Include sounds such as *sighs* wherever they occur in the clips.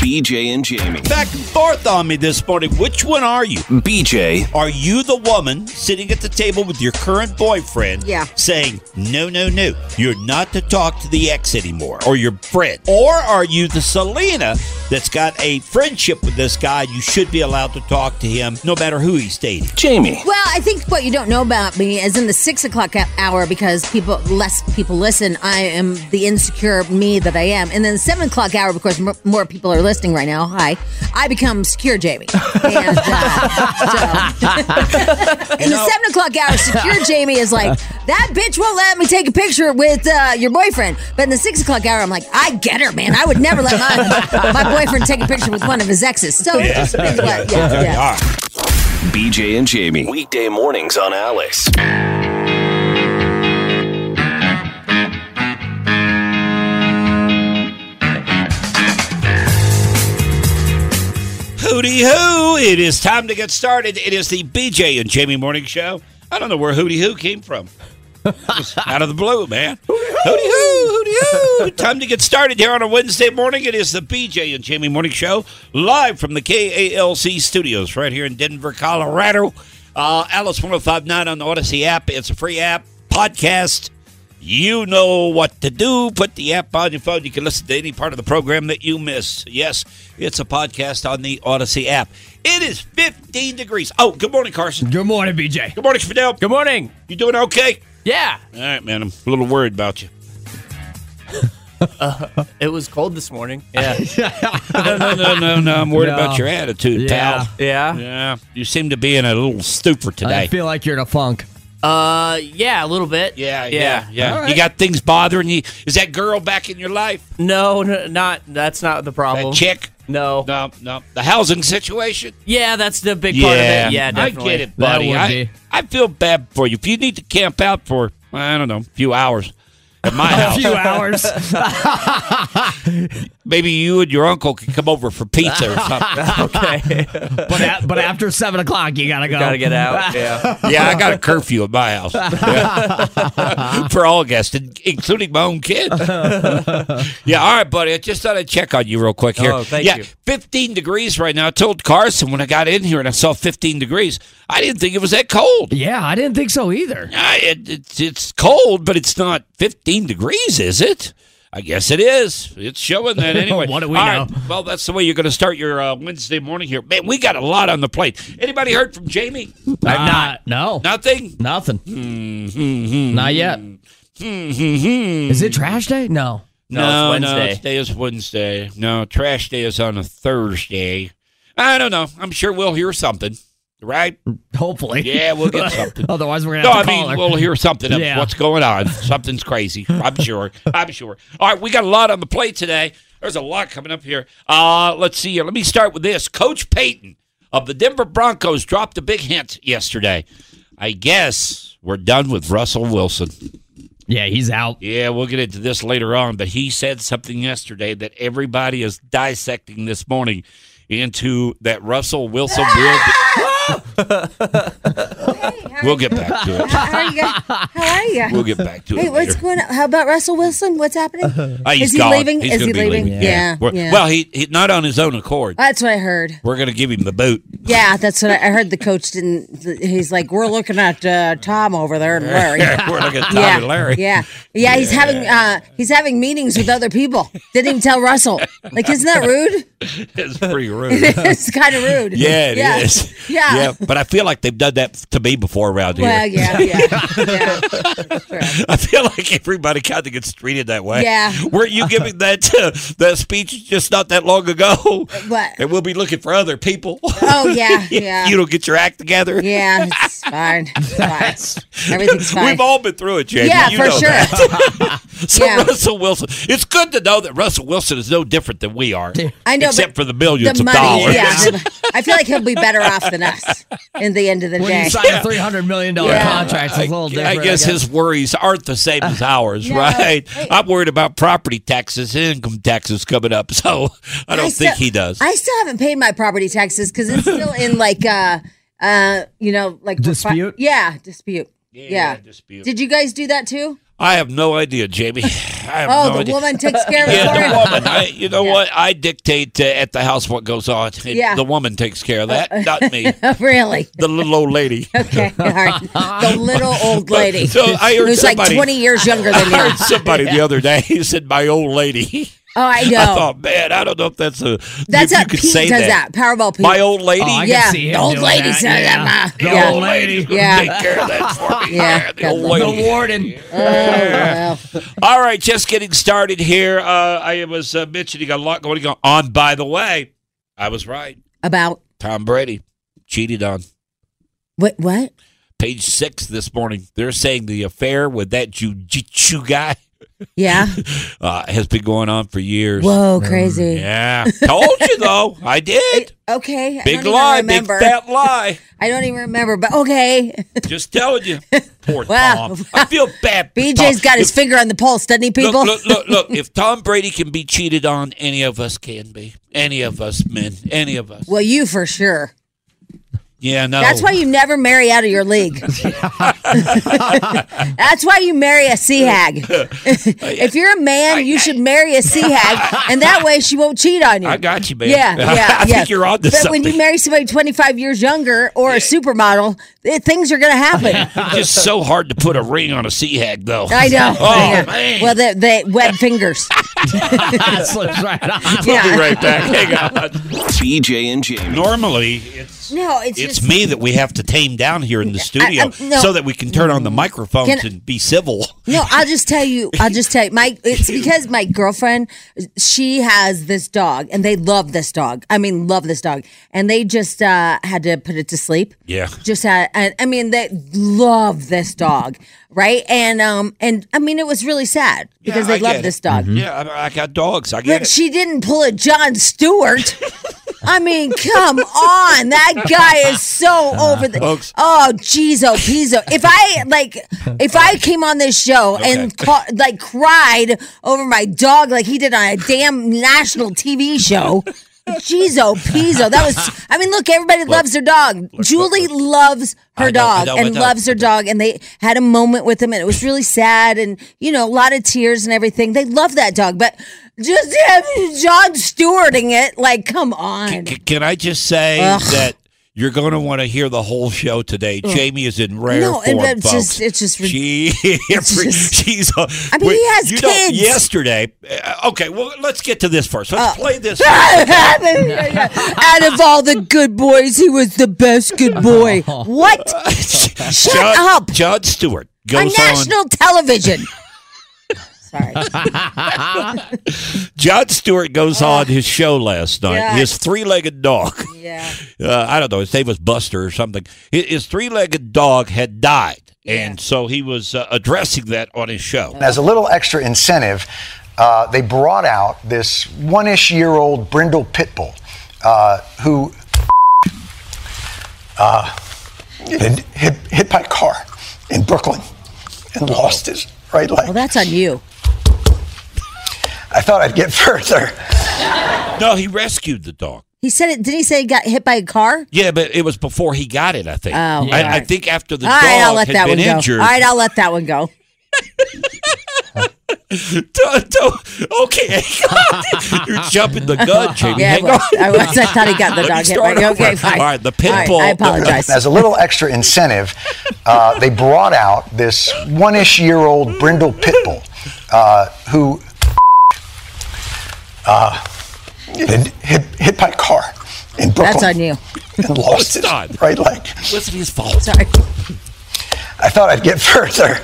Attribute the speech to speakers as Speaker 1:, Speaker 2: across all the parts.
Speaker 1: BJ and Jamie.
Speaker 2: back and forth on me this morning. Which one are you?
Speaker 1: BJ,
Speaker 2: Are you the woman sitting at the table with your current boyfriend
Speaker 3: Yeah.
Speaker 2: saying, no, no, no, you're not to talk to the ex anymore or your friend? Or are you the Selena that's got a friendship with this guy? You should be allowed to talk to him no matter who he's dating.
Speaker 1: Jamie,
Speaker 3: Well, I think what you don't know about me is in the six o'clock a- hour because people less people listen. I am the insecure me that I am, and then the seven o'clock hour because m- more people are listening right now. Hi, I become secure, Jamie. And, uh, so- in the seven o'clock hour, secure Jamie is like that bitch won't let me take a picture with uh, your boyfriend. But in the six o'clock hour, I'm like, I get her, man. I would never let my my boyfriend take a picture with one of his exes. So it just depends what.
Speaker 1: *laughs*
Speaker 3: yeah, yeah.
Speaker 2: All right.
Speaker 1: BJ and Jamie. Weekday mornings on Alice.
Speaker 2: Hootie Hoo, it is time to get started. It is the BJ and Jamie Morning Show. I don't know where Hootie Hoo came from. *laughs* Just out of the blue, man. Hootie Hoo, Hootie Hoo. Time to get started here on a Wednesday morning. It is the BJ and Jamie Morning Show, live from the KALC studios right here in Denver, Colorado. Uh, Alice 1059 on the Odyssey app. It's a free app, podcast. You know what to do. Put the app on your phone. You can listen to any part of the program that you miss. Yes, it's a podcast on the Odyssey app. It is 15 degrees. Oh, good morning, Carson.
Speaker 4: Good morning, BJ.
Speaker 2: Good morning, Fidel.
Speaker 4: Good morning.
Speaker 2: You doing okay?
Speaker 4: Yeah.
Speaker 2: All right, man. I'm a little worried about you.
Speaker 4: It was cold this morning. *laughs* Yeah.
Speaker 2: No, no, no, no, *laughs* no. I'm worried
Speaker 4: No.
Speaker 2: about your attitude,
Speaker 4: yeah.
Speaker 2: pal. Yeah. You seem to be in a little stupor today.
Speaker 5: I feel like you're in a funk.
Speaker 4: Uh, yeah, a little bit.
Speaker 2: yeah, yeah, yeah.
Speaker 4: All right.
Speaker 2: You got things bothering you. Is that girl back in your life?
Speaker 4: No, no, not that's not the problem.
Speaker 2: That chick?
Speaker 4: No.
Speaker 2: No, no. The housing situation?
Speaker 4: Yeah, that's the big part of it. Yeah, definitely.
Speaker 2: I get it, buddy.
Speaker 5: would
Speaker 2: I,
Speaker 5: be.
Speaker 2: I feel bad for you. If you need to camp out for, I don't know, a few hours at
Speaker 4: *laughs*
Speaker 2: my
Speaker 5: A
Speaker 2: house, *laughs*
Speaker 5: few hours.
Speaker 2: maybe you and your uncle could come over for pizza or
Speaker 4: *laughs*
Speaker 2: something.
Speaker 5: *laughs*
Speaker 2: *laughs*
Speaker 4: Okay.
Speaker 5: but, a- but after seven o'clock, you gotta go.
Speaker 4: Gotta
Speaker 2: *laughs*
Speaker 5: *laughs*
Speaker 4: get out. Yeah.
Speaker 2: yeah, I got a curfew at my house Yeah. *laughs* for all guests, in- including my own
Speaker 4: *laughs*
Speaker 2: kid. yeah, all right, buddy. I just thought I'd check on you real quick here.
Speaker 4: Oh, thank
Speaker 2: yeah,
Speaker 4: you.
Speaker 2: 15 degrees right now. I told Carson when I got in here and I saw 15 degrees, I didn't think it was that cold.
Speaker 5: Yeah, I didn't think so either.
Speaker 2: I, it, it's it's cold, but it's not 15 degrees, is it? I guess it is. It's showing that
Speaker 5: *laughs*
Speaker 2: anyway.
Speaker 5: What do we
Speaker 2: All
Speaker 5: know?
Speaker 2: right, Well, that's the way you're going to start your uh, Wednesday morning here. Man, we got a lot on the plate. Anybody heard from Jamie?
Speaker 5: I'm not. No.
Speaker 2: Nothing. Mm-hmm.
Speaker 5: Nothing. Not yet. Is it trash day? No.
Speaker 4: No, it's
Speaker 2: no,
Speaker 4: Wednesday.
Speaker 5: *laughs*
Speaker 2: today is Wednesday. No, trash day is on a Thursday. I don't know. I'm sure we'll hear something, right?
Speaker 5: Hopefully.
Speaker 2: Yeah, we'll
Speaker 5: *laughs*
Speaker 2: get something.
Speaker 5: Otherwise, we're gonna
Speaker 2: No, I
Speaker 5: have to call
Speaker 2: mean
Speaker 5: her.
Speaker 2: we'll hear something of
Speaker 5: Yeah.
Speaker 2: what's going on. Something's crazy. I'm sure. I'm
Speaker 5: *laughs*
Speaker 2: sure. All right, we got a lot on the plate today. There's a lot coming up here. Uh, let's see here. Let me start with this. Coach Payton of the Denver Broncos dropped a big hint yesterday. I guess we're done with Russell Wilson.
Speaker 5: Yeah, he's out.
Speaker 2: Yeah, we'll get into this later on, but he said something yesterday that everybody is dissecting this morning into that
Speaker 3: *laughs*
Speaker 2: Russell Wilson will. we'll get back to it.
Speaker 3: How are you guys? How are you?
Speaker 2: We'll get back to it.
Speaker 3: Hey, what's
Speaker 2: later.
Speaker 3: going on? How about Russell Wilson? What's happening?
Speaker 2: Uh, he's
Speaker 3: Is he
Speaker 2: gone.
Speaker 3: leaving?
Speaker 2: He's
Speaker 3: Is
Speaker 2: gonna
Speaker 3: he
Speaker 2: be
Speaker 3: leaving? Yeah.
Speaker 2: We're-
Speaker 3: yeah.
Speaker 2: Well, he, he not on his own accord.
Speaker 3: that's what I heard.
Speaker 2: We're going to give him the boot.
Speaker 3: Yeah, that's what I, I heard. The coach didn't. He's like, we're looking at uh, Tom over there and Larry.
Speaker 2: *laughs* We're looking at Tom
Speaker 3: yeah,
Speaker 2: and Larry.
Speaker 3: yeah, yeah. He's having uh, he's having meetings with other people. Didn't even tell Russell. Like, isn't that rude?
Speaker 2: *laughs* it's pretty
Speaker 3: *laughs*
Speaker 2: rude.
Speaker 3: it's kind of rude.
Speaker 2: *laughs* Yeah, it is.
Speaker 3: yeah. *laughs* Yeah.
Speaker 2: but I feel like they've done that to me before around here. *laughs*
Speaker 3: Well, yeah, yeah, yeah.
Speaker 2: I feel like everybody kind of gets treated that way.
Speaker 3: Yeah.
Speaker 2: *laughs* Weren't you giving that uh, that speech just not that long ago? *laughs*
Speaker 3: What?
Speaker 2: And we'll be looking for other people. *laughs*
Speaker 3: Oh, yeah, yeah.
Speaker 2: you don't get your act together.
Speaker 3: Yeah, it's fine.
Speaker 2: *laughs*
Speaker 3: It's fine. Everything's fine.
Speaker 2: We've all been through it, Jamie.
Speaker 3: yeah,
Speaker 2: you
Speaker 3: for
Speaker 2: know
Speaker 3: sure.
Speaker 2: that.
Speaker 3: *laughs*
Speaker 2: *laughs* So
Speaker 3: Yeah.
Speaker 2: Russell Wilson. It's good to know that Russell Wilson is no different than we are.
Speaker 3: I know,
Speaker 2: Except
Speaker 3: but
Speaker 2: for the billions
Speaker 3: the
Speaker 2: of
Speaker 3: money,
Speaker 2: dollars.
Speaker 3: yeah. the- I feel like he'll be better off than us in the end of the
Speaker 5: *laughs* When
Speaker 3: day.
Speaker 5: you sign a three hundred million dollar
Speaker 3: Yeah.
Speaker 5: contract, it's a little
Speaker 2: I
Speaker 5: different.
Speaker 2: guess his worries aren't the
Speaker 3: *laughs*
Speaker 2: same as ours,
Speaker 3: No.
Speaker 2: right?
Speaker 3: Hey.
Speaker 2: I'm worried about property taxes and income taxes coming up, *laughs* so I don't
Speaker 3: still-
Speaker 2: think he does.
Speaker 3: I still haven't paid my property taxes because it's still
Speaker 2: *laughs*
Speaker 3: in like uh uh you know like
Speaker 5: Dispute?
Speaker 3: yeah, dispute. Yeah.
Speaker 2: dispute.
Speaker 3: Did you guys do that too?
Speaker 2: I have no idea, Jamie. *laughs* I have
Speaker 3: Oh,
Speaker 2: no
Speaker 3: the
Speaker 2: idea.
Speaker 3: woman
Speaker 2: *laughs*
Speaker 3: takes care of
Speaker 2: Yeah,
Speaker 3: it
Speaker 2: the
Speaker 3: for him. *laughs*
Speaker 2: woman. I, you know what? I dictate uh, at the house what goes on. It-
Speaker 3: Yeah. Uh,
Speaker 2: The woman takes care of that, not
Speaker 3: *laughs*
Speaker 2: me.
Speaker 3: really?
Speaker 2: The little old lady.
Speaker 3: Okay, all right. The *laughs*
Speaker 2: *laughs*
Speaker 3: little old
Speaker 2: But-
Speaker 3: lady
Speaker 2: so I heard
Speaker 3: who's
Speaker 2: somebody-
Speaker 3: like twenty years younger
Speaker 2: *laughs* I
Speaker 3: than you.
Speaker 2: heard somebody
Speaker 3: *laughs*
Speaker 2: the other day. He said, "My old lady."
Speaker 3: Oh, I know.
Speaker 2: *laughs* I thought, man, I don't know if that's a
Speaker 3: That's
Speaker 2: if
Speaker 3: how
Speaker 2: you could
Speaker 3: Pete
Speaker 2: say
Speaker 3: does that. Powerball Pete.
Speaker 2: My old lady.
Speaker 5: Oh, I
Speaker 3: yeah,
Speaker 5: can see him
Speaker 3: the old
Speaker 5: doing
Speaker 3: lady
Speaker 5: that,
Speaker 3: said that.
Speaker 5: yeah.
Speaker 3: Ma.
Speaker 5: The
Speaker 3: Yeah.
Speaker 5: old lady.
Speaker 3: Yeah.
Speaker 2: Take *laughs* care of that for
Speaker 3: *laughs*
Speaker 2: me.
Speaker 3: Yeah,
Speaker 2: Yeah, the
Speaker 3: God
Speaker 2: old
Speaker 3: love
Speaker 5: The
Speaker 2: lady.
Speaker 5: warden.
Speaker 2: *laughs*
Speaker 3: Oh, well.
Speaker 2: All right, just getting started here. Uh, I was uh, mentioning a lot going on. By the way, I was right.
Speaker 3: About
Speaker 2: Tom Brady cheated on
Speaker 3: what? What?
Speaker 2: page six this morning. They're saying the affair with that jujitsu guy *laughs*
Speaker 3: Yeah.
Speaker 2: uh, has been going on for years.
Speaker 3: Whoa, crazy.
Speaker 2: Yeah, told you though.
Speaker 3: *laughs*
Speaker 2: I did.
Speaker 3: Okay. I
Speaker 2: Big
Speaker 3: don't even
Speaker 2: lie, big
Speaker 3: remember.
Speaker 2: fat lie.
Speaker 3: *laughs* I don't even remember, but okay.
Speaker 2: Just telling you. *laughs* Poor
Speaker 3: Wow.
Speaker 2: Tom. I feel
Speaker 3: *laughs*
Speaker 2: bad. for
Speaker 3: BJ's
Speaker 2: Tom.
Speaker 3: got his
Speaker 2: If-
Speaker 3: finger on the pulse, doesn't he, people?
Speaker 2: Look,
Speaker 3: *laughs*
Speaker 2: look, look, look. If Tom Brady can be cheated on, any of us can be. Any of us men. Any of us.
Speaker 3: Well, you for sure.
Speaker 2: Yeah, no.
Speaker 3: That's
Speaker 2: *laughs*
Speaker 3: why you never marry out of your league. *laughs* That's why you marry a sea
Speaker 2: *laughs*
Speaker 3: hag.
Speaker 2: Oh,
Speaker 3: if you're a man, you should marry a sea hag, and that way she won't cheat on you.
Speaker 2: I got you, man.
Speaker 3: Yeah, yeah,
Speaker 2: *laughs* I
Speaker 3: yeah.
Speaker 2: think you're on to
Speaker 3: But
Speaker 2: something.
Speaker 3: when you marry somebody 25 years younger or a supermodel, it, things are going to happen.
Speaker 2: It's just so hard to put a ring on a sea hag, though.
Speaker 3: I know.
Speaker 2: *laughs* Oh,
Speaker 3: I know.
Speaker 2: man.
Speaker 3: Well, they, they web
Speaker 2: *laughs*
Speaker 3: fingers.
Speaker 5: That slips right off.
Speaker 2: We'll be right back. Hang on.
Speaker 1: BJ and Jamie.
Speaker 2: Normally, it's
Speaker 3: No, Oh, it's,
Speaker 2: it's
Speaker 3: just,
Speaker 2: me that we have to tame down here in the studio
Speaker 3: I- no.
Speaker 2: so that we can turn on the microphones
Speaker 3: Can I-
Speaker 2: and be civil.
Speaker 3: No, I'll just tell you. I'll just tell you. My it's because my girlfriend, she has this dog, and they love this dog. I mean, love this dog, and they just uh, had to put it to sleep.
Speaker 2: Yeah.
Speaker 3: just had. And, I mean, they love this dog, right? And um, and I mean, it was really sad because
Speaker 2: Yeah, I
Speaker 3: they love
Speaker 2: get
Speaker 3: this
Speaker 2: it. Mm-hmm.
Speaker 3: dog.
Speaker 2: Yeah, I, I got dogs. I
Speaker 3: But she didn't pull a John Stewart. I mean, come on. That guy is so over the.
Speaker 2: Uh-huh. folks.
Speaker 3: Oh, jeez, oh, pizzo. If I, like, if I came on this show and, ca- like, cried over my dog like he did on a damn national TV
Speaker 2: *laughs*
Speaker 3: show. Jeez, oh, pizzo. That was, I mean, look, everybody loves their dog. Julie loves her
Speaker 2: I know, I
Speaker 3: dog
Speaker 2: know, I
Speaker 3: and
Speaker 2: know.
Speaker 3: loves her dog. And they had a moment with him, and it was really sad and, you know, a lot of tears and everything. They love that dog, but just him, John Stewarting it, like, come on.
Speaker 2: C- can I just say that you're going to want to hear the whole show today. Jamie is in rare
Speaker 3: No, and
Speaker 2: form,
Speaker 3: it's
Speaker 2: folks.
Speaker 3: just- it's just rid-
Speaker 2: she, *laughs*
Speaker 3: just-
Speaker 2: she's. uh,
Speaker 3: I mean,
Speaker 2: wait,
Speaker 3: he has
Speaker 2: you
Speaker 3: kids.
Speaker 2: Know, yesterday, uh, okay. Well, let's get to this first. Let's play
Speaker 3: *laughs*
Speaker 2: this.
Speaker 3: Uh, Out of all the good boys, he was the best good
Speaker 2: *laughs*
Speaker 3: boy. What? Shut
Speaker 2: John,
Speaker 3: up.
Speaker 2: John Stewart
Speaker 3: On
Speaker 2: goes on.
Speaker 3: national television. *laughs* Sorry.
Speaker 2: John Stewart goes
Speaker 3: Uh,
Speaker 2: on his show last night.
Speaker 3: God.
Speaker 2: His three-legged dog.
Speaker 3: Yeah.
Speaker 2: *laughs* uh, I don't know, his name was Buster or something. His, his three legged dog had died. And so he was uh, addressing that on his show.
Speaker 6: As a little extra incentive, uh, they brought out this one ish year old brindle pit bull uh, who uh, hit, hit, hit by a car in Brooklyn and lost his right leg. Well,
Speaker 3: that's on you.
Speaker 6: I thought I'd get *laughs* further.
Speaker 2: No, he rescued the dog.
Speaker 3: He said it. Didn't he say he got hit by a car?
Speaker 2: Yeah, but it was before he got it. I think.
Speaker 3: Oh,
Speaker 2: I,
Speaker 3: all right.
Speaker 2: I think after the
Speaker 3: All
Speaker 2: dog
Speaker 3: right, I'll let
Speaker 2: had
Speaker 3: that one
Speaker 2: been
Speaker 3: go.
Speaker 2: injured.
Speaker 3: All right, I'll let that one go.
Speaker 2: *laughs* Don't- don't- okay, *laughs* you're jumping the
Speaker 3: *laughs*
Speaker 2: gun, Jamie.
Speaker 3: Yeah, I
Speaker 2: Hang
Speaker 3: was.
Speaker 2: on.
Speaker 3: I was. I thought he
Speaker 2: *laughs*
Speaker 3: got the
Speaker 2: Let
Speaker 3: dog
Speaker 2: me
Speaker 3: hit
Speaker 2: start
Speaker 3: by-
Speaker 2: over.
Speaker 3: okay, fine.
Speaker 2: All right, the
Speaker 3: All
Speaker 2: pit
Speaker 3: right,
Speaker 2: bull.
Speaker 3: I apologize.
Speaker 6: As a little extra incentive, uh, they brought out this one ish year old brindle pit bull uh, who uh, hit, hit, hit by a car in Brooklyn.
Speaker 3: That's on you.
Speaker 6: And lost his right leg.
Speaker 2: Wasn't his fault.
Speaker 3: Sorry.
Speaker 6: I thought I'd get *laughs* further.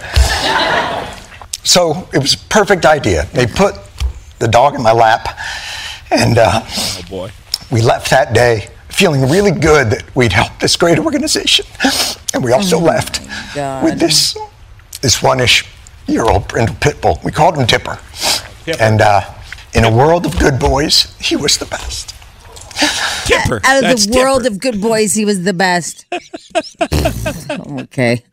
Speaker 6: So it was a perfect idea. They put the dog in my lap, and uh,
Speaker 2: Oh boy.
Speaker 6: we left that day feeling really good that we'd helped this great organization. And we also
Speaker 3: Mm.
Speaker 6: left with this this one-ish year old brindle pit bull. We called him Tipper. And uh, in a world of good boys, he was the best.
Speaker 2: Tipper.
Speaker 3: Out of the world of good boys, he was the best. okay. *laughs*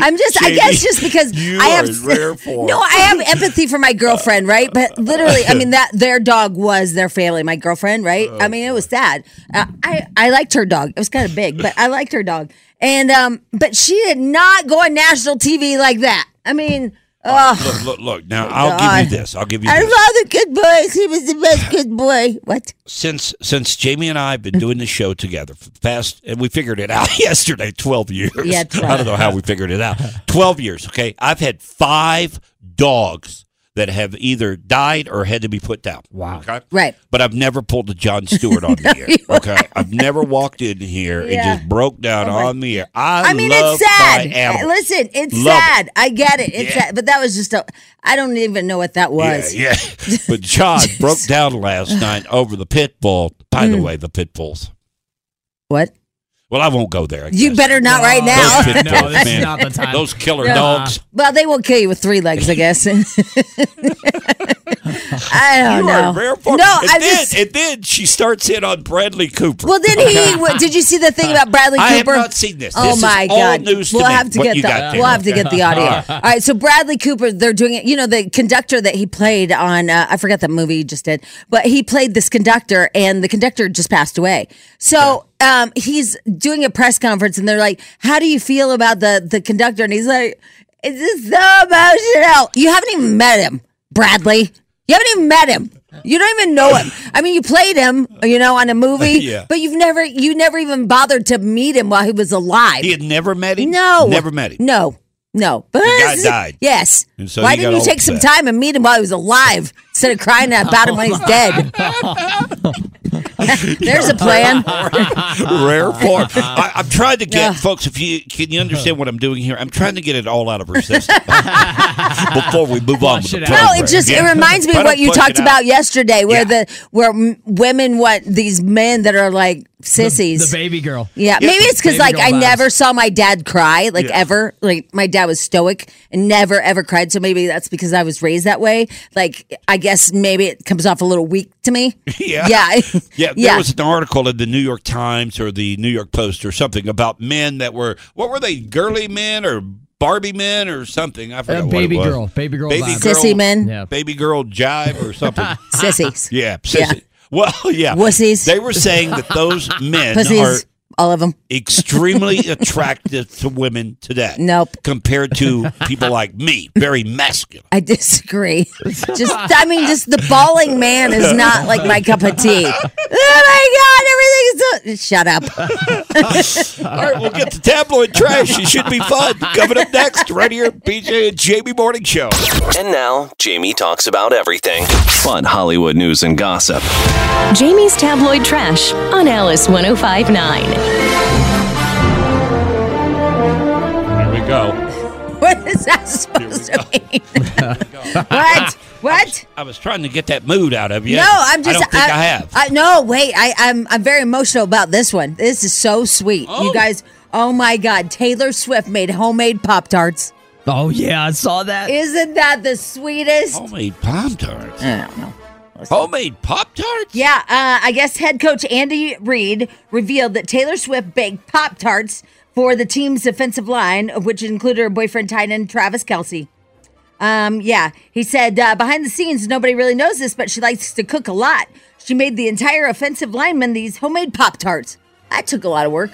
Speaker 3: I'm just, I guess, just because
Speaker 2: you
Speaker 3: I have
Speaker 2: are in rare form.
Speaker 3: *laughs* no, I have empathy for
Speaker 2: *laughs*
Speaker 3: my girlfriend, right? But literally, I mean that their dog was their family. My girlfriend, right? I mean, it was sad. Uh, I I liked her dog. It was kind of big, but I liked her dog. And um, but she did not go on national TV like that. I mean, oh,
Speaker 2: Look, look, look. Now I'll give you this. I'll give you
Speaker 3: I
Speaker 2: this.
Speaker 3: love the good boys. He was the best
Speaker 2: *sighs*
Speaker 3: good boy. What?
Speaker 2: Since since Jamie and I have been doing the show together for the past, and we figured it out *laughs* yesterday. Twelve years.
Speaker 3: Yeah, 12.
Speaker 2: I don't know how we figured it out. Twelve years. Okay, I've had five dogs that have either died or had to be put down. Wow. Okay.
Speaker 3: Right.
Speaker 2: But I've never pulled a John
Speaker 3: *laughs*
Speaker 2: Stewart on the air. Okay. I've never walked in here
Speaker 3: Yeah. Oh
Speaker 2: and just broke down on the air. I,
Speaker 3: I mean,
Speaker 2: love
Speaker 3: it's sad.
Speaker 2: My animals.
Speaker 3: Uh, Listen, it's
Speaker 2: Love it.
Speaker 3: sad. I get it. It's
Speaker 2: Yeah.
Speaker 3: sad. But that was just a. I don't even know what that was.
Speaker 2: Yeah,
Speaker 3: *laughs*
Speaker 2: yeah. But John broke down last night over the pit bull. By the way, the pit bulls.
Speaker 3: Mm. What?
Speaker 2: Well, I won't go there. I
Speaker 3: You
Speaker 2: guess.
Speaker 3: better not right now. *laughs*
Speaker 2: Those pit
Speaker 5: No,
Speaker 2: bulls,
Speaker 5: this is
Speaker 2: man.
Speaker 5: not the time.
Speaker 2: Those killer
Speaker 3: No.
Speaker 2: dogs.
Speaker 3: Well, they will kill you with three legs, I guess. *laughs* I don't
Speaker 2: you
Speaker 3: know.
Speaker 2: are in rare form.
Speaker 3: No,
Speaker 2: and
Speaker 3: I
Speaker 2: then,
Speaker 3: just.
Speaker 2: and then she starts in on Bradley Cooper.
Speaker 3: Well, then
Speaker 2: *laughs*
Speaker 3: he. what- Did you see the thing about Bradley
Speaker 2: I have
Speaker 3: Cooper?
Speaker 2: not seen this.
Speaker 3: Oh
Speaker 2: This is
Speaker 3: my
Speaker 2: all
Speaker 3: God!
Speaker 2: news to
Speaker 3: we'll
Speaker 2: me,
Speaker 3: have to
Speaker 2: what
Speaker 3: get
Speaker 2: you
Speaker 3: the
Speaker 2: got there.
Speaker 3: we'll have to get the audio.
Speaker 2: All
Speaker 3: All
Speaker 2: right. *laughs*
Speaker 3: right. so Bradley Cooper, they're doing it. You know, the conductor that he played on uh, I forget that movie he just did, but he played this conductor, and the conductor just passed away. So um, he's doing a press conference, and they're like, "How do you feel about the the conductor?" And he's like, "It's just so emotional. You haven't even met him, Bradley. You haven't even met him." You don't even know him. I mean, you played him, you know, on a movie,
Speaker 2: *laughs* Yeah.
Speaker 3: but you've never, you never even bothered to meet him while he was alive.
Speaker 2: He had never met him.
Speaker 3: No.
Speaker 2: never met him.
Speaker 3: No. No. But
Speaker 2: guy died.
Speaker 3: Yes.
Speaker 2: And so
Speaker 3: Why
Speaker 2: you
Speaker 3: didn't
Speaker 2: got
Speaker 3: you
Speaker 2: all
Speaker 3: take some
Speaker 2: upset.
Speaker 3: time and meet him while he was alive instead of crying about him when
Speaker 5: *laughs*
Speaker 3: he's dead? There's a plan.
Speaker 2: *laughs* Rare form. I, I'm trying to get folks. If you can, you understand what I'm doing here. I'm trying to get it all out of
Speaker 3: *laughs*
Speaker 2: her system before we move on. With the
Speaker 5: it out.
Speaker 3: No,
Speaker 2: program.
Speaker 3: it just
Speaker 2: Yeah.
Speaker 3: it reminds me
Speaker 2: Try
Speaker 3: of
Speaker 2: to
Speaker 3: what you
Speaker 2: flush it
Speaker 3: talked
Speaker 2: out.
Speaker 3: about yesterday, where the where m- women want these men that are like sissies.
Speaker 5: The baby girl.
Speaker 3: Yeah, maybe it's because like
Speaker 5: Baby girl
Speaker 3: I
Speaker 5: vibes.
Speaker 3: never saw my dad cry like
Speaker 2: Yeah.
Speaker 3: ever. Like my dad was stoic and never ever cried, so maybe that's because I was raised that way. Like I guess maybe it comes off a little weak to me.
Speaker 2: *laughs* Yeah.
Speaker 3: yeah, *laughs*
Speaker 2: Yeah, there was an article in the New York Times or the New York Post or something about men that were what were they girly men or Barbie men or something? I forgot
Speaker 5: Uh,
Speaker 2: what
Speaker 5: baby
Speaker 2: it was.
Speaker 5: girl. Baby girl.
Speaker 2: Baby
Speaker 5: vibes.
Speaker 2: girl.
Speaker 3: sissy men,
Speaker 5: Yeah.
Speaker 2: baby girl jive or something.
Speaker 3: *laughs* sissies,
Speaker 2: *laughs* yeah, sissy. Well, yeah,
Speaker 3: Wussies.
Speaker 2: They were saying that
Speaker 3: *laughs*
Speaker 2: those men
Speaker 3: pussies,
Speaker 2: are
Speaker 3: all of them. *laughs*
Speaker 2: extremely attractive to women today.
Speaker 3: Nope. *laughs*
Speaker 2: compared to people like me, very masculine.
Speaker 3: I
Speaker 2: *laughs*
Speaker 3: disagree. just, I mean, just the bawling man is not like my cup of
Speaker 2: *laughs*
Speaker 3: tea. Oh my God, everything is so. Shut up.
Speaker 2: All right, we'll get to tabloid trash. It should be fun. Coming up next, right here, BJ and Jamie Morning Show.
Speaker 1: And now, Jamie talks about everything fun Hollywood news and gossip.
Speaker 7: Jamie's Tabloid Trash on Alice 1059.
Speaker 2: Here we go.
Speaker 3: *laughs* What is that supposed to mean? what? What?
Speaker 2: I was trying to get that mood out of you.
Speaker 3: No, I'm just.
Speaker 2: I don't think I, have.
Speaker 3: I, no, wait. I, I'm. I'm very emotional about this one. This is so sweet, you guys. Oh my God, Taylor Swift made homemade Pop Tarts.
Speaker 5: Oh yeah, I saw that.
Speaker 3: Isn't that the sweetest?
Speaker 2: homemade pop tarts.
Speaker 3: I don't know.
Speaker 2: Homemade pop tarts.
Speaker 3: Yeah, uh, I guess head coach Andy Reid revealed that Taylor Swift baked Pop Tarts for the team's defensive line, of which included her boyfriend tight end Travis Kelsey. Um, yeah, he said uh, behind the scenes, nobody really knows this, but she likes to cook a lot. She made the entire offensive lineman these homemade Pop Tarts. That took a lot of work.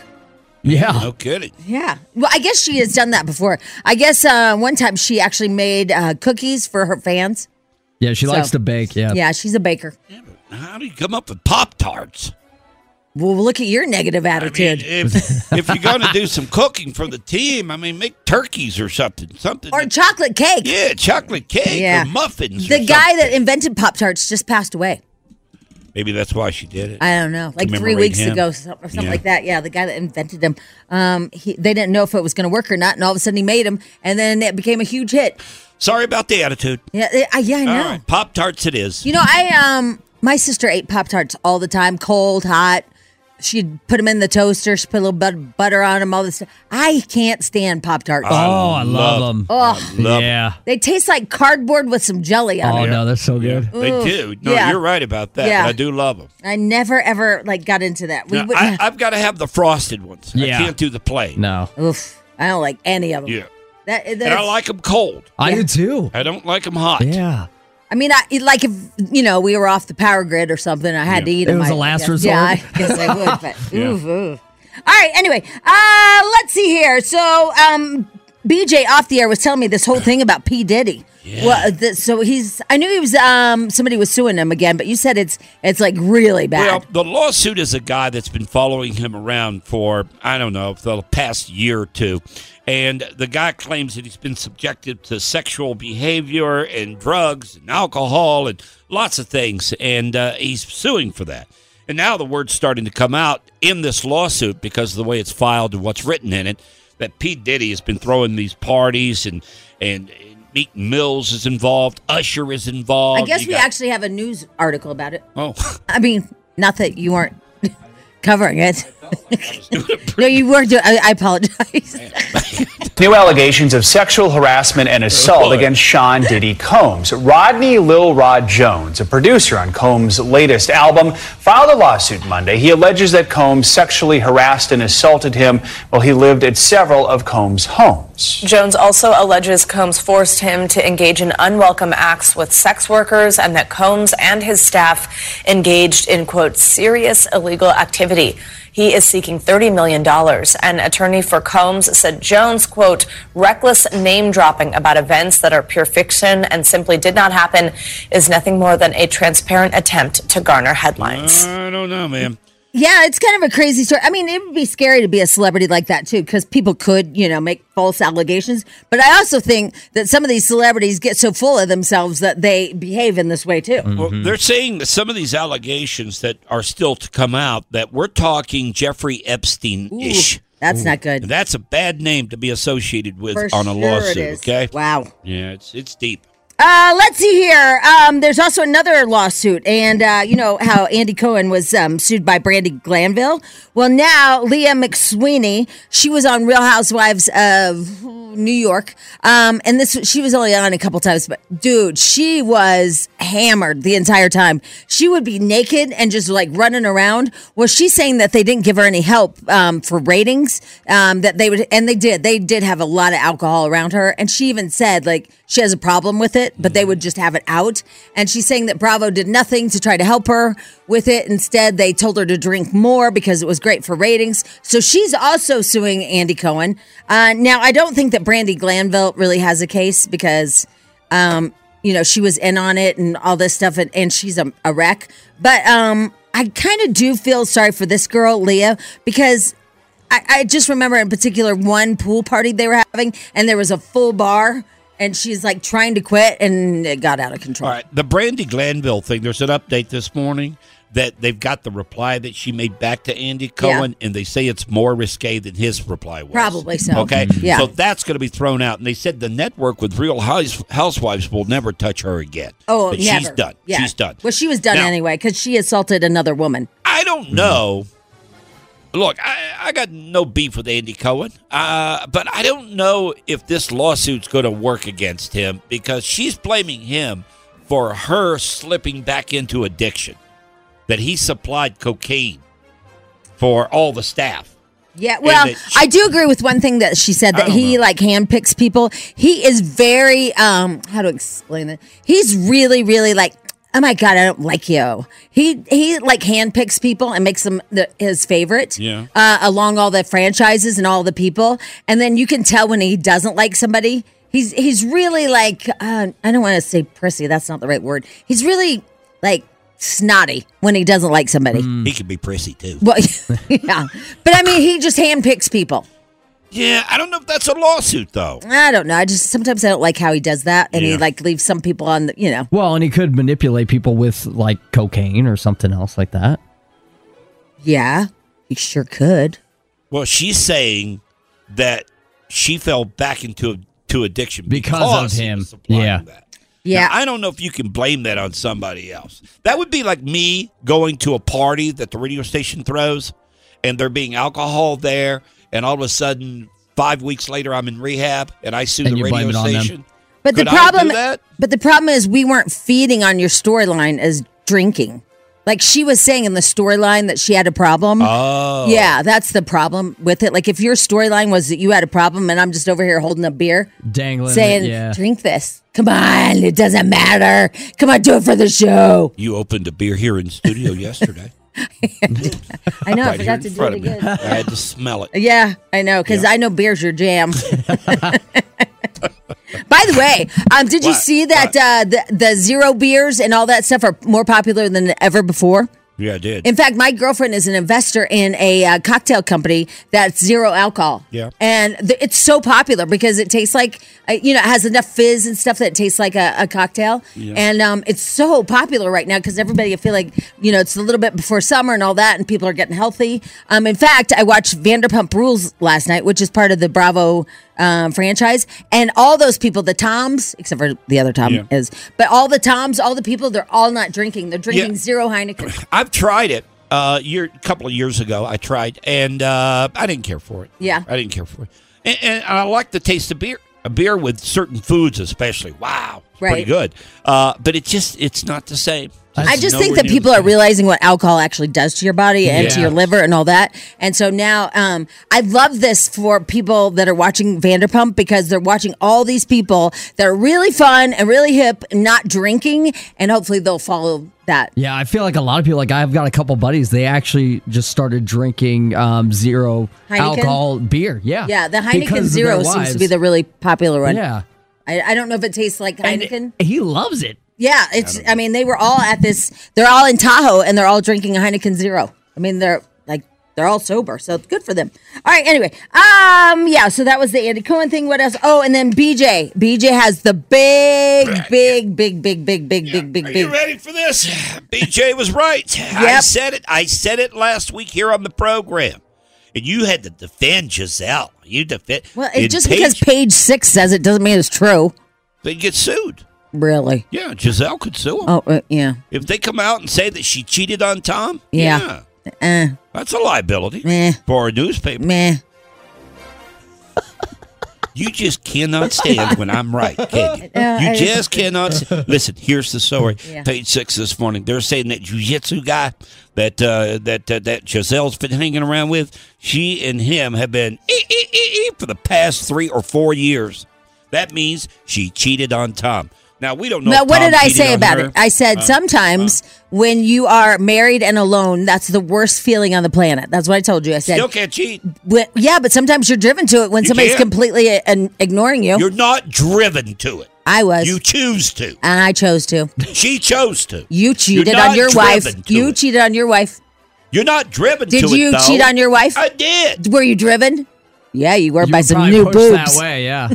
Speaker 5: Yeah.
Speaker 2: No kidding.
Speaker 3: Yeah. Well, I guess she has done that before. I guess uh, one time she actually made uh, cookies for her fans.
Speaker 5: Yeah, she
Speaker 3: So-
Speaker 5: likes to bake. Yeah.
Speaker 3: Yeah, she's a baker.
Speaker 2: How do you come up with Pop Tarts?
Speaker 3: Well, look at your negative attitude.
Speaker 5: *laughs*
Speaker 2: If, if you're going to do some cooking for the team, I mean, make turkeys or something. Something.
Speaker 3: or chocolate cake.
Speaker 2: yeah, chocolate cake
Speaker 3: Yeah.
Speaker 2: or muffins. or
Speaker 3: The guy
Speaker 2: something.
Speaker 3: that invented Pop Tarts just passed away.
Speaker 2: Maybe that's why she did it.
Speaker 3: I don't know, like three
Speaker 2: Commemorate
Speaker 3: weeks
Speaker 2: him.
Speaker 3: ago, so- or something
Speaker 2: Yeah.
Speaker 3: like that. Yeah, the guy that invented them. Um, he, they didn't know if it was going to work or not, and all of a sudden he made them, and then it became a huge hit.
Speaker 2: Sorry about the attitude.
Speaker 3: Yeah, it- I, yeah, I know.
Speaker 2: All right, Pop Tarts it is.
Speaker 3: You know, I um, my sister ate Pop Tarts all the time, cold, hot. She'd put them in the toaster. She put a little but- butter on them. All this. Stuff. I can't stand Pop Tarts.
Speaker 5: Oh, I love,
Speaker 2: love-
Speaker 5: them.
Speaker 3: Ugh.
Speaker 2: Love it.
Speaker 5: yeah.
Speaker 3: they taste like cardboard with some jelly on
Speaker 5: Oh
Speaker 3: it.
Speaker 5: no, they're so good.
Speaker 2: They
Speaker 3: Ugh.
Speaker 2: do. No,
Speaker 3: Yeah.
Speaker 2: you're right about that.
Speaker 3: Yeah.
Speaker 2: I do love them.
Speaker 3: I never ever like got into that. We would,
Speaker 2: I, I've got to have the frosted ones.
Speaker 5: Yeah.
Speaker 2: I can't do the plain.
Speaker 5: No.
Speaker 3: oof, I don't like any of them.
Speaker 2: Yeah.
Speaker 3: That, that's,
Speaker 2: And I like them cold.
Speaker 5: I do too.
Speaker 2: I don't like them hot.
Speaker 5: Yeah.
Speaker 3: I mean, I it- like if you know we were off the power grid or something. I had to eat
Speaker 5: It
Speaker 3: them.
Speaker 5: was
Speaker 3: I-
Speaker 5: a last
Speaker 3: yeah,
Speaker 5: resort.
Speaker 3: Yeah, I guess I would.
Speaker 2: *laughs*
Speaker 3: But ooh, ooh. All right. Anyway, uh, let's see here. So, um, BJ off the air was telling me this whole thing about P Diddy. Well, th- so he's. I knew he was. Um, somebody was suing him again, but you said it's it's like really bad.
Speaker 2: Well, the lawsuit is a guy that's been following him around for, I don't know, for the past year or two. And the guy claims that he's been subjected to sexual behavior and drugs and alcohol and lots of things. And uh, he's suing for that. And now the word's starting to come out in this lawsuit because of the way it's filed and what's written in it that P. Diddy has been throwing these parties and, and, Meek Mills is involved. Usher is involved.
Speaker 3: I guess
Speaker 2: You
Speaker 3: we
Speaker 2: got-
Speaker 3: actually have a news article about it.
Speaker 2: Oh.
Speaker 3: *laughs* I mean, not that you weren't *laughs* covering
Speaker 2: *laughs*
Speaker 3: it. *laughs* no, you weren't. Doing, I, I apologize. *laughs*
Speaker 8: New allegations of sexual harassment and assault against Sean Diddy Combs. Rodney Lil Rod Jones, a producer on Combs' latest album, filed a lawsuit Monday. He alleges that Combs sexually harassed and assaulted him while he lived at several of Combs' homes.
Speaker 9: Jones also alleges Combs forced him to engage in unwelcome acts with sex workers and that Combs and his staff engaged in, quote, serious illegal activity. He is seeking $30 million. An attorney for Combs said Jones, quote, reckless name dropping about events that are pure fiction and simply did not happen is nothing more than a transparent attempt to garner headlines.
Speaker 2: I don't know, man.
Speaker 3: Yeah, it's kind of a crazy story. I mean, it would be scary to be a celebrity like that too, because people could, you know, make false allegations. But I also think that some of these celebrities get so full of themselves that they behave in this way too.
Speaker 2: Well, they're saying that some of these allegations that are still to come out that we're talking Jeffrey Epstein ish.
Speaker 3: That's not good.
Speaker 2: That's a bad name to be associated with
Speaker 3: For
Speaker 2: on a
Speaker 3: sure it
Speaker 2: lawsuit.
Speaker 3: is.
Speaker 2: Okay.
Speaker 3: Wow.
Speaker 2: Yeah, it's it's deep.
Speaker 3: Uh, let's see here. Um, there's also another lawsuit, and uh, you know how Andy Cohen was um, sued by Brandy Glanville. Well, now Leah McSweeney, she was on Real Housewives of New York, um, and this she was only on a couple times, but dude, she was hammered the entire time. She would be naked and just like running around. Well, she's saying that they didn't give her any help um, for ratings. Um, that they would, and they did. They did have a lot of alcohol around her, and she even said like she has a problem with it, but they would just have it out. And she's saying that Bravo did nothing to try to help her with it. Instead, they told her to drink more because it was great for ratings. So she's also suing Andy Cohen. Uh, now, I don't think that Brandy Glanville really has a case because, um, you know, she was in on it and all this stuff, and, and she's a, a wreck. But um, I kind of do feel sorry for this girl, Leah, because I, I just remember in particular one pool party they were having, and there was a full bar, and she's like trying to quit, and it got out of control.
Speaker 2: All right, the Brandy Glanville thing. There's an update this morning that they've got the reply that she made back to Andy Cohen, and they say it's more risque than his reply was.
Speaker 3: Probably so.
Speaker 2: Okay,
Speaker 3: Yeah.
Speaker 2: so that's going to be thrown out, and they said the network with Real House- Housewives will never touch her again.
Speaker 3: Oh,
Speaker 2: but
Speaker 3: never.
Speaker 2: she's done.
Speaker 3: Yeah.
Speaker 2: She's done.
Speaker 3: Well, she was done
Speaker 2: Now-
Speaker 3: anyway because she assaulted another woman.
Speaker 2: I don't know. Look, I, I got no beef with Andy Cohen, uh, but I don't know if this lawsuit's going to work against him because she's blaming him for her slipping back into addiction, that he supplied cocaine for all the staff.
Speaker 3: Yeah, well,
Speaker 2: that
Speaker 3: I do agree with one thing that she said that he like handpicks people. He is very um how to explain it. He's really really like oh my god, I don't like you. He he like handpicks people and makes them the, his favorite.
Speaker 10: Yeah.
Speaker 3: Uh, along all the franchises and all the people, and then you can tell when he doesn't like somebody. He's he's really like uh, I don't want to say prissy. That's not the right word. He's really like snotty when he doesn't like somebody.
Speaker 2: He could be prissy too.
Speaker 3: Well, *laughs* yeah, but I mean, he just handpicks people.
Speaker 2: Yeah, I don't know if that's a lawsuit though.
Speaker 3: I don't know. I just sometimes I don't like how he does that, and he
Speaker 5: Yeah.
Speaker 3: like leaves some people on the you know.
Speaker 5: Well, and he could manipulate people with like cocaine or something else like that.
Speaker 3: Yeah, he sure could.
Speaker 2: Well, she's saying that she fell back into to addiction because,
Speaker 5: Because of
Speaker 2: he
Speaker 5: him.
Speaker 2: was supplying
Speaker 5: Yeah.
Speaker 3: Yeah.
Speaker 2: Now, I don't know if you can blame that on somebody else. That would be like me going to a party that the radio station throws and there being alcohol there, and all of a sudden, five weeks later, I'm in rehab and I sue
Speaker 5: And
Speaker 2: the
Speaker 5: you
Speaker 2: radio
Speaker 5: blame it on them.
Speaker 2: station.
Speaker 3: But
Speaker 2: Could
Speaker 3: the
Speaker 2: I do
Speaker 3: problem,
Speaker 2: that?
Speaker 3: but the problem is we weren't feeding on your storyline as drinking. Like she was saying in the storyline that she had a problem.
Speaker 2: Oh.
Speaker 3: Yeah, that's the problem with it. Like if your storyline was that you had a problem and I'm just over here holding a beer,
Speaker 5: Dangling. it,
Speaker 3: saying,
Speaker 5: yeah.
Speaker 3: "Drink this. Come on, it doesn't matter. Come on, do it for the show."
Speaker 2: You opened a beer here in
Speaker 3: *laughs*
Speaker 2: studio yesterday.
Speaker 3: I know, I forgot
Speaker 2: Right here in
Speaker 3: to do
Speaker 2: front
Speaker 3: it
Speaker 2: of me. *laughs*
Speaker 3: again.
Speaker 2: I had to smell it.
Speaker 3: *laughs* Yeah, I know, because I know beer's your
Speaker 2: *laughs*
Speaker 3: jam. *laughs* By the way, um, did you
Speaker 2: What?
Speaker 3: see that uh, the, the zero beers and all that stuff are more popular than ever before?
Speaker 2: Yeah, I did.
Speaker 3: In fact, my girlfriend is an investor in a uh, cocktail company that's zero alcohol.
Speaker 2: Yeah.
Speaker 3: And th- it's so popular because it tastes like, uh, you know, it has enough fizz and stuff that it tastes like a, a cocktail.
Speaker 10: Yeah.
Speaker 3: And um, it's so popular right now because everybody, I feel like, you know, it's a little bit before summer and all that, and people are getting healthy. Um, in fact, I watched Vanderpump Rules last night, which is part of the Bravo um, franchise. And all those people, the Toms, except for the other Tom
Speaker 2: Yeah.
Speaker 3: is, but all the Toms, all the people, they're all not drinking. They're drinking zero Heineken.
Speaker 2: I've tried it uh, year, a couple of years ago. I tried, and uh, I didn't care for it.
Speaker 3: Yeah.
Speaker 2: I didn't care for it. And, and I like the taste of beer. A beer with certain foods, especially. Wow, it's pretty
Speaker 3: Right.
Speaker 2: good. Uh, but it just it's not the same.
Speaker 3: I
Speaker 2: It's
Speaker 3: just
Speaker 2: nowhere
Speaker 3: think that
Speaker 2: near
Speaker 3: people
Speaker 2: the
Speaker 3: are realizing what alcohol actually does to your body and to
Speaker 2: Yeah.
Speaker 3: your liver and all that. And so now um, I love this for people that are watching Vanderpump because they're watching all these people that are really fun and really hip, and not drinking, and hopefully they'll follow that.
Speaker 5: Yeah, I feel like a lot of people, like I've got a couple buddies, they actually just started drinking um, zero
Speaker 3: Heineken?
Speaker 5: alcohol beer. Yeah.
Speaker 3: Yeah, the
Speaker 5: Because
Speaker 3: Heineken
Speaker 5: of
Speaker 3: Zero
Speaker 5: their
Speaker 3: seems to
Speaker 5: wives.
Speaker 3: be the really popular one.
Speaker 5: Yeah.
Speaker 3: I, I don't know if it tastes like Heineken.
Speaker 5: He loves it.
Speaker 3: yeah, it's. I, mean, they were all at this. They're all in Tahoe and they're all drinking a Heineken Zero. I mean, they're like they're all sober, so
Speaker 2: *laughs*
Speaker 3: it's good for them. All right. Anyway, um, yeah. So that was the Andy Cohen thing. What else? Oh, and then BJ. BJ has the big, big, big, big, big, big, big, big,
Speaker 2: Are
Speaker 3: big.
Speaker 2: you ready for this? *sighs* BJ was right. I said it. I said it last week here on the program, and you had to defend Giselle. You defend.
Speaker 3: Well, it,
Speaker 2: and
Speaker 3: just
Speaker 2: Paige-
Speaker 3: because page six says it doesn't mean it's true.
Speaker 2: they get sued.
Speaker 3: Really?
Speaker 2: Yeah, Giselle could sue him.
Speaker 3: Oh, uh, yeah.
Speaker 2: If they come out and say that she cheated on Tom,
Speaker 3: Yeah. Uh,
Speaker 2: that's a liability
Speaker 3: Meh.
Speaker 2: for a newspaper.
Speaker 3: meh.
Speaker 2: You just cannot stand when I'm
Speaker 3: *laughs*
Speaker 2: right, can you?
Speaker 3: No,
Speaker 2: you
Speaker 3: Uh, I-
Speaker 2: just cannot. s- Listen, here's the story.
Speaker 3: *laughs* Yeah.
Speaker 2: Page six this morning. They're saying that jiu-jitsu guy that uh, that uh, that Giselle's been hanging around with, she and him have been ee, ee, ee, ee for the past three or four years. That means she cheated on Tom. Now we don't know.
Speaker 3: Now,
Speaker 2: if
Speaker 3: what
Speaker 2: Tom
Speaker 3: did I
Speaker 2: cheated
Speaker 3: say
Speaker 2: on
Speaker 3: about
Speaker 2: her.
Speaker 3: it? I said
Speaker 2: Uh,
Speaker 3: sometimes when you are married and alone, that's the worst feeling on the planet. That's what I told you. I said,
Speaker 2: still can't cheat.
Speaker 3: When- yeah, but sometimes you're driven to it when
Speaker 2: You
Speaker 3: somebody's
Speaker 2: can't.
Speaker 3: completely uh, an- ignoring you.
Speaker 2: You're not driven to it.
Speaker 3: I was.
Speaker 2: You choose to.
Speaker 3: and I chose to.
Speaker 2: She chose to.
Speaker 3: You cheated
Speaker 2: You're
Speaker 3: on
Speaker 2: not
Speaker 3: your wife.
Speaker 2: driven to
Speaker 3: You
Speaker 2: it.
Speaker 3: cheated on your wife.
Speaker 2: You're not driven to
Speaker 3: Did
Speaker 2: it.
Speaker 3: you
Speaker 2: though.
Speaker 3: cheat on your wife?
Speaker 2: I did.
Speaker 3: Were you driven? Yeah, you were by some
Speaker 5: Probably
Speaker 3: new
Speaker 5: pushed that
Speaker 3: boobs. *laughs*
Speaker 5: way, yeah.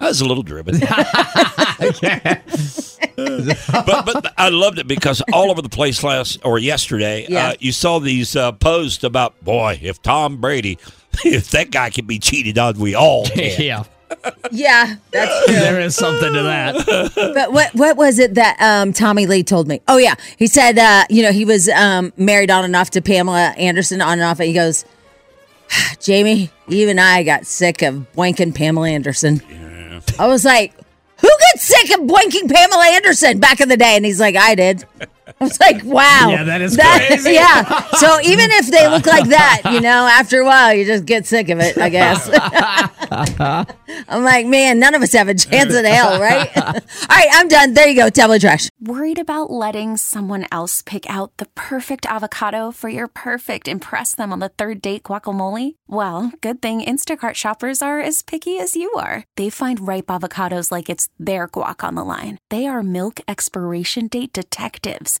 Speaker 2: I was a little
Speaker 5: *laughs*
Speaker 2: driven. *laughs* but but I loved it because all over the place last or yesterday,
Speaker 11: Yeah.
Speaker 2: uh, you saw these uh, posts about boy, if Tom Brady, *laughs* if that guy can be cheated on, we
Speaker 5: *laughs*
Speaker 2: all can.
Speaker 5: yeah.
Speaker 2: *laughs*
Speaker 3: Yeah, that's true.
Speaker 5: There is something to
Speaker 2: *laughs*
Speaker 5: that.
Speaker 3: but what what was it that um, Tommy Lee told me? Oh yeah, he said uh, you know he was um, married on and off to Pamela Anderson on and off, and he goes, *sighs* Jamie, even I got sick of boinking Pamela Anderson. I was like, who gets sick of boinking Pamela Anderson back in the day? And he's like, I did. I was
Speaker 10: *laughs*
Speaker 3: like, wow.
Speaker 10: Yeah, that is crazy.
Speaker 3: *laughs* yeah. So even if they
Speaker 10: *laughs*
Speaker 3: look like that, you know, after a while, you just get sick of it, I guess. *laughs* I'm like, man, none of us have a chance in hell, right?
Speaker 2: *laughs*
Speaker 3: All right, I'm done. There you go, tablet trash.
Speaker 11: Worried about letting someone else pick out the perfect avocado for your perfect impress them on the third date guacamole? Well, good thing Instacart shoppers are as picky as you are. They find ripe avocados like it's their guac on the line. They are milk expiration date detectives.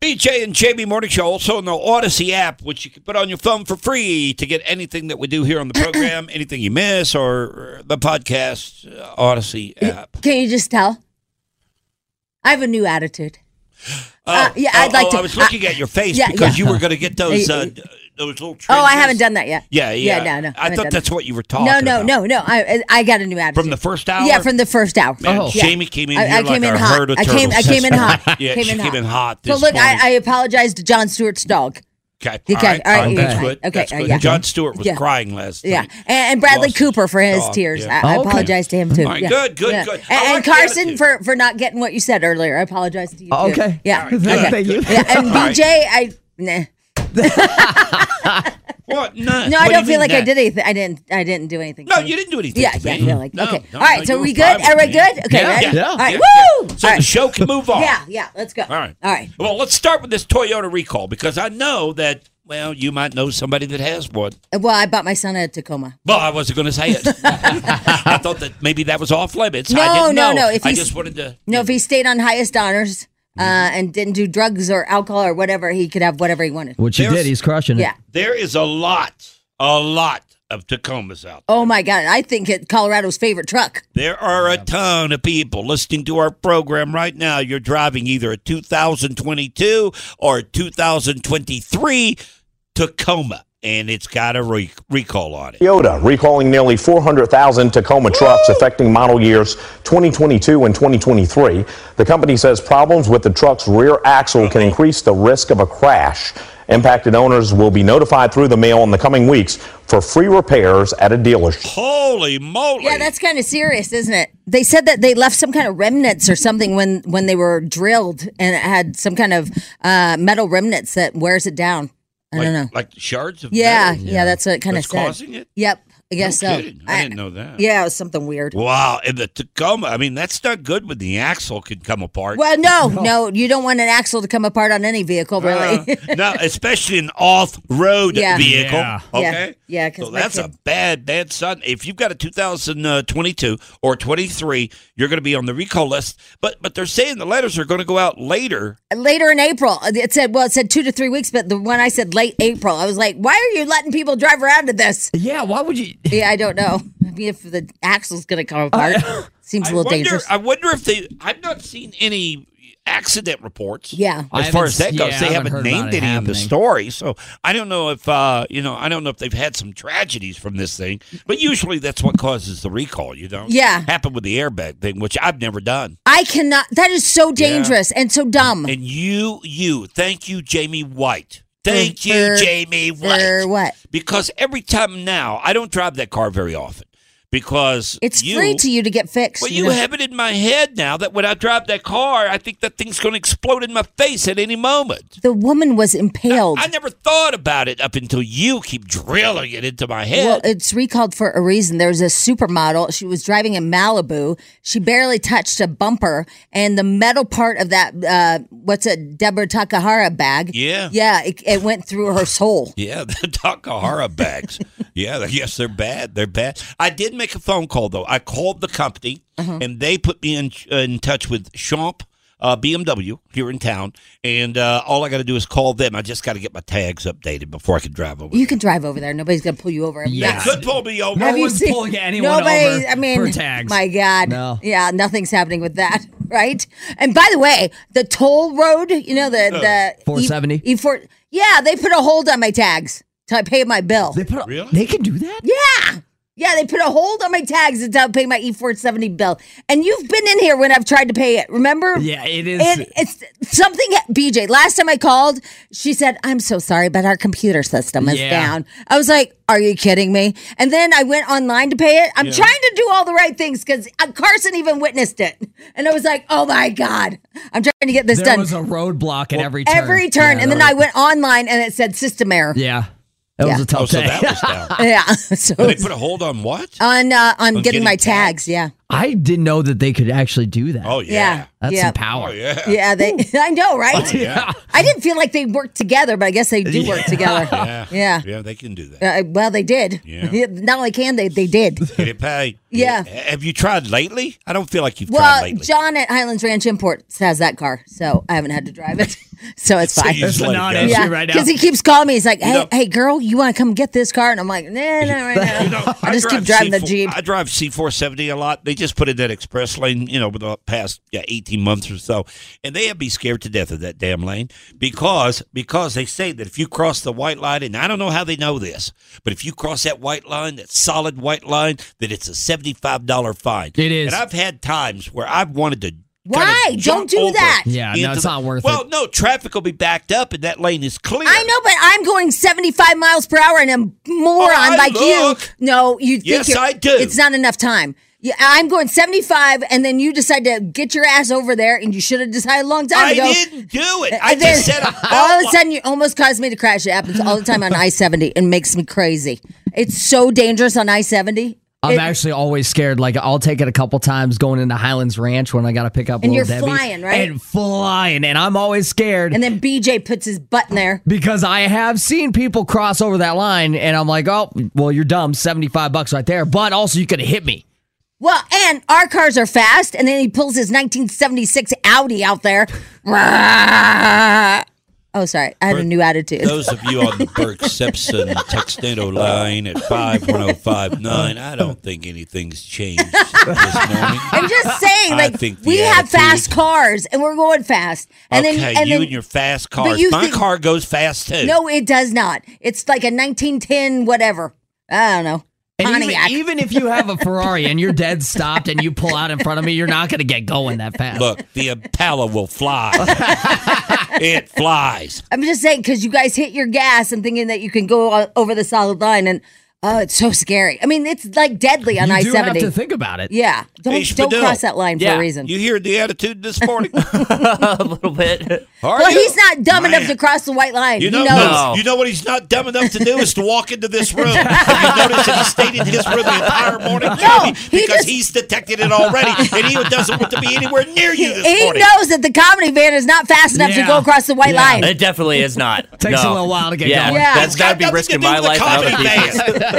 Speaker 2: BJ and JB Morning Show, also on the Odyssey app, which you can put on your phone for free to get anything that we do here
Speaker 3: *clears throat*
Speaker 2: on the program, anything you miss, or uh, the podcast uh, Odyssey app.
Speaker 3: Can you just tell? I have a new attitude. Uh, yeah, I'd
Speaker 2: Oh,
Speaker 3: like
Speaker 2: oh,
Speaker 3: to.
Speaker 2: I was looking at your face
Speaker 3: yeah,
Speaker 2: because
Speaker 3: yeah.
Speaker 2: you were going to get those
Speaker 3: Yeah,
Speaker 2: uh,
Speaker 3: yeah.
Speaker 2: d- those little.
Speaker 3: oh, I
Speaker 2: trenches.
Speaker 3: haven't done that yet.
Speaker 2: Yeah, yeah.
Speaker 3: Yeah, no, no.
Speaker 2: I,
Speaker 3: haven't
Speaker 2: thought
Speaker 3: done
Speaker 2: that's
Speaker 3: that.
Speaker 2: what you were talking.
Speaker 3: No, no,
Speaker 2: about.
Speaker 3: no, no. I I got a new attitude
Speaker 2: From the first hour.
Speaker 3: Yeah, from the first hour. Oh.
Speaker 2: Man,
Speaker 3: Yeah.
Speaker 2: Jamie came in.
Speaker 3: I,
Speaker 2: here
Speaker 3: I came
Speaker 2: like
Speaker 3: in
Speaker 2: a
Speaker 3: hot.
Speaker 2: Herd of
Speaker 3: I came. I
Speaker 2: turtles.
Speaker 3: came in hot.
Speaker 2: *laughs* yeah,
Speaker 3: came
Speaker 2: she
Speaker 3: in
Speaker 2: came
Speaker 3: hot.
Speaker 2: in hot.
Speaker 3: So
Speaker 2: this
Speaker 3: look, I,
Speaker 2: morning.
Speaker 3: I apologize to John Stewart's dog.
Speaker 2: Okay.
Speaker 3: Okay, all right,
Speaker 2: That's
Speaker 3: yeah.
Speaker 2: good.
Speaker 3: Okay,
Speaker 2: That's
Speaker 3: uh,
Speaker 2: good.
Speaker 3: yeah.
Speaker 2: John Stewart was
Speaker 3: Yeah.
Speaker 2: crying last.
Speaker 3: Yeah,
Speaker 2: night.
Speaker 3: and, and Bradley
Speaker 2: Lost
Speaker 3: Cooper for his
Speaker 2: dog,
Speaker 3: tears.
Speaker 2: yeah.
Speaker 3: I, I
Speaker 2: Oh, Okay.
Speaker 3: apologize to him too.
Speaker 2: All right,
Speaker 3: Yeah.
Speaker 2: good, good,
Speaker 3: Yeah.
Speaker 2: good.
Speaker 3: And, and Carson for, for not getting what you said earlier. I apologize to you.
Speaker 2: Oh,
Speaker 3: too.
Speaker 2: okay.
Speaker 3: Yeah.
Speaker 2: All right,
Speaker 3: Okay.
Speaker 2: thank you.
Speaker 3: Yeah. And
Speaker 2: *laughs* All right.
Speaker 3: BJ, I nah.
Speaker 2: What? No.
Speaker 3: No, I
Speaker 2: What do you
Speaker 3: don't
Speaker 2: mean
Speaker 3: feel like I
Speaker 2: that?
Speaker 3: did anything. I didn't. I didn't do anything.
Speaker 2: No,
Speaker 3: funny.
Speaker 2: you didn't do anything.
Speaker 3: Yeah,
Speaker 2: to
Speaker 3: yeah,
Speaker 2: me.
Speaker 3: yeah, like,
Speaker 2: No,
Speaker 3: okay.
Speaker 2: no,
Speaker 3: All right,
Speaker 2: no,
Speaker 3: so
Speaker 2: you
Speaker 3: we
Speaker 2: were
Speaker 3: good?
Speaker 2: fine with
Speaker 3: Everybody
Speaker 2: me.
Speaker 3: good? Okay,
Speaker 2: Yeah,
Speaker 3: ready?
Speaker 2: yeah,
Speaker 3: All right,
Speaker 2: yeah,
Speaker 3: woo!
Speaker 2: yeah. So
Speaker 3: All
Speaker 2: the
Speaker 3: right.
Speaker 2: show can move on.
Speaker 3: Yeah, yeah, let's go.
Speaker 2: All right.
Speaker 3: All right.
Speaker 2: Well, let's start with this Toyota recall because I know that. Well, you might know somebody that has one.
Speaker 3: Well, I bought my son a Tacoma.
Speaker 2: Well, I wasn't going to
Speaker 3: *laughs*
Speaker 2: say it. I thought that maybe that was off limits. I
Speaker 3: No,
Speaker 2: didn't
Speaker 3: no,
Speaker 2: know.
Speaker 3: no, if
Speaker 2: I
Speaker 3: he's-
Speaker 2: just wanted to.
Speaker 3: No, if he stayed on highest honors uh, and didn't do drugs or alcohol or whatever, he could have whatever he wanted.
Speaker 5: Which he did. He's crushing it.
Speaker 3: Yeah.
Speaker 2: There is a lot, a lot of Tacomas out.
Speaker 3: Oh my God! I think it Colorado's favorite truck.
Speaker 2: There are a ton of people listening to our program right now. You're driving either a 2022 or a 2023 Tacoma, and it's got a re- recall on it.
Speaker 12: Toyota recalling nearly 400,000 Tacoma trucks affecting model years 2022 and 2023. The company says problems with the truck's rear axle can increase the risk of a crash. Impacted owners will be notified through the mail in the coming weeks for free repairs at a dealership.
Speaker 2: Holy moly!
Speaker 3: Yeah, that's kind of serious, isn't it? They said that they left some kind of remnants or something when when they were drilled, and it had some kind of uh, metal remnants that wears it down. I
Speaker 2: like,
Speaker 3: don't know.
Speaker 2: Like shards of
Speaker 3: Yeah,
Speaker 2: metal.
Speaker 3: yeah, that's what it kind of
Speaker 2: That's
Speaker 3: said.
Speaker 2: causing it?
Speaker 3: Yep, I
Speaker 2: No
Speaker 3: guess so.
Speaker 2: kidding. I, didn't know that.
Speaker 3: Yeah, it was something weird.
Speaker 2: Wow, and the Tacoma. I mean, that's not good when the axle could come apart.
Speaker 3: Well, no, no, you don't want an axle to come apart on any vehicle, *laughs* really.
Speaker 2: Uh, *laughs* no, especially an off-road
Speaker 3: Yeah.
Speaker 2: vehicle.
Speaker 3: Yeah. Yeah.
Speaker 2: Okay,
Speaker 3: Yeah, 'cause
Speaker 2: so
Speaker 3: my
Speaker 2: that's
Speaker 3: kid-
Speaker 2: a bad, bad son. If you've got a 2022 or 23, you're going to be on the recall list. But but they're saying the letters are going to go out later.
Speaker 3: Later in April, Uh, it said, well, it said two to three weeks, but the one I said late April, I was like, why are you letting people drive around to this?
Speaker 5: Yeah, why would you? Uh,
Speaker 3: Yeah, I don't know. *laughs* I mean, if the axle's going to come apart,
Speaker 5: *laughs*
Speaker 3: seems a
Speaker 2: I
Speaker 3: little
Speaker 2: wonder,
Speaker 3: dangerous.
Speaker 2: I wonder if they. I've not seen any accident reports.
Speaker 3: Yeah.
Speaker 2: as
Speaker 5: I
Speaker 2: far
Speaker 5: haven't
Speaker 2: as that
Speaker 5: s-
Speaker 2: goes,
Speaker 5: yeah, I
Speaker 2: they
Speaker 5: haven't
Speaker 2: haven't,
Speaker 5: heard about
Speaker 2: named any
Speaker 5: it
Speaker 2: in the
Speaker 5: happening.
Speaker 2: story. So I don't know if uh, you know. I don't know if they've had some tragedies from this thing, but usually that's what causes the recall. You know,
Speaker 3: Yeah.
Speaker 2: happened with the airbag thing, which I've never done.
Speaker 3: I cannot. That is so
Speaker 2: Yeah.
Speaker 3: dangerous and so dumb.
Speaker 2: And you, you, thank you, Jamie White. Thank you, Jamie White.
Speaker 3: what?
Speaker 2: Because every time now, I don't drive that car very often because
Speaker 3: It's free to you to get fixed.
Speaker 2: Well, you
Speaker 3: know.
Speaker 2: have it in my head now that when I drive that car, I think that thing's going to explode in my face at any moment.
Speaker 3: The woman was impaled.
Speaker 2: I never thought about it up until you keep drilling it into my head.
Speaker 3: Well, it's recalled for a reason. There was a supermodel. She was driving in Malibu. She barely touched a bumper, and the metal part of that, uh, what's it, Deborah Takahara bag?
Speaker 2: Yeah.
Speaker 3: Yeah, it, it went through her soul.
Speaker 2: Yeah, *laughs* the Takahara bags. yeah, they- yes, they're bad. They're bad. I did make a phone call though. I called the company, and they put me in uh, in touch with Champ uh, BMW here in town. And uh, all I got to do is call them. I just got to get my tags updated before I can drive over.
Speaker 3: You can drive over there. Nobody's going to pull you over.
Speaker 2: They could pull me over.
Speaker 3: Have you seen- Nobody, I mean, my God.
Speaker 2: No.
Speaker 3: Yeah, nothing's happening with that, *laughs* right? And by the way, the toll road, you know, the. the
Speaker 5: Uh, 470?
Speaker 3: E, E4, yeah, they put a hold on my tags till I pay my bill. They
Speaker 5: put a,
Speaker 2: Really?
Speaker 5: They can do that.
Speaker 3: Yeah. Yeah, they put a hold on my tags until I pay my E470 bill. And you've been in here when I've tried to pay it, remember?
Speaker 5: Yeah, it is-
Speaker 3: It, it's something, BJ, last time I called, she said, I'm so sorry, but our computer system is
Speaker 5: Yeah.
Speaker 3: down. I was like, are you kidding me? And then I went online to pay it. I'm
Speaker 5: Yeah.
Speaker 3: trying to do all the right things because Carson even witnessed it. And I was like, oh my God, I'm trying to get this
Speaker 5: there
Speaker 3: done.
Speaker 5: was a roadblock at every turn.
Speaker 3: Every turn.
Speaker 5: Yeah,
Speaker 3: and then
Speaker 5: there
Speaker 3: I went online and it said system error.
Speaker 5: was- Yeah. That was
Speaker 3: Yeah.
Speaker 5: a tough
Speaker 2: Oh, so
Speaker 5: day.
Speaker 2: that
Speaker 5: *laughs*
Speaker 2: was down.
Speaker 3: Yeah. *laughs* So
Speaker 2: they put a hold on what?
Speaker 3: on uh, on getting,
Speaker 5: On getting
Speaker 3: my tags, yeah.
Speaker 5: I didn't know that they could actually do that. Oh
Speaker 3: yeah.
Speaker 5: that's
Speaker 3: Yeah.
Speaker 5: some power.
Speaker 2: Oh, yeah. *laughs*
Speaker 3: Yeah, they. *laughs* I know, right?
Speaker 5: Oh, yeah.
Speaker 3: I didn't feel like they worked together, but I guess they do work together.
Speaker 2: *laughs* Yeah.
Speaker 3: Yeah.
Speaker 2: Yeah, they can do that.
Speaker 3: Uh, well, they did.
Speaker 2: Yeah.
Speaker 3: *laughs* Not only can they, they
Speaker 2: *laughs*
Speaker 3: did.
Speaker 2: Get it paid.
Speaker 3: Yeah.
Speaker 2: Have you tried lately? I don't feel like you've tried
Speaker 3: Well,
Speaker 2: lately.
Speaker 3: John at Highlands Ranch Imports has that car, so I haven't had to drive it, *laughs* so it's
Speaker 2: So
Speaker 3: fine.
Speaker 2: you just It's a let it go. non-issue right now.
Speaker 3: Because he keeps calling me. He's like, "Hey,
Speaker 2: uh, You know-
Speaker 3: hey, girl, you want to come get this car?" And I'm like, "Nah,
Speaker 2: *laughs*
Speaker 3: not right now." I just keep driving the Jeep.
Speaker 2: I drive C470 a lot. They just put in that express lane, you know, over the past yeah, 18 months or so. And they have me scared to death of that damn lane because because they say that if you cross the white line, and I don't know how they know this, but if you cross that white line, that solid white line, that it's a $75 fine. It is. And I've had times where I've wanted to
Speaker 3: Why? Don't
Speaker 2: jump
Speaker 3: do
Speaker 2: over
Speaker 3: that.
Speaker 2: into the- Well, no, traffic will be backed up and that lane is clear.
Speaker 3: I know, but I'm going 75 miles per hour and I'm moron
Speaker 2: Oh, I
Speaker 3: like
Speaker 2: look.
Speaker 3: you. No, you think
Speaker 2: Yes,
Speaker 3: you're-
Speaker 2: I do.
Speaker 3: It's not enough time. Yeah, I'm going 75, and then you decide to get your ass over there, and you should have decided a long time
Speaker 2: I
Speaker 3: ago.
Speaker 2: didn't do it.
Speaker 3: And
Speaker 2: I
Speaker 3: then
Speaker 2: just said I
Speaker 3: *laughs* all of a sudden you almost caused me to crash. It happens all the time
Speaker 2: *laughs*
Speaker 3: on I 70 and makes me crazy. It's so dangerous on I 70.
Speaker 5: I'm actually always scared. Like I'll take it a couple times going into Highlands Ranch when I got to pick up
Speaker 3: And
Speaker 5: little
Speaker 3: you're
Speaker 5: Debbie.
Speaker 3: flying, right?
Speaker 5: And flying, and I'm always scared.
Speaker 3: And then BJ puts his butt in there.
Speaker 5: because I have seen people cross over that line, and I'm like, oh, well, you're dumb. Seventy five bucks right there, but also you could have hit me.
Speaker 3: Well, and our cars are fast, and then he pulls his 1976 Audi out there. *laughs* oh, sorry, I had a new attitude.
Speaker 2: Those of you on the
Speaker 3: *laughs*
Speaker 2: Burke Simpson Textano line at 51059, I don't think anything's changed this morning.
Speaker 3: *laughs* I'm just saying,
Speaker 2: I
Speaker 3: like
Speaker 2: think the
Speaker 3: we have
Speaker 2: attitude-
Speaker 3: fast cars, and we're going fast. And
Speaker 2: okay,
Speaker 3: then, and
Speaker 2: you
Speaker 3: then,
Speaker 2: and your fast cars.
Speaker 3: you
Speaker 2: My
Speaker 3: think-
Speaker 2: car goes fast too.
Speaker 3: no, it does not. It's like a 1910 whatever. I don't know.
Speaker 5: And even,
Speaker 3: Pontiac.
Speaker 5: even if you
Speaker 3: *laughs*
Speaker 5: have a Ferrari and you're dead stopped and you pull out in front of me, you're not going to get going that fast.
Speaker 2: Look, the Impala will fly.
Speaker 5: *laughs*
Speaker 2: it
Speaker 3: *laughs*
Speaker 2: flies.
Speaker 3: I'm just saying because you guys hit your gas and thinking that you can go o- over the solid line, and oh, it's so scary. I mean, it's like deadly on
Speaker 5: You
Speaker 3: I
Speaker 5: do have
Speaker 3: 70.
Speaker 5: to think about it.
Speaker 3: Yeah, don't
Speaker 2: Hey,
Speaker 3: don't
Speaker 2: Spadil.
Speaker 3: cross that line for a reason.
Speaker 2: You hear the attitude this
Speaker 5: *laughs*
Speaker 2: morning? *laughs*
Speaker 4: a little bit.
Speaker 2: Are
Speaker 3: well,
Speaker 2: you?
Speaker 3: he's not dumb
Speaker 2: Man.
Speaker 3: enough to cross the white line.
Speaker 2: You
Speaker 3: he
Speaker 2: know,
Speaker 3: knows.
Speaker 2: no. you know what he's not dumb enough to do is to walk into this
Speaker 5: *laughs*
Speaker 2: room. Have you noticed that he stayed in his room the entire morning, Jamie? because he's detected it already, and he doesn't want to be anywhere near you this
Speaker 3: He
Speaker 2: morning.
Speaker 3: knows that the comedy van is not fast enough to
Speaker 4: Yeah.
Speaker 3: go across the white line.
Speaker 4: It definitely is
Speaker 5: *laughs*
Speaker 4: not.
Speaker 5: Takes
Speaker 4: No.
Speaker 5: a little while to get
Speaker 4: yeah,
Speaker 5: going.
Speaker 3: Yeah.
Speaker 4: That's got to be risking my life and other people's.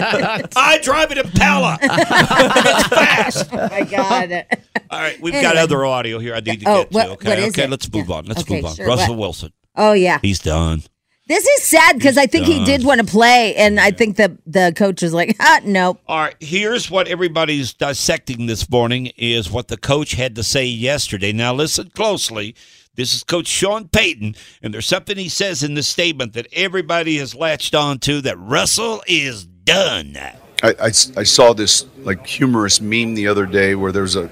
Speaker 2: *laughs*
Speaker 4: *laughs*
Speaker 2: I drive an
Speaker 3: *laughs*
Speaker 2: Impala. it's fast.
Speaker 3: Oh my God.
Speaker 2: All right, we've got
Speaker 3: Anyway.
Speaker 2: other audio here. I need to
Speaker 3: Oh,
Speaker 2: get
Speaker 3: what-
Speaker 2: to. Okay,
Speaker 3: what is
Speaker 2: okay,
Speaker 3: it?
Speaker 2: let's move on. Let's
Speaker 3: Okay,
Speaker 2: move on.
Speaker 3: sure,
Speaker 2: Russell
Speaker 3: what?
Speaker 2: Wilson,
Speaker 3: Oh yeah.
Speaker 2: he's done.
Speaker 3: This is sad because I think he
Speaker 2: done.
Speaker 3: did want to play, and I think the the coach was like, ah, nope.
Speaker 2: All right, here's what everybody's dissecting this morning is what the coach had to say yesterday. Now listen closely. This is Coach Sean Payton, and there's something he says in this statement that everybody has latched on to that Russell is done.
Speaker 10: I, I s- I saw this like humorous meme the other day where there was a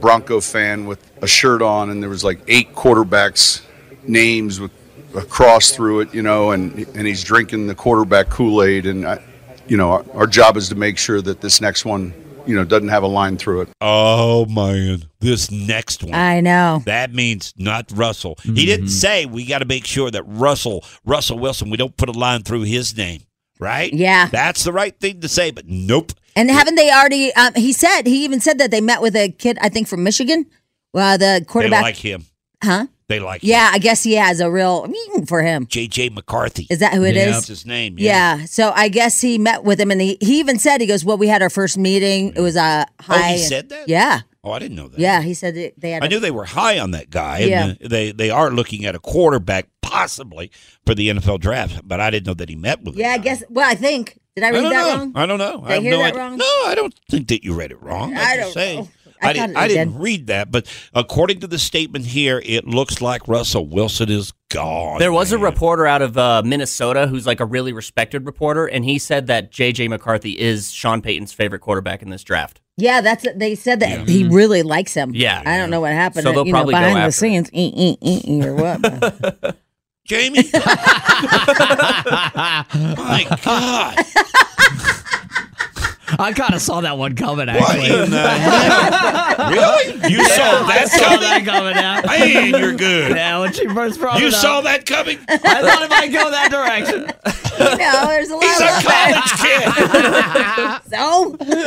Speaker 10: Bronco fan with a shirt on and there was like eight quarterbacks names with a cross through it, you know, and and he's drinking the quarterback Kool Aid, and I, you know, our, our job is to make sure that this next one, you know, doesn't have a line through it.
Speaker 2: Oh man, this next one.
Speaker 3: I know.
Speaker 2: That means not Russell. He didn't say we got to make sure that Russell, Russell Wilson, we don't put a line through his name, right?
Speaker 3: Yeah.
Speaker 2: That's the right thing to say, but nope.
Speaker 3: And haven't they already? Um, he said he even said that they met with a kid, I think from Michigan. Well, the quarterback,
Speaker 2: They like him.
Speaker 3: huh?
Speaker 2: They like him.
Speaker 3: Yeah, I guess he has a real meeting for him.
Speaker 2: J.J. McCarthy.
Speaker 3: Is that who it is?
Speaker 2: That's his name. Yeah.
Speaker 3: So I guess he met with him, and he, he even said he goes, "Well, we had our first meeting. It was a high." and-
Speaker 2: Oh, said that?
Speaker 3: Yeah,
Speaker 2: Oh, I didn't know that.
Speaker 3: yeah. He said that they had.
Speaker 2: I
Speaker 3: a-
Speaker 2: knew they were high on that guy.
Speaker 3: Yeah.
Speaker 2: And uh, they they are looking at a quarterback possibly for the NFL draft, but I didn't know that he met with. him.
Speaker 3: yeah, I guess. Well, I think did I
Speaker 2: I
Speaker 3: read
Speaker 2: don't
Speaker 3: that
Speaker 2: know.
Speaker 3: wrong?
Speaker 2: I don't know.
Speaker 3: Did
Speaker 2: I
Speaker 3: I
Speaker 2: have
Speaker 3: hear
Speaker 2: no
Speaker 3: that
Speaker 2: idea.
Speaker 3: wrong?
Speaker 2: No, I don't think that you read it wrong.
Speaker 3: I
Speaker 2: I'm just
Speaker 3: don't
Speaker 2: saying.
Speaker 3: know. I
Speaker 2: I, didn't,
Speaker 3: thought I
Speaker 2: I didn't
Speaker 3: did.
Speaker 2: read that, but according to the statement here, it looks like Russell Wilson is gone.
Speaker 4: There was a reporter out of uh, Minnesota who's like a really respected reporter, and he said that J.J. McCarthy is Sean Payton's favorite quarterback in this draft.
Speaker 3: Yeah, that's they said that he
Speaker 2: Mm-hmm.
Speaker 3: really likes him.
Speaker 4: Yeah.
Speaker 3: I don't know what happened.
Speaker 4: So they'll
Speaker 3: you know,
Speaker 4: probably go
Speaker 3: behind the *laughs*
Speaker 4: after
Speaker 3: scenes eh, eh, eh, eh, or what?
Speaker 2: *laughs*
Speaker 3: *laughs*
Speaker 2: Jamie.
Speaker 5: *laughs*
Speaker 2: My God.
Speaker 5: I kind of saw that one coming.
Speaker 2: What
Speaker 5: Actually,
Speaker 2: in the
Speaker 5: *laughs*
Speaker 2: heck? Really? You saw
Speaker 5: I
Speaker 2: that
Speaker 5: saw that
Speaker 2: coming?
Speaker 5: coming out.
Speaker 2: Man, you're good.
Speaker 5: Yeah, when she first brought
Speaker 2: You
Speaker 5: it up,
Speaker 2: saw that coming?
Speaker 5: I thought it might go
Speaker 2: *laughs*
Speaker 5: that direction.
Speaker 3: no, there's a lot
Speaker 2: He's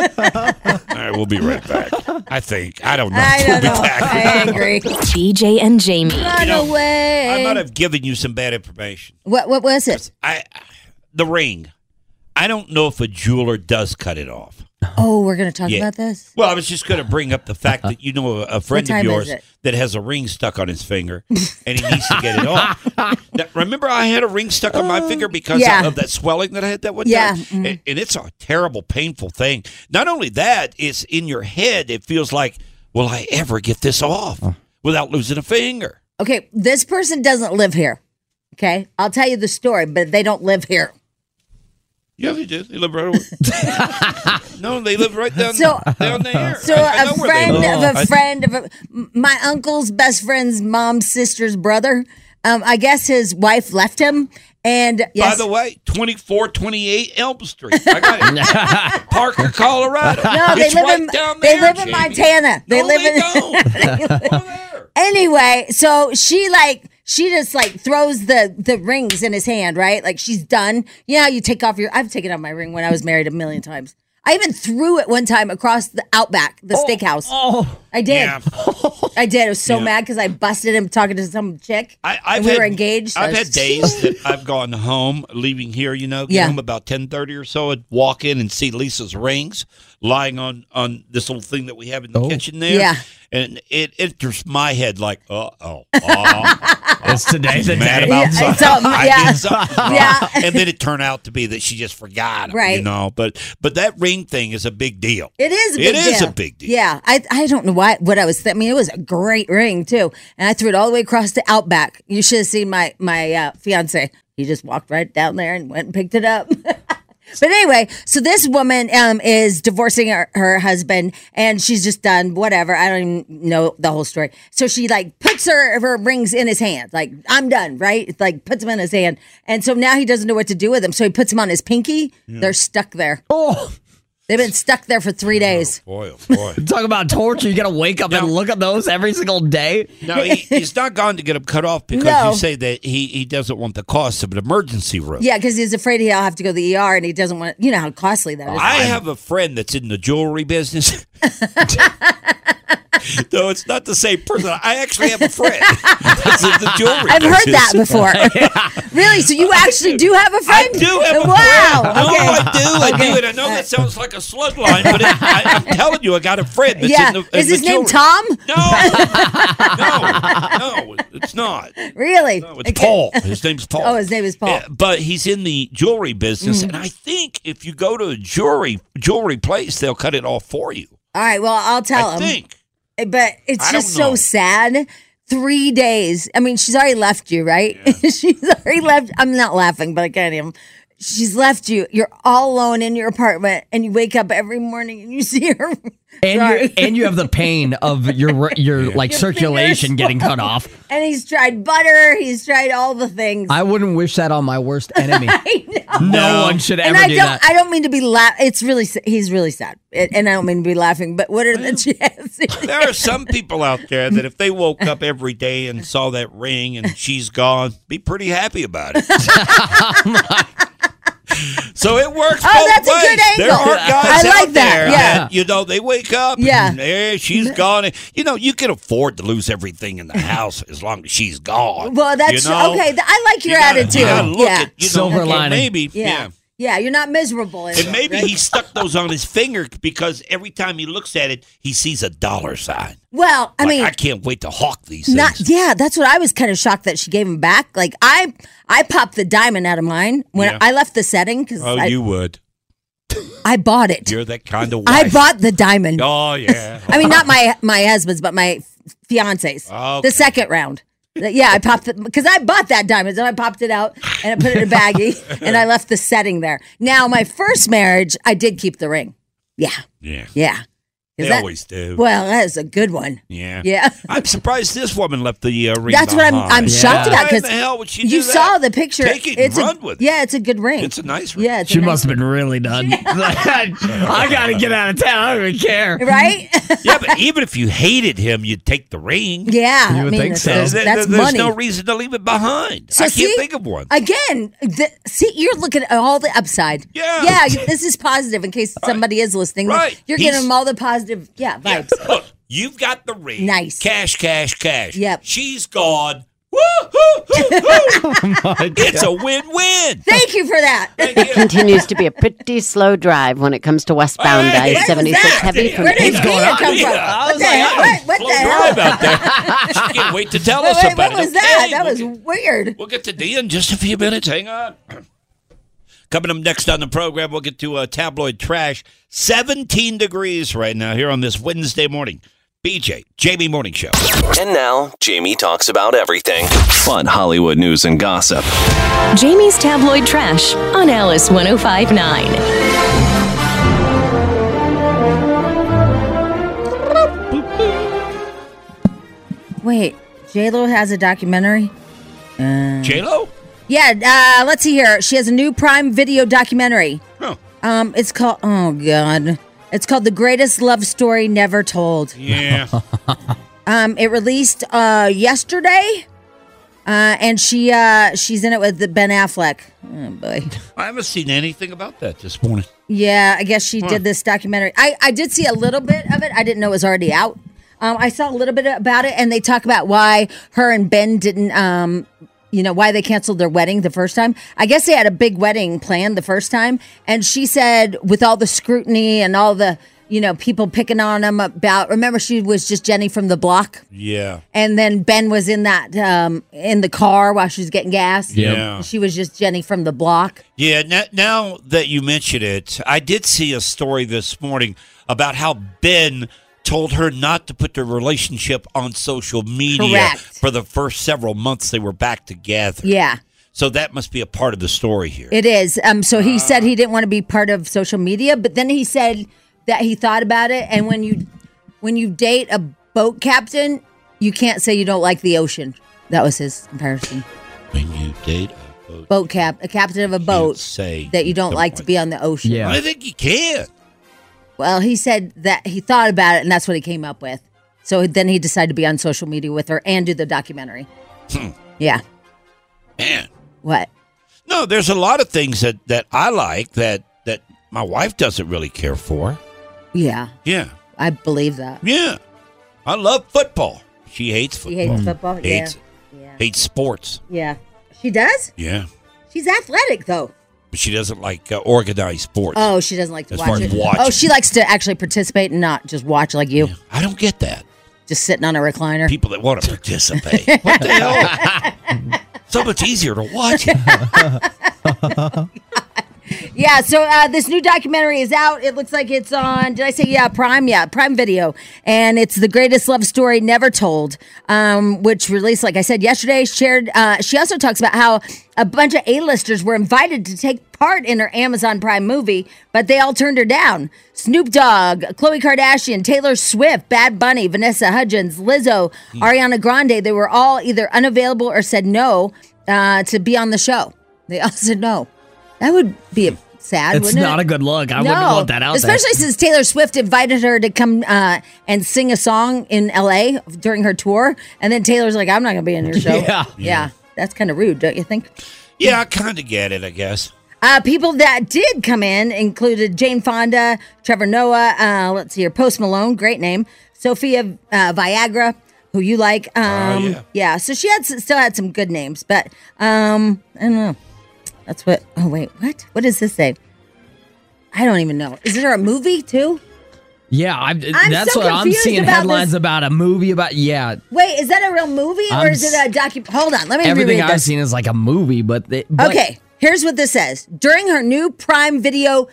Speaker 3: of
Speaker 2: a college kid.
Speaker 3: *laughs* so
Speaker 12: *laughs*
Speaker 2: All right, we'll be right back. I think. I don't know.
Speaker 3: I
Speaker 2: we'll
Speaker 3: don't
Speaker 2: be
Speaker 3: know.
Speaker 2: back.
Speaker 3: I agree.
Speaker 7: BJ and Jamie.
Speaker 3: Run
Speaker 2: know,
Speaker 3: away.
Speaker 2: I might have given you some bad information.
Speaker 3: What what was it?
Speaker 2: I the ring. I don't know if a jeweler does cut it off.
Speaker 3: Oh, we're gonna talk
Speaker 2: Yeah.
Speaker 3: about this.
Speaker 2: Well, I was just going to bring up the fact that you know a, a friend
Speaker 3: time
Speaker 2: of
Speaker 3: is
Speaker 2: yours
Speaker 3: it?
Speaker 2: that has a ring stuck on his finger, and he needs to get
Speaker 3: *laughs*
Speaker 2: it off. Now, remember, I had a ring stuck on my finger because
Speaker 3: Uh, yeah.
Speaker 2: of that swelling that I had that one
Speaker 3: Yeah,
Speaker 2: time,
Speaker 3: mm.
Speaker 2: and, and it's a terrible, painful thing. Not only that, it's in your head. It feels like, will I ever get this off
Speaker 3: Uh.
Speaker 2: without losing a finger?
Speaker 3: Okay, this person doesn't live here. Okay, I'll tell you the story, but they don't live here.
Speaker 2: Yeah, they do. They live right over. *laughs*
Speaker 3: *laughs*
Speaker 2: no, they live right down
Speaker 3: So-
Speaker 2: down there.
Speaker 3: So
Speaker 2: I- I
Speaker 3: a
Speaker 2: know where they
Speaker 3: friend
Speaker 2: live.
Speaker 3: of
Speaker 2: I-
Speaker 3: a friend of a, m- my uncle's best friend's mom's sister's brother. Um, I guess his wife left him, and yes,
Speaker 2: By the way, 2428 Elm Street. I got it. Parker, Colorado.
Speaker 3: no, they
Speaker 2: It's
Speaker 3: live
Speaker 2: right
Speaker 3: in
Speaker 2: down
Speaker 3: they
Speaker 2: there,
Speaker 3: live in
Speaker 2: Jamie.
Speaker 3: Montana. They
Speaker 2: No,
Speaker 3: live
Speaker 2: they
Speaker 3: in. *laughs* anyway, so she like she just like throws the the rings in his hand, right? Like she's done. Yeah, you take off your. I've taken off my ring when I was married a million times. I even threw it one time across the outback, the steakhouse.
Speaker 5: Oh,
Speaker 3: I did.
Speaker 2: Yeah.
Speaker 3: I did. I was so
Speaker 2: Yeah.
Speaker 3: mad because I busted him talking to some chick.
Speaker 2: I, I've
Speaker 3: and we
Speaker 2: had,
Speaker 3: were engaged. so
Speaker 2: I've
Speaker 3: I
Speaker 2: had
Speaker 3: was-
Speaker 2: days that I've gone home, leaving here, you know, get
Speaker 3: Yeah.
Speaker 2: home about 1030 or so, and walk in and see Lisa's rings lying on, on this little thing that we have in the kitchen there.
Speaker 3: Yeah.
Speaker 2: And it enters my head like,
Speaker 3: *laughs*
Speaker 2: uh-oh, uh
Speaker 5: it's today the
Speaker 2: mad
Speaker 5: day.
Speaker 2: about
Speaker 3: Yeah,
Speaker 2: something.
Speaker 3: something,
Speaker 2: I
Speaker 3: yeah.
Speaker 2: did
Speaker 3: *laughs*
Speaker 2: something wrong.
Speaker 3: Yeah.
Speaker 2: And then it turned out to be that she just forgot. 'em, You
Speaker 3: Right.
Speaker 2: know, but but that ring thing is a big deal.
Speaker 3: It is. A big
Speaker 2: It is
Speaker 3: deal.
Speaker 2: a big deal.
Speaker 3: Yeah, I I don't know why what I was. I mean, it was a great ring too, and I threw it all the way across the outback. You should have seen my my uh, fiance. He just walked right down there and went and picked it up. But anyway, so this woman um, is divorcing her, her husband, and she's just done whatever. I don't even know the whole story. So she like puts her her rings in his hand, like I'm done, right? It's Like puts them in his hand, and so now he doesn't know what to do with them. So he puts them on his pinky. They're stuck there.
Speaker 5: Oh,
Speaker 3: They've been stuck there for three days.
Speaker 2: Boy, oh boy.
Speaker 5: *laughs* talk about torture. You got to wake up and look at those every single day.
Speaker 3: *laughs*
Speaker 2: No, he, he's not gone to get him cut off because
Speaker 3: No.
Speaker 2: you say that he, he doesn't want the cost of an emergency room.
Speaker 3: Yeah, because he's afraid he'll have to go to the ER and he doesn't want you know how costly that is.
Speaker 2: I have a friend that's in the jewelry business. *laughs* no, it's not the same person. I actually have a friend that's in the jewelry
Speaker 3: I've heard that
Speaker 2: business. *laughs*
Speaker 3: before. really? So you actually do have a friend?
Speaker 2: I do have a
Speaker 3: Wow.
Speaker 2: friend. No,
Speaker 3: okay.
Speaker 2: *laughs* I do. I
Speaker 3: Okay.
Speaker 2: do. And I know that sounds like a slug line, but it, I, I'm telling you, I got a friend that's
Speaker 3: yeah.
Speaker 2: in the. in
Speaker 3: is
Speaker 2: the
Speaker 3: his name
Speaker 2: jewelry-
Speaker 3: Tom?
Speaker 2: No, no, no, it's not.
Speaker 3: Really?
Speaker 2: No, it's Paul. His name's Paul.
Speaker 3: *laughs* Oh, his name is Paul.
Speaker 2: Uh, but he's in the jewelry business,
Speaker 3: Mm.
Speaker 2: and I think if you go to a jewelry jewelry place, they'll cut it off for you.
Speaker 3: All right. Well, I'll tell
Speaker 2: I
Speaker 3: him.
Speaker 2: think.
Speaker 3: But it's
Speaker 2: I don't
Speaker 3: just
Speaker 2: know.
Speaker 3: so sad. Three *laughs* days. I mean, she's already left you, right? she's already left. I'm not laughing, but I can't even. she's left you. You're all alone in your apartment, and you wake up every morning and you *laughs* see her.
Speaker 5: And you
Speaker 3: Sorry.
Speaker 5: and you have the pain
Speaker 2: *laughs*
Speaker 5: of your your like
Speaker 3: Your
Speaker 5: circulation
Speaker 3: fingers.
Speaker 5: getting cut off.
Speaker 3: And he's tried butter. He's tried all the things.
Speaker 5: I wouldn't wish that on my worst
Speaker 3: *laughs*
Speaker 5: enemy. No. one should ever
Speaker 3: and I
Speaker 5: do
Speaker 3: don't.
Speaker 5: that.
Speaker 3: I don't mean to be laugh. It's really. s- He's really sad, It- and I don't mean to be laughing. But what are the chances?
Speaker 2: There are some people out there that if they woke up every day and saw that ring and she's gone, be pretty happy about it. so it works
Speaker 3: Oh,
Speaker 2: both
Speaker 3: that's a
Speaker 2: ways.
Speaker 3: good angle.
Speaker 2: There are guys
Speaker 3: I like that,
Speaker 2: out there
Speaker 3: yeah.
Speaker 2: you know they wake up.
Speaker 3: Yeah.
Speaker 2: and, eh, she's gone. You know you can afford to lose everything in the house as long as she's gone.
Speaker 3: *laughs* well, that's
Speaker 2: you know?
Speaker 3: okay. th- I like your
Speaker 2: gotta- you
Speaker 3: attitude.
Speaker 2: gotta look
Speaker 3: yeah.
Speaker 2: at- you know, Silver okay, lining. maybe, yeah.
Speaker 3: Yeah. Yeah, You're not miserable.
Speaker 2: And maybe he stuck those on his finger because every time he looks at it, he sees a dollar sign.
Speaker 3: Well, I
Speaker 2: Like,
Speaker 3: mean,
Speaker 2: I can't wait to hawk these things.
Speaker 3: Not yeah, that's what I was kind of shocked that she gave him back. Like I I popped the diamond out of mine when
Speaker 2: Yeah.
Speaker 3: I left the setting because
Speaker 2: oh,
Speaker 3: I,
Speaker 2: you would.
Speaker 3: I bought it.
Speaker 2: You're that kind of wife.
Speaker 3: I bought the diamond.
Speaker 2: Oh yeah.
Speaker 3: *laughs* I mean, not my my husband's, but my f- fiance's.
Speaker 2: Okay.
Speaker 3: The second round. Th- Yeah, I popped it because I bought that diamond, and I popped it out and I put it in a baggie,
Speaker 2: *laughs*
Speaker 3: and I left the setting there. Now, my first marriage, I did keep the ring. Yeah,
Speaker 2: Yeah.
Speaker 3: yeah. 'Cause
Speaker 2: They
Speaker 3: that-
Speaker 2: always do.
Speaker 3: Well, that is a good one.
Speaker 2: Yeah.
Speaker 3: Yeah.
Speaker 2: *laughs* I'm surprised this woman left the uh, ring.
Speaker 3: That's what I'm
Speaker 2: behind.
Speaker 3: I'm shocked about
Speaker 2: Why in
Speaker 3: because
Speaker 2: the hell would she
Speaker 3: you
Speaker 2: do that?
Speaker 3: saw the picture.
Speaker 2: Take it and
Speaker 3: it's
Speaker 2: run
Speaker 3: a,
Speaker 2: with it.
Speaker 3: Yeah, it's a good ring.
Speaker 2: It's a nice ring.
Speaker 3: yeah, it's a
Speaker 5: She
Speaker 3: nice-
Speaker 5: must have been *laughs* really done. I gotta get out of town. I don't even care.
Speaker 3: right.
Speaker 2: *laughs* yeah, but even if you hated him, you'd take the ring.
Speaker 3: Yeah, You I would mean, think that's- so. that's-
Speaker 2: There-
Speaker 3: that's
Speaker 2: There's
Speaker 3: money.
Speaker 2: no reason to leave it behind.
Speaker 3: So
Speaker 2: I can't
Speaker 3: see,
Speaker 2: think of one.
Speaker 3: Again, the, see, you're looking at all the upside.
Speaker 2: Yeah.
Speaker 3: Yeah, you- this is positive in case somebody is listening.
Speaker 2: Right.
Speaker 3: You're
Speaker 2: He's-
Speaker 3: getting them all the positive, yeah, vibes.
Speaker 2: Look, you've got the ring.
Speaker 3: Nice.
Speaker 2: Cash, cash, cash.
Speaker 3: Yep. Oh
Speaker 2: She's gone.
Speaker 3: *laughs*
Speaker 2: Woo-hoo-hoo-hoo. it's a win-win.
Speaker 3: Thank you for
Speaker 2: *laughs*
Speaker 3: that.
Speaker 13: It continues to be a pretty slow drive when it comes to westbound
Speaker 2: Hey,
Speaker 13: I 76 heavy from
Speaker 3: Where did
Speaker 13: Eagle.
Speaker 3: Kia come from?
Speaker 2: Yeah, I
Speaker 3: What the hell? What- What the
Speaker 2: was like, I was blown
Speaker 3: hell?
Speaker 2: away
Speaker 3: *laughs*
Speaker 2: about that. She can't wait to tell
Speaker 3: Wait,
Speaker 2: us
Speaker 3: wait,
Speaker 2: about
Speaker 3: what was
Speaker 2: it.
Speaker 3: that?
Speaker 2: Okay,
Speaker 3: That
Speaker 2: we'll
Speaker 3: was weird.
Speaker 2: We'll get to D in just a few minutes. Hang on. Coming up next on the program, we'll get to uh, tabloid trash. 17 degrees right now here on this Wednesday morning. BJ, JB Morning Show.
Speaker 1: And now, Jamie talks about everything fun Hollywood news and gossip.
Speaker 3: Oh
Speaker 7: Jamie's Tabloid Trash on Alice 1059.
Speaker 3: Wait, J Lo has a documentary. Uh.
Speaker 2: J Lo?
Speaker 3: Yeah, uh, let's see here. She has a new Prime Video documentary. Um, it's called. Oh God, it's called "The Greatest Love Story Never Told."
Speaker 2: Yeah.
Speaker 3: Um, it released uh yesterday, uh, and she uh she's in it with the Ben Affleck. Oh boy.
Speaker 2: I haven't seen anything about that this morning.
Speaker 3: Yeah, I guess she
Speaker 2: Huh.
Speaker 3: did this documentary. I I did see a little bit of it. I didn't know it was already out. Um, I saw a little bit about it, and they talk about why her and Ben didn't um. You know why they canceled their wedding the first time? I guess they had a big wedding planned the first time, and she said with all the scrutiny and all the you know people picking on them about. Remember, she was just Jenny from the block.
Speaker 2: Yeah.
Speaker 3: And then Ben was in that um in the car while she was getting gas.
Speaker 2: Yep. Yeah.
Speaker 3: She was just Jenny from the block.
Speaker 2: Yeah, now, now that you mention it, I did see a story this morning about how Ben told her not to put their relationship on social media
Speaker 3: Correct.
Speaker 2: for the first several months they were back together.
Speaker 3: Yeah.
Speaker 2: So that must be a part of the story here. Uh.
Speaker 3: It is. Um so he said he didn't want to be part of social media, but then he said that he thought about it and when you when you date a boat captain, you can't say you don't like the ocean. That was his comparison.
Speaker 2: When you date a boat,
Speaker 3: Boat cap a captain of a
Speaker 2: boat
Speaker 3: boat
Speaker 2: say
Speaker 3: that you don't like to be on the ocean.
Speaker 2: I think you can.
Speaker 3: Well, he said that he thought about it and that's what he came up with. So then he decided to be on social media with her and do the documentary.
Speaker 2: Hmm.
Speaker 3: Yeah.
Speaker 2: Man.
Speaker 3: What?
Speaker 2: No, there's a lot of things that, that I like that, that my wife doesn't really care for.
Speaker 3: Yeah.
Speaker 2: Yeah.
Speaker 3: I believe that.
Speaker 2: Yeah. I love football. She hates football.
Speaker 3: Uh. She hates football, yeah.
Speaker 2: Hates, hates sports.
Speaker 3: Yeah. She does?
Speaker 2: Yeah.
Speaker 3: She's athletic though.
Speaker 2: But she doesn't like uh, organized sports.
Speaker 3: Oh, she doesn't like to
Speaker 2: As
Speaker 3: watch
Speaker 2: far as
Speaker 3: it.
Speaker 2: watching.
Speaker 3: Oh, she likes to actually participate and not just watch like you.
Speaker 2: I don't get that.
Speaker 3: Just sitting on a recliner.
Speaker 2: People that want to
Speaker 3: *laughs*
Speaker 2: participate. what the hell? so much easier to
Speaker 3: *laughs*
Speaker 2: watch.
Speaker 3: Yeah, so uh, this new documentary is out. It looks like it's on, did I say, yeah, Prime? Yeah, Prime Video. And it's The Greatest Love Story Never Told, um, which released, like I said, yesterday. Shared. Uh, she also talks about how a bunch of A-listers were invited to take part in her Amazon Prime movie, but they all turned her down. Snoop Dogg, Khloe Kardashian, Taylor Swift, Bad Bunny, Vanessa Hudgens, Lizzo, Ariana Grande, they were all either unavailable or said no uh, to be on the show. They all said no. That would be sad.
Speaker 5: It's
Speaker 3: wouldn't
Speaker 5: not
Speaker 3: it?
Speaker 5: a good look. I wouldn't want that out there.
Speaker 3: Especially since Taylor Swift invited her to come uh, and sing a song in LA during her tour. And then Taylor's like, I'm not going to be in your
Speaker 5: *laughs*
Speaker 3: show.
Speaker 2: Yeah.
Speaker 3: Yeah. That's kind of rude, don't you think?
Speaker 2: Yeah, I kind of get it, I guess.
Speaker 3: Uh, people that did come in included Jane Fonda, Trevor Noah, uh, let's see here, Post Malone, great name, Sophia uh, Viagra, who you like.
Speaker 5: Ah,
Speaker 3: Um,
Speaker 14: yeah.
Speaker 3: So she had still had some good names, but um, I don't know. That's what. Oh wait, what? What does this say? I don't even know. Is there a movie too?
Speaker 5: Yeah, I'm,
Speaker 3: I'm
Speaker 5: that's
Speaker 3: so
Speaker 5: what I'm
Speaker 3: confused
Speaker 5: seeing
Speaker 3: about
Speaker 5: headlines
Speaker 3: this-
Speaker 5: about a movie about. Yeah,
Speaker 3: Wait, is that a real movie or
Speaker 5: I'm
Speaker 3: is it a docu? Hold on, let me
Speaker 5: everything
Speaker 3: reread
Speaker 5: I've
Speaker 3: this.
Speaker 5: seen is like a movie, but, they, but
Speaker 3: okay, here's what this says. During her new Prime Video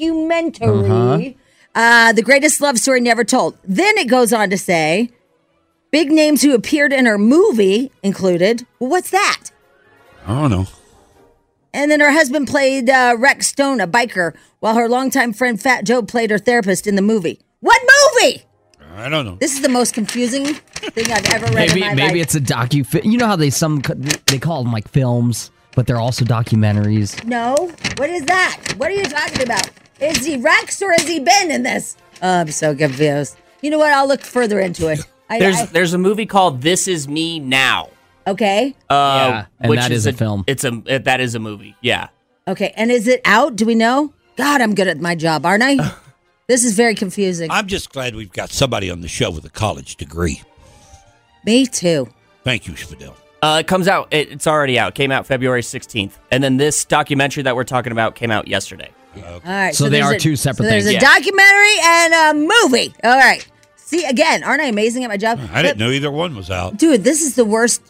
Speaker 5: Uh-huh.
Speaker 3: documentary, uh The Greatest Love Story Never Told, then it goes on to say big names who appeared in her movie included, well, what's that?
Speaker 2: I don't know.
Speaker 3: And then her husband played uh, Rex Stone, a biker, while her longtime friend Fat Joe played her therapist in the movie. What movie?
Speaker 2: I don't know.
Speaker 3: This is the most confusing thing I've ever read
Speaker 5: maybe
Speaker 3: in my
Speaker 5: maybe
Speaker 3: life.
Speaker 5: it's a docu. You know how they some they call them like films, but they're also documentaries.
Speaker 3: No. What is that? What are you talking about? Is he Rex or is he Ben in this? Oh, I'm so confused. You know what? I'll look further into it. I,
Speaker 4: There's
Speaker 3: I-
Speaker 4: there's a movie called This Is Me Now.
Speaker 3: okay.
Speaker 4: Uh,
Speaker 5: and
Speaker 4: which
Speaker 5: that is a film.
Speaker 4: It's a it- that is a movie. Yeah.
Speaker 3: Okay. And is it out? Do we know? God, I'm good at my job, aren't
Speaker 4: *laughs*
Speaker 3: I? this is very confusing.
Speaker 2: I'm just glad we've got somebody on the show with a college degree.
Speaker 3: Me too.
Speaker 2: Thank you, Fidel.
Speaker 4: Uh, it comes out. It, it's already out. Came out February 16th, and then this documentary that we're talking about came out yesterday.
Speaker 3: All right.
Speaker 4: So they
Speaker 3: there's
Speaker 4: are
Speaker 3: a-
Speaker 4: two separate
Speaker 3: so There's
Speaker 4: things.
Speaker 3: a
Speaker 4: Yeah.
Speaker 3: documentary and a movie. All right. See again, aren't I amazing at my job?
Speaker 2: I didn't know either one was out.
Speaker 3: Dude, this is the worst.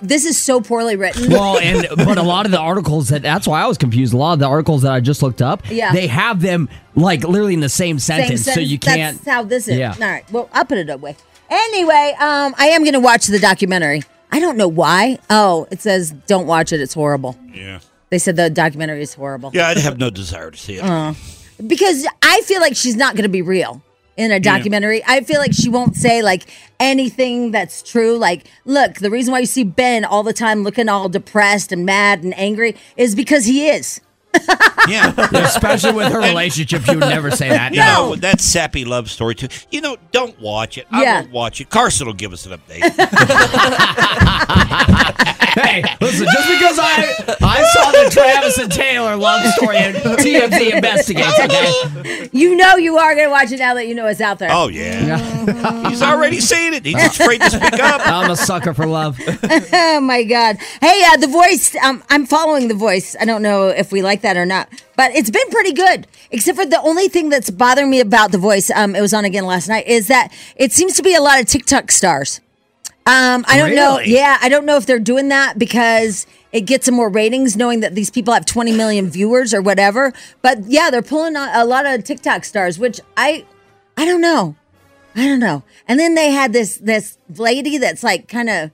Speaker 3: This is so poorly written.
Speaker 5: well, and but a lot of the articles that that's why I was confused. A lot of the articles that I just looked up,
Speaker 3: Yeah.
Speaker 5: they have them like literally in the same
Speaker 3: Same
Speaker 5: sentence, so
Speaker 3: sentence.
Speaker 5: you can't.
Speaker 3: That's how this is.
Speaker 5: Yeah.
Speaker 3: All right. Well, I'll put it away. Anyway, um, I am going to watch the documentary. I don't know why. Oh, it says don't watch it. It's horrible.
Speaker 2: Yeah.
Speaker 3: They said the documentary is horrible.
Speaker 2: Yeah, I'd have no desire to see it.
Speaker 3: Uh, because I feel like she's not going to be real in a documentary. I feel like she won't say like anything that's true. Like, look, the reason why you see Ben all the time looking all depressed and mad and angry is because he is.
Speaker 5: Especially with her relationship, you would never say that.
Speaker 2: No, that sappy love story too. You know, don't watch it. I
Speaker 5: Yeah.
Speaker 2: won't watch it. Carson will give us
Speaker 3: *laughs*
Speaker 2: an update.
Speaker 5: hey, listen, just because I I saw the Travis and Taylor love story and TMZ investigates, okay?
Speaker 3: You know, you are going to watch it now that you know it's out there.
Speaker 2: Oh yeah, he's already seen it. He's just afraid to speak up.
Speaker 5: Mm-hmm. *laughs* I'm a sucker
Speaker 2: *laughs*
Speaker 5: for love.
Speaker 3: oh *laughs* my god hey uh, the voice um, i'm following the voice i don't know if we like that or not but it's been pretty good except for the only thing that's bothering me about the voice um, it was on again last night is that it seems to be a lot of tiktok stars um, i don't know
Speaker 14: Really?
Speaker 3: yeah i don't know if they're doing that because it gets them more ratings knowing that these people have 20 million viewers or whatever but yeah they're pulling on a lot of tiktok stars which i i don't know i don't know and then they had this this lady that's like kind of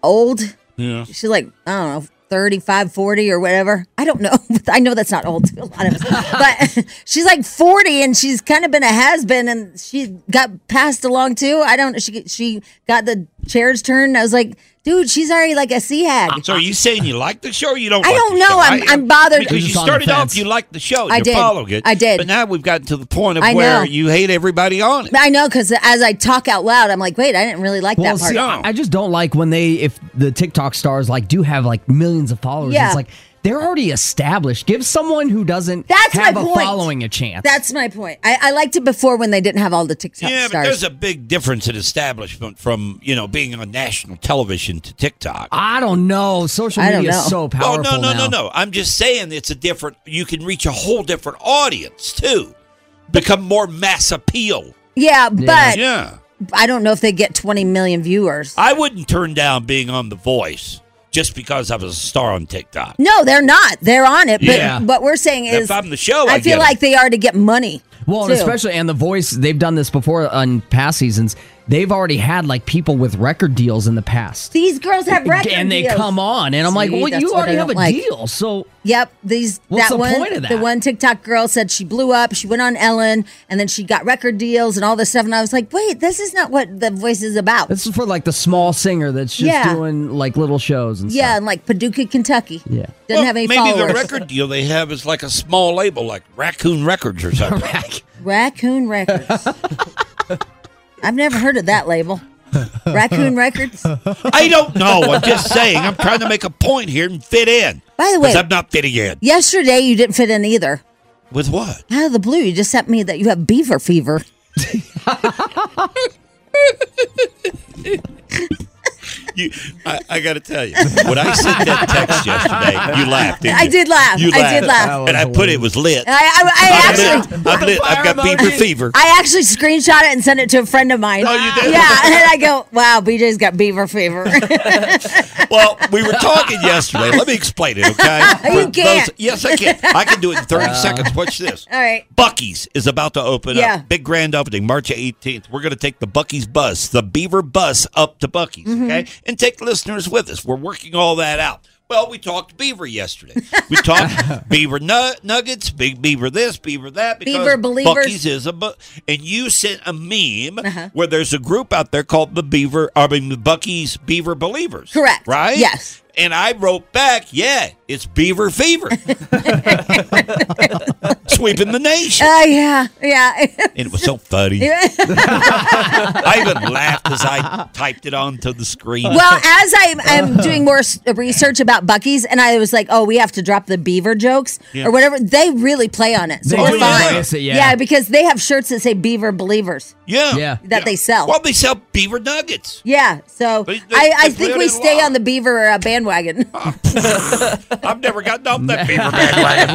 Speaker 3: old.
Speaker 2: Yeah.
Speaker 3: She's like, I don't know, 35, 40 or whatever. I don't know. *laughs* I know that's not old to a lot of
Speaker 2: *laughs*
Speaker 3: us. But *laughs* she's like 40 and she's kind of been a has been and she got passed along too. I don't she she got the chairs turned. I was like, dude, she's already like a sea hag.
Speaker 2: So are you saying you like the show? Or you don't?
Speaker 3: I
Speaker 2: like
Speaker 3: don't
Speaker 2: the
Speaker 3: know.
Speaker 2: show?
Speaker 3: I'm- I'm bothered. You're
Speaker 2: because you
Speaker 3: just on the
Speaker 2: started off.
Speaker 3: fence.
Speaker 2: You liked the show. And
Speaker 3: I
Speaker 2: you're
Speaker 3: did.
Speaker 2: following it.
Speaker 3: I did.
Speaker 2: But now we've gotten to the point of
Speaker 3: I
Speaker 2: where
Speaker 3: know.
Speaker 2: you hate everybody on it.
Speaker 3: I know cuz as I talk out loud, I'm like, wait, I didn't really like
Speaker 5: Well,
Speaker 3: that part.
Speaker 5: see, I I just don't like when they if the TikTok stars like do have like millions of followers.
Speaker 3: Yeah.
Speaker 5: It's like they're already established. Give someone who doesn't
Speaker 3: That's my
Speaker 5: have a
Speaker 3: point.
Speaker 5: following a chance.
Speaker 3: That's my point. I, I liked it before when they didn't have all the TikTok
Speaker 2: Yeah, but
Speaker 3: stars.
Speaker 2: there's a big difference in establishment from you know being on national television to TikTok.
Speaker 5: I don't know. Social
Speaker 2: I don't
Speaker 5: media is
Speaker 2: know.
Speaker 5: so
Speaker 2: Oh
Speaker 5: powerful.
Speaker 2: no, no, no,
Speaker 5: now.
Speaker 2: no! I'm just saying it's a different. You can reach a whole different audience too. Become more mass appeal.
Speaker 3: yeah, but
Speaker 2: yeah.
Speaker 3: I don't know if they get 20 million viewers.
Speaker 2: I wouldn't turn down being on The Voice just because I was a star on TikTok.
Speaker 3: No, they're not. They're on it. But
Speaker 2: Yeah.
Speaker 3: what we're saying
Speaker 2: If
Speaker 3: is,
Speaker 2: I'm the show, I
Speaker 3: feel
Speaker 5: get it.
Speaker 3: like they are to get money.
Speaker 5: Well, and
Speaker 3: too.
Speaker 5: especially and the voice they've done this before on past seasons. They've already had like people with record deals in the past.
Speaker 3: These girls have record
Speaker 5: And they
Speaker 3: deals.
Speaker 5: come on, and I'm like, well,
Speaker 3: that's
Speaker 5: you
Speaker 3: what
Speaker 5: already
Speaker 3: I
Speaker 5: have a
Speaker 3: don't like.
Speaker 5: deal, so
Speaker 3: Yep, these
Speaker 5: What's
Speaker 3: that
Speaker 5: the
Speaker 3: one
Speaker 5: point of
Speaker 3: the
Speaker 5: that?
Speaker 3: one TikTok girl said she blew up, she went on Ellen, and then she got record deals and all this stuff. And I was like, wait, this is not what the voice is about.
Speaker 5: this is for like the small singer that's just
Speaker 3: Yeah.
Speaker 5: doing like little shows and
Speaker 3: yeah, and like Paducah, Kentucky.
Speaker 5: Yeah.
Speaker 3: Doesn't have any
Speaker 2: maybe
Speaker 3: followers.
Speaker 2: the
Speaker 5: *laughs*
Speaker 2: record deal they have is like a small label, like Raccoon Records
Speaker 5: *laughs*
Speaker 2: or something.
Speaker 3: Raccoon Records.
Speaker 2: *laughs*
Speaker 3: I've never heard of that label.
Speaker 5: *laughs*
Speaker 3: Raccoon Records.
Speaker 2: I don't know. I'm just saying. I'm trying to make a point here and fit in.
Speaker 3: By the way-
Speaker 2: 'Cause I'm not fitting in
Speaker 3: Yesterday you didn't fit in either.
Speaker 2: with what?
Speaker 3: Out of the blue, you just sent me that you have beaver fever.
Speaker 2: You, I, I got to tell you, when I sent that text yesterday, you laughed. didn't
Speaker 3: I
Speaker 2: you?
Speaker 3: did laugh.
Speaker 2: You
Speaker 3: I did laugh. That was
Speaker 2: and I put it was lit.
Speaker 3: I, I, I actually.
Speaker 2: I'm lit. I'm lit. I've got Oh, beaver fever.
Speaker 3: I actually screenshot it and sent it to a friend of mine. Oh, you
Speaker 2: did?
Speaker 3: Yeah, and then I go, "Wow, BJ's got beaver fever."
Speaker 2: Well, we were talking yesterday. Let me explain it, okay?
Speaker 3: *laughs* You
Speaker 2: For
Speaker 3: can't.
Speaker 2: *laughs* yes, I can. I can do it in 30 seconds. Watch this.
Speaker 3: *laughs* All right.
Speaker 2: Bucky's is about to open
Speaker 3: Yeah.
Speaker 2: up. Big grand opening, March 18th. We're going to take the Bucky's bus, the Beaver bus, up to Bucky's,
Speaker 3: Mm-hmm.
Speaker 2: okay? And take listeners with us. We're working all that out. Well, we talked Beaver yesterday.
Speaker 3: *laughs*
Speaker 2: We talked Beaver nu- Nuggets, Big Beaver this, Beaver that. Because
Speaker 3: Beaver Believers. Uh-huh.
Speaker 2: Bucky's is a bu- and you sent a meme where there's a group out there called the Beaver. I mean, the Bucky's Beaver Believers.
Speaker 3: Correct.
Speaker 2: Right.
Speaker 3: Yes.
Speaker 2: And I wrote back, yeah, it's
Speaker 3: *laughs*
Speaker 2: Beaver Fever, sweeping the nation.
Speaker 3: Oh yeah, yeah. *laughs*
Speaker 2: And it was so funny. I even laughed as I typed it onto the screen. *laughs*
Speaker 3: well, as I am doing more s- research about Bucky's, and I was like, "Oh, we have to drop the beaver jokes
Speaker 2: Yeah.
Speaker 3: or whatever." They really play on it, so
Speaker 2: They
Speaker 3: we're
Speaker 2: do
Speaker 3: fine.
Speaker 2: embrace it, yeah.
Speaker 3: because they have shirts that say "Beaver Believers."
Speaker 2: yeah,
Speaker 3: That they sell.
Speaker 2: Well, they sell Beaver Nuggets.
Speaker 3: Yeah, so
Speaker 2: They- they-
Speaker 3: I, I
Speaker 2: they
Speaker 3: think
Speaker 2: played
Speaker 3: we
Speaker 2: it a
Speaker 3: stay
Speaker 2: lot.
Speaker 3: on the beaver uh, bandwagon.
Speaker 2: I've never gotten off that Beaver bandwagon.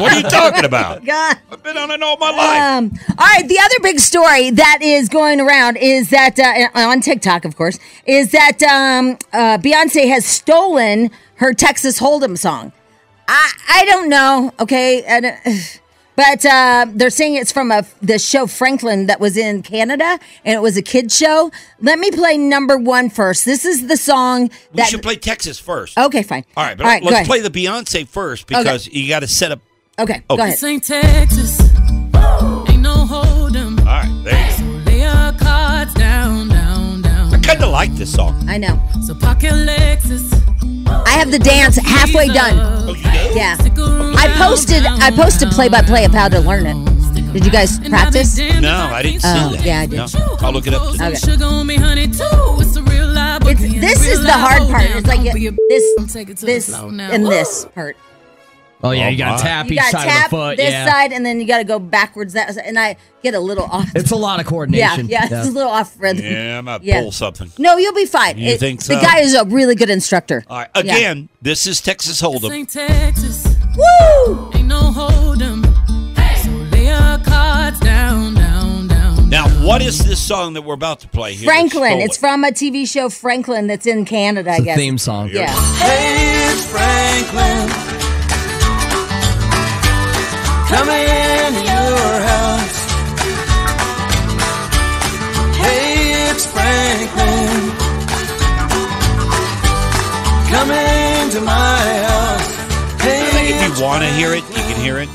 Speaker 3: *laughs*
Speaker 2: What are you talking about?
Speaker 3: God.
Speaker 2: I've been on it all my life.
Speaker 3: Um, all right, the other big story that is going around is that uh, on TikTok, of course, is that um, uh, Beyonce has stolen her Texas Hold'em song. I I don't know, okay, and, *sighs* uh, but uh, they're saying it's from a the show Franklin that was in Canada, and it was a kid show. Let me play number one first. This is the song
Speaker 2: we
Speaker 3: that.
Speaker 2: should play Texas first.
Speaker 3: Okay, fine.
Speaker 2: All right, but
Speaker 3: All right, go
Speaker 2: let's
Speaker 3: ahead.
Speaker 2: play the Beyonce first
Speaker 3: Okay.
Speaker 2: because you got to set up.
Speaker 3: Okay,
Speaker 2: Oh.
Speaker 3: go ahead.
Speaker 14: This ain't Texas. Ain't no hold 'em.
Speaker 2: All right, there you go.
Speaker 14: Lay your cards down, down, down.
Speaker 2: I kind of like this song.
Speaker 3: I know.
Speaker 14: So pocket Lexus.
Speaker 3: I have the dance halfway done. Yeah. I posted I posted play by play of how to learn it. Did you guys practice?
Speaker 2: No, I didn't see
Speaker 3: Oh,
Speaker 2: that.
Speaker 3: yeah, I did.
Speaker 2: No. I'll look it up. today.
Speaker 3: Okay.
Speaker 14: Sugar on me, honey, too. It's a real live
Speaker 3: It's,
Speaker 14: bookend,
Speaker 3: this
Speaker 14: real
Speaker 3: is the
Speaker 14: live
Speaker 3: hard
Speaker 14: hold
Speaker 3: part.
Speaker 14: down.
Speaker 3: It's like
Speaker 14: Don't be a
Speaker 3: it- this,
Speaker 14: to the
Speaker 3: this,
Speaker 14: floor now.
Speaker 3: and
Speaker 14: Woo!
Speaker 3: this part.
Speaker 5: Oh yeah,
Speaker 2: Oh,
Speaker 5: you got
Speaker 2: my.
Speaker 5: to tap
Speaker 3: You
Speaker 5: each
Speaker 3: gotta
Speaker 5: side
Speaker 3: tap
Speaker 5: of the foot.
Speaker 3: this
Speaker 5: yeah.
Speaker 3: side, and then you gotta go backwards. That side, and I get a little off.
Speaker 5: It's a lot of
Speaker 3: Yeah,
Speaker 5: coordination.
Speaker 3: yeah, it's a little off rhythm.
Speaker 2: Yeah, I might
Speaker 3: Yeah.
Speaker 2: pull something.
Speaker 3: No, you'll be fine.
Speaker 2: You think so?
Speaker 3: The guy is a really good instructor.
Speaker 2: All right,
Speaker 3: Yeah.
Speaker 2: again, this is Texas
Speaker 14: This
Speaker 2: Hold'em.
Speaker 14: ain't Texas.
Speaker 3: Woo!
Speaker 14: Ain't no hold 'em. So lay your cards down, down, down.
Speaker 2: Now, what is this song that we're about to play here? that's
Speaker 3: Franklin.
Speaker 2: stolen?
Speaker 3: It's from a TV show Franklin that's in Canada. I
Speaker 5: It's a
Speaker 3: guess
Speaker 5: theme song.
Speaker 3: Yeah.
Speaker 15: Hey, Franklin. Come in your house. Hey, it's Franklin. Come into my house.
Speaker 2: I think if you want to hear it, you can hear it.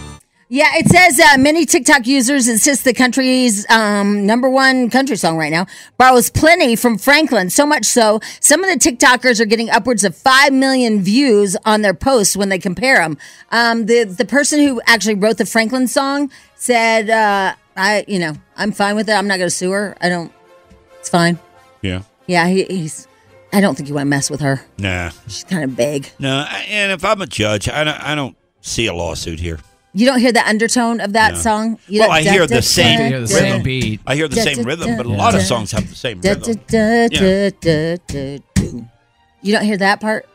Speaker 3: Yeah, it says uh, many TikTok users insist the country's um, number one country song right now borrows plenty from Franklin. So much so, some of the TikTokers are getting upwards of five million views on their posts when they compare them. Um, the the person who actually wrote the Franklin song said, uh, "I, you know, I'm fine with it. I'm not going to sue her. I don't. It's fine.
Speaker 2: Yeah.
Speaker 3: Yeah, he, he's. I don't think you want to mess with her.
Speaker 2: Nah.
Speaker 3: She's kind of big.
Speaker 2: No, I- and if I'm a judge, I don't, I don't see a lawsuit here.
Speaker 3: You don't hear the undertone of that
Speaker 2: No.
Speaker 3: song. You
Speaker 2: well,
Speaker 3: don't-
Speaker 2: I hear the
Speaker 3: Da-
Speaker 2: same
Speaker 3: da- da-
Speaker 2: rhythm.
Speaker 5: beat.
Speaker 2: I hear the same rhythm, but a lot of songs have the same
Speaker 3: Da- da-
Speaker 2: rhythm.
Speaker 3: da-
Speaker 2: Yeah.
Speaker 3: da- da- da- do. You don't hear that part?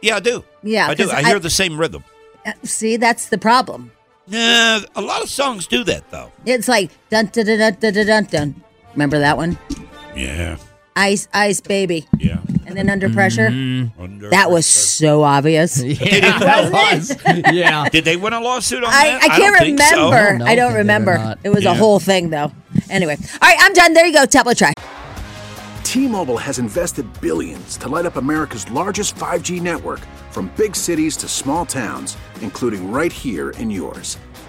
Speaker 2: Yeah, I do.
Speaker 3: Yeah,
Speaker 2: I do.
Speaker 3: 'cause
Speaker 2: I hear
Speaker 3: I-
Speaker 2: the same rhythm.
Speaker 3: Uh, See, that's the problem.
Speaker 2: Nah, a lot of songs do that though.
Speaker 3: It's like dun dun dun dun dun dun dun. dun. Remember that one?
Speaker 2: Yeah.
Speaker 3: Ice, ice, baby.
Speaker 2: Yeah.
Speaker 3: And then under pressure.
Speaker 2: Under
Speaker 3: That was so obvious. *laughs*
Speaker 5: yeah.
Speaker 2: Did they win a lawsuit on
Speaker 3: I,
Speaker 2: that?
Speaker 3: I can't
Speaker 2: don't think so.
Speaker 3: remember. I don't, remember. It was
Speaker 2: Yeah.
Speaker 3: a whole thing, though. Anyway, all right, I'm done. There you go. Tablet try.
Speaker 16: T-Mobile has invested billions to light up America's largest 5G network from big cities to small towns, including right here in yours.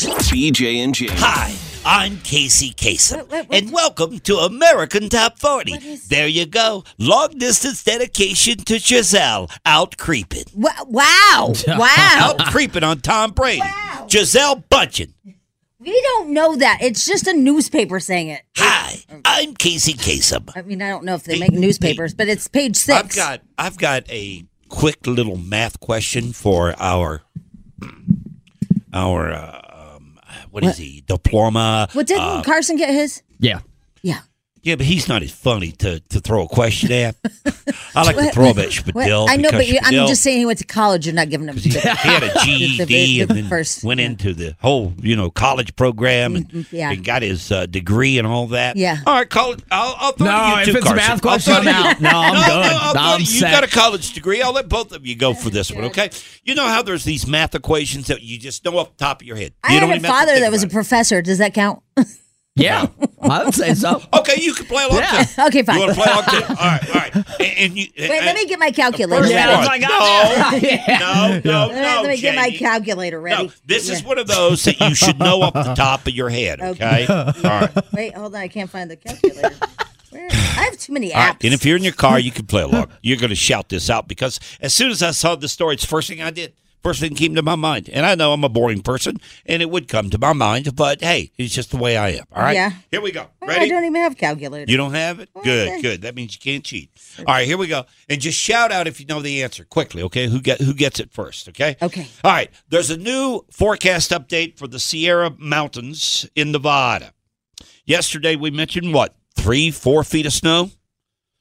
Speaker 1: BJ and Jamie.
Speaker 2: Hi, I'm Casey Kasem, and welcome to American Top 40. there you go. Long distance dedication to Giselle, out creeping.
Speaker 3: wow. *laughs* Wow.
Speaker 2: out creeping on Tom Brady. Giselle Bunchen.
Speaker 3: We don't know that. It's just a newspaper saying it.
Speaker 2: I'm Casey Kasem.
Speaker 3: I mean, I don't know if they make newspapers, but it's page six.
Speaker 2: I've got I've got a quick little math question for our our uh, um, what is he diploma?
Speaker 3: Well, didn't
Speaker 2: uh,
Speaker 3: Carson get his?
Speaker 5: yeah.
Speaker 2: Yeah, but he's not as funny to, to throw a question
Speaker 3: *laughs*
Speaker 2: at. I like to
Speaker 3: What-
Speaker 2: throw him at
Speaker 3: what-
Speaker 2: Spadil.
Speaker 3: I know, but
Speaker 2: because
Speaker 3: you, I'm
Speaker 2: Spadil-
Speaker 3: just saying he went to college. You're not giving
Speaker 2: *laughs*
Speaker 3: him.
Speaker 2: he
Speaker 3: *laughs*
Speaker 2: had a GED and then went into the whole you know college program and,
Speaker 3: Mhm, yeah.
Speaker 2: and got his uh, degree and all that.
Speaker 3: Yeah.
Speaker 2: All right, college. I'll, I'll throw
Speaker 5: No,
Speaker 2: to you
Speaker 5: if
Speaker 2: two,
Speaker 5: it's a
Speaker 2: Carson.
Speaker 5: math
Speaker 2: I'll
Speaker 5: question,
Speaker 2: throw
Speaker 5: I'm
Speaker 2: you-
Speaker 5: out. No, I'm
Speaker 2: no,
Speaker 5: good.
Speaker 2: No, I'll
Speaker 5: I'm
Speaker 2: throw you. you
Speaker 5: set.
Speaker 2: got a college degree. I'll let both of you go for this one. Okay. You know how there's these math equations that you just know off the top of your head.
Speaker 3: I
Speaker 2: you
Speaker 3: had
Speaker 2: don't
Speaker 3: a
Speaker 2: even have to
Speaker 3: father
Speaker 2: think
Speaker 3: that was a professor. Does that
Speaker 2: *laughs*
Speaker 3: count? *laughs*
Speaker 5: Yeah, I would say so.
Speaker 2: Okay, you can play along. Yeah.
Speaker 3: okay, fine.
Speaker 2: You want to play along? too? All *laughs* right, all right. And, and you,
Speaker 3: *laughs* Wait, let me get my calculator.
Speaker 2: first
Speaker 3: ready.
Speaker 2: one. No,
Speaker 3: *laughs*
Speaker 5: Oh,
Speaker 2: no, no,
Speaker 3: Let me- let me get my calculator ready.
Speaker 2: This is one of those that you should know off the top of your head. Okay.
Speaker 3: Okay.
Speaker 2: All right.
Speaker 3: Wait, hold on. I can't find the calculator.
Speaker 2: *laughs*
Speaker 3: Where? I have too many
Speaker 2: All
Speaker 3: apps.
Speaker 2: right. And if you're in your car, you can play along. You're going to shout this out because as soon as I saw this story, it's the first thing I did. First thing came to my mind. And I know I'm a boring person and it would come to my mind, but hey, it's just the way I am. All right.
Speaker 3: Yeah.
Speaker 2: Here we go.
Speaker 3: Oh, I
Speaker 2: Ready?
Speaker 3: don't even have calculator.
Speaker 2: You don't have it? Good, good. That means you can't cheat. All right, here we go. And just shout out if you know the answer quickly, okay? Who get who gets it first, okay?
Speaker 3: Okay.
Speaker 2: All right. There's a new forecast update for the Sierra Mountains in Nevada. Yesterday we mentioned what? Three, four feet of snow?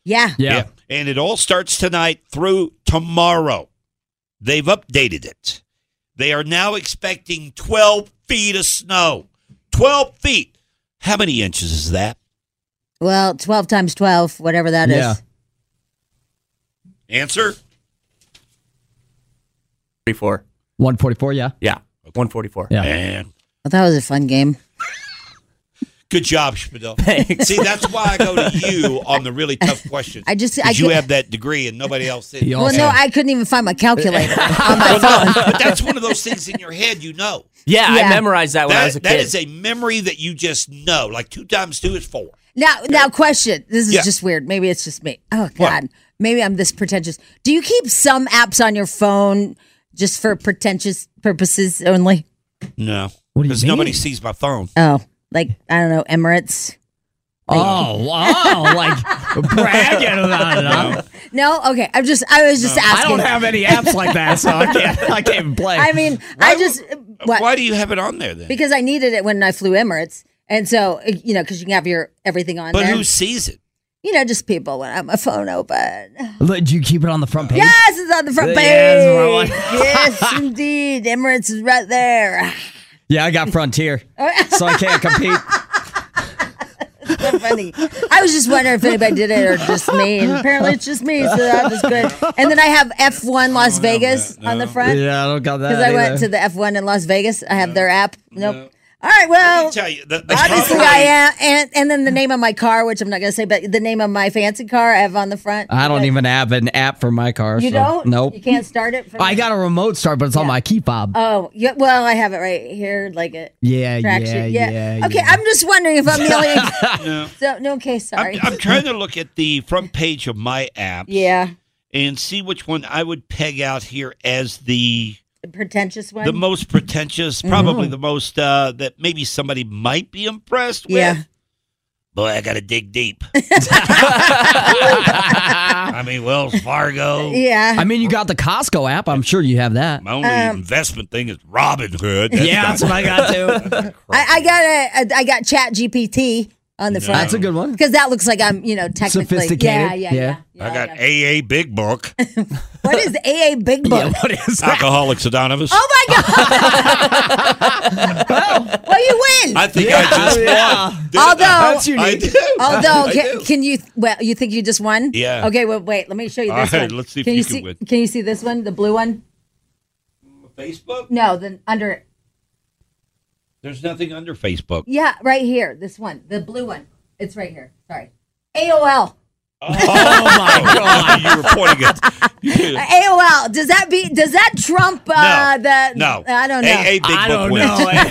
Speaker 3: Yeah.
Speaker 2: And it all starts tonight through tomorrow. They've updated it. They are now expecting 12 feet of snow. 12 feet. How many inches is that?
Speaker 3: Well, twelve times twelve, whatever that is.
Speaker 2: Yeah. Answer?
Speaker 4: 44.
Speaker 5: 144, yeah.
Speaker 4: Yeah. 144.
Speaker 5: Yeah.
Speaker 3: Well, that was a fun game.
Speaker 2: Good job, Spadil. Thanks. See, that's why I go to you on the really tough questions.
Speaker 3: I just-
Speaker 2: 'Cause
Speaker 3: I
Speaker 2: you
Speaker 3: can't-
Speaker 2: have that degree and nobody else did.
Speaker 3: well, no, I couldn't even find my calculator.
Speaker 2: *laughs* Well, no, but that's one of those things in your head you know.
Speaker 4: Yeah,
Speaker 3: Yeah.
Speaker 4: I memorized that when I was a
Speaker 2: That
Speaker 4: kid.
Speaker 2: is a memory that you just know. Like two times two is four.
Speaker 3: now, now, question. This is
Speaker 2: Yeah.
Speaker 3: just weird. Maybe it's just me. Oh God. Maybe I'm this pretentious. Do you keep some apps on your phone just for pretentious purposes only?
Speaker 2: No. What do you Because nobody sees my phone.
Speaker 3: Oh, like I don't know, Emirates. Like-
Speaker 5: Oh,
Speaker 2: *laughs*
Speaker 5: wow.
Speaker 3: *laughs*
Speaker 5: Like *laughs* bragging about it. huh?
Speaker 3: No, okay. I'm just. I was just
Speaker 5: I
Speaker 3: asking. *laughs*
Speaker 5: don't have any apps like that, so I can't. I can't even play.
Speaker 3: I mean, I just What?
Speaker 2: Why do you have it on
Speaker 3: *laughs*
Speaker 2: there then?
Speaker 3: Because I needed it when I flew Emirates, and so uh, you know, because you can have your everything on
Speaker 2: But
Speaker 3: there.
Speaker 2: who sees it?
Speaker 3: You know, just people when I have my phone open.
Speaker 5: Look, do you keep it on the front page?
Speaker 3: Yes, it's on the front page.
Speaker 5: Yeah, that's what I want. *laughs*
Speaker 3: yes, indeed, Emirates is right there.
Speaker 5: Yeah, I got Frontier, so I can't compete.
Speaker 3: so funny. I was just wondering if anybody did it or just me. And apparently it's just me, so that was good. And then I have
Speaker 5: Oh,
Speaker 3: F1 Las Vegas *laughs* on the front.
Speaker 5: Yeah, I don't got that.
Speaker 3: Because I
Speaker 5: either.
Speaker 3: went to the F1 in Las Vegas. I have their app. Nope. All right, well,
Speaker 2: tell you,
Speaker 5: Oh,
Speaker 3: obviously I am. And, and then the name of my car, which I'm not going to say, but the name of my fancy car I have on the front.
Speaker 5: I don't even have an app for my car.
Speaker 3: You
Speaker 5: so-
Speaker 3: don't?
Speaker 5: Nope.
Speaker 3: You can't start it? From
Speaker 5: I got a remote start, but it's on my key fob.
Speaker 3: Oh, yeah, well, I have it right here, like it.
Speaker 5: yeah, yeah, yeah,
Speaker 3: traction. Okay, I'm just wondering if I'm the only. *laughs*
Speaker 5: *laughs*
Speaker 2: No.
Speaker 3: so, no, okay, sorry.
Speaker 2: I'm trying to look at the front page of my app
Speaker 3: yeah,
Speaker 2: and see which one I would peg out here as the
Speaker 3: the pretentious one.
Speaker 2: the most pretentious, probably
Speaker 3: Mhm.
Speaker 2: the most uh, that maybe somebody might be impressed with.
Speaker 3: Yeah.
Speaker 2: Boy, I got to dig deep. I mean, Wells Fargo.
Speaker 3: Yeah. Um,
Speaker 5: I mean, you got the Costco app. I'm sure you have that.
Speaker 2: My only investment thing is Robin Hood.
Speaker 3: *laughs*
Speaker 5: Yeah, that's what I
Speaker 2: *laughs*
Speaker 5: got,
Speaker 2: too.
Speaker 3: I, I got a, I got Chat GPT on the front.
Speaker 2: That's a
Speaker 5: good one
Speaker 3: because that looks like I'm you know technically Yeah, yeah, yeah.
Speaker 2: I got AA Big
Speaker 3: *laughs*
Speaker 2: Book,
Speaker 3: What is the AA Big Book?
Speaker 5: what is
Speaker 2: Alcoholics Anonymous.
Speaker 3: Oh my god! well, you win.
Speaker 2: I think I just
Speaker 3: Yeah.
Speaker 2: won. didn't I?
Speaker 3: Although,
Speaker 2: Ah, *laughs* I do.
Speaker 3: although,
Speaker 2: I
Speaker 3: can,
Speaker 2: do.
Speaker 3: can you? Well, you think you just won?
Speaker 2: Yeah.
Speaker 3: Okay. Well, wait. Let me show you
Speaker 2: All
Speaker 3: this
Speaker 2: right,
Speaker 3: one.
Speaker 2: let's see if
Speaker 3: can
Speaker 2: you
Speaker 3: you
Speaker 2: can
Speaker 3: see?
Speaker 2: win.
Speaker 3: Can you see this one? The blue one?
Speaker 2: Facebook?
Speaker 3: No, then under it.
Speaker 2: There's nothing under Facebook.
Speaker 3: Yeah, right here. This one, the blue one. It's right here. Sorry. AOL. Oh,
Speaker 2: God, *laughs* you were pointing at
Speaker 3: AOL. Does that be? Does that trump uh, the?
Speaker 2: no.
Speaker 3: *laughs* I don't know.
Speaker 2: AA Big Book wins. *laughs*
Speaker 3: *laughs*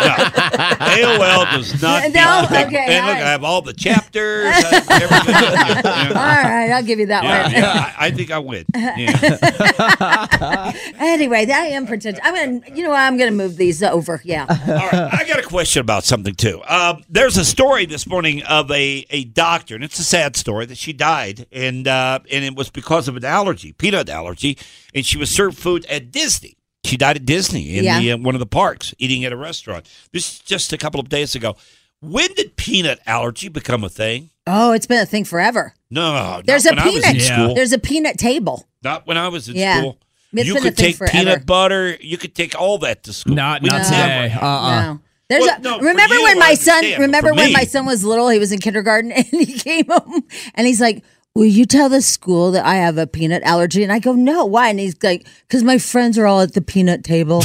Speaker 2: no. AOL does not. beat
Speaker 3: No?
Speaker 2: the Big-
Speaker 3: Okay,
Speaker 2: And
Speaker 3: all
Speaker 2: look,
Speaker 3: right.
Speaker 2: I have all the chapters. I have everything.
Speaker 3: *laughs* All right, I'll give you that
Speaker 2: Yeah,
Speaker 3: one.
Speaker 2: yeah, I, I think I win. Yeah.
Speaker 3: *laughs* Anyway, that I am pretentious. I'm gonna, you know, what? I'm gonna move these over. Yeah.
Speaker 2: I got a question about something too. Um, there's a story this morning of a, a doctor, and it's a sad story that she died, and uh, and it was because of an allergy, peanut allergy, and she was served food at Disney. She died at Disney in
Speaker 17: Yeah.
Speaker 2: the, uh, one of the parks, eating at a restaurant. This is just a couple of days ago. When did peanut allergy become a thing?
Speaker 3: Oh, it's been a thing forever.
Speaker 2: No, not
Speaker 3: There's a
Speaker 2: when I was in
Speaker 3: peanut.
Speaker 2: school.
Speaker 3: There's a peanut table.
Speaker 2: Not when I was in
Speaker 3: Yeah.
Speaker 2: school.
Speaker 3: It's
Speaker 2: you
Speaker 3: been a
Speaker 2: could
Speaker 3: thing
Speaker 2: take
Speaker 3: forever.
Speaker 2: peanut butter. You could take all that to school. Not,
Speaker 5: not today. Uh-uh.
Speaker 3: No. There's
Speaker 2: Well,
Speaker 3: a,
Speaker 2: no, for
Speaker 3: remember
Speaker 2: you,
Speaker 3: when
Speaker 2: I
Speaker 3: my
Speaker 2: understand,
Speaker 3: son
Speaker 2: but
Speaker 3: remember
Speaker 2: for
Speaker 3: when
Speaker 2: me-
Speaker 3: my son was little, he was in kindergarten *laughs* and he came home and he's like, "Will you tell the school that I have a peanut allergy?" And I go, "No, why?" And he's like, "Cuz my friends are all at the peanut
Speaker 2: *laughs*
Speaker 3: table."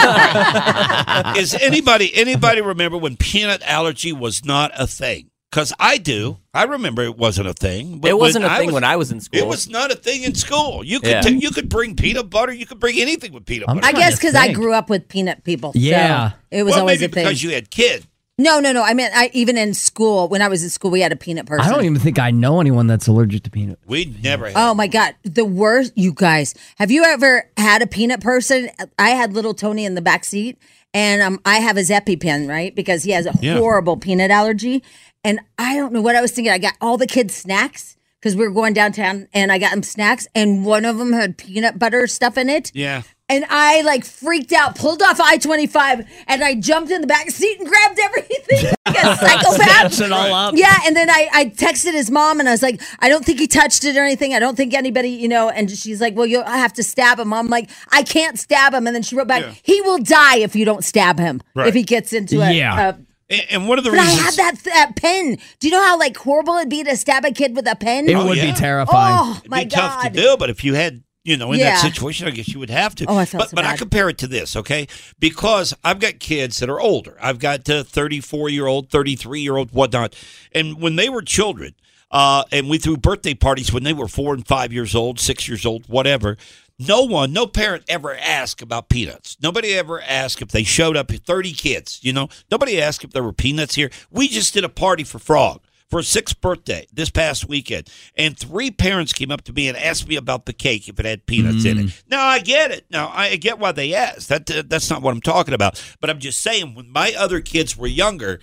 Speaker 3: *laughs*
Speaker 2: Is anybody anybody remember when peanut allergy was not a thing? Because I do. I remember it wasn't a thing.
Speaker 4: It wasn't a thing when I was in school.
Speaker 2: It was not a thing in school. You could
Speaker 4: Yeah.
Speaker 2: ta- you could bring peanut butter. You could bring anything with peanut butter.
Speaker 3: I guess cuz I grew up with peanut people. so
Speaker 2: Yeah.
Speaker 3: it was
Speaker 2: well,
Speaker 3: always
Speaker 2: maybe
Speaker 3: a thing.
Speaker 2: because you had kids.
Speaker 3: no, no, no. I mean, I even in school, when I was in school, we had a peanut person.
Speaker 5: I don't even think I know anyone that's allergic to peanut.
Speaker 2: We never. Had.
Speaker 3: Oh my god, the worst! You guys, have you ever had a peanut person? I had little Tony in the back seat, and um, I have his EpiPen right because he has a
Speaker 18: Yeah.
Speaker 3: horrible peanut allergy, and I don't know what I was thinking. I got all the kids snacks because we were going downtown, and I got them snacks, and one of them had peanut butter stuff in it.
Speaker 2: Yeah.
Speaker 3: And I like freaked out, pulled off I 25, and I jumped in the back seat and grabbed everything like a psychopath.
Speaker 5: Snatched it all up.
Speaker 3: Yeah, and then I, I texted his mom and I was like, I don't think he touched it or anything. I don't think anybody, you know. And she's like, Well, you'll have to stab him. I'm like, I can't stab him. And then she wrote back,
Speaker 2: Yeah.
Speaker 3: He will die if you don't stab him,
Speaker 2: Right.
Speaker 3: if he gets into a.
Speaker 2: Yeah.
Speaker 3: a-
Speaker 2: And, and one of the
Speaker 3: but I
Speaker 2: reasons
Speaker 3: had that that pen. Do you know how like horrible it'd be to stab a kid with a pen?
Speaker 2: It Oh, would be yeah. terrifying.
Speaker 3: Oh
Speaker 2: It'd
Speaker 3: my
Speaker 2: be tough to
Speaker 3: god!
Speaker 2: do, but if you had, you know, in
Speaker 3: Yeah.
Speaker 2: that situation, I guess you would have to.
Speaker 3: Oh, I felt
Speaker 2: but,
Speaker 3: so
Speaker 2: but I
Speaker 3: bad.
Speaker 2: compare it to this, okay? Because I've got kids that are older. I've got uh 34 year old, 33 year old, whatnot. And when they were children, uh, and we threw birthday parties when they were four and five years old, six years old, whatever. No one, no parent ever asked about peanuts. Nobody ever asked if they showed up 30 kids, you know? Nobody asked if there were peanuts here. We just did a party for Frog for his sixth birthday this past weekend, and three parents came up to me and asked me about the cake if it had peanuts in it. Now I get it. Now I get why they asked. That that's not what I'm talking about. But I'm just saying when my other kids were younger,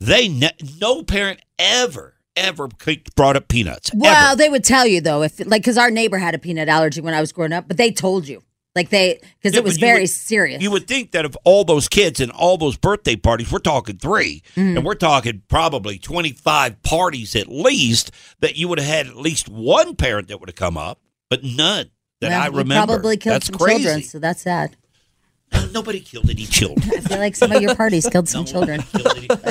Speaker 2: they ne- no parent ever ever c- brought up peanuts.
Speaker 3: Well, they would tell you though, if like because our neighbor had a peanut allergy when I was growing up, but they told you. Like they, because
Speaker 2: Yeah,
Speaker 3: it was
Speaker 2: but you
Speaker 3: very
Speaker 2: would-
Speaker 3: serious.
Speaker 2: You would think that of all those kids and all those birthday parties, we're talking 3
Speaker 3: Mhm.
Speaker 2: and we're talking probably 25 parties at least, that you would have had at least one parent that would have come up, but none that
Speaker 3: Well,
Speaker 2: I
Speaker 3: you
Speaker 2: remember.
Speaker 3: Probably killed
Speaker 2: That's
Speaker 3: some
Speaker 2: crazy.
Speaker 3: children, so that's sad.
Speaker 2: Nobody killed
Speaker 3: *laughs*
Speaker 2: any children.
Speaker 3: I feel like some of your parties killed
Speaker 2: *laughs*
Speaker 3: some children.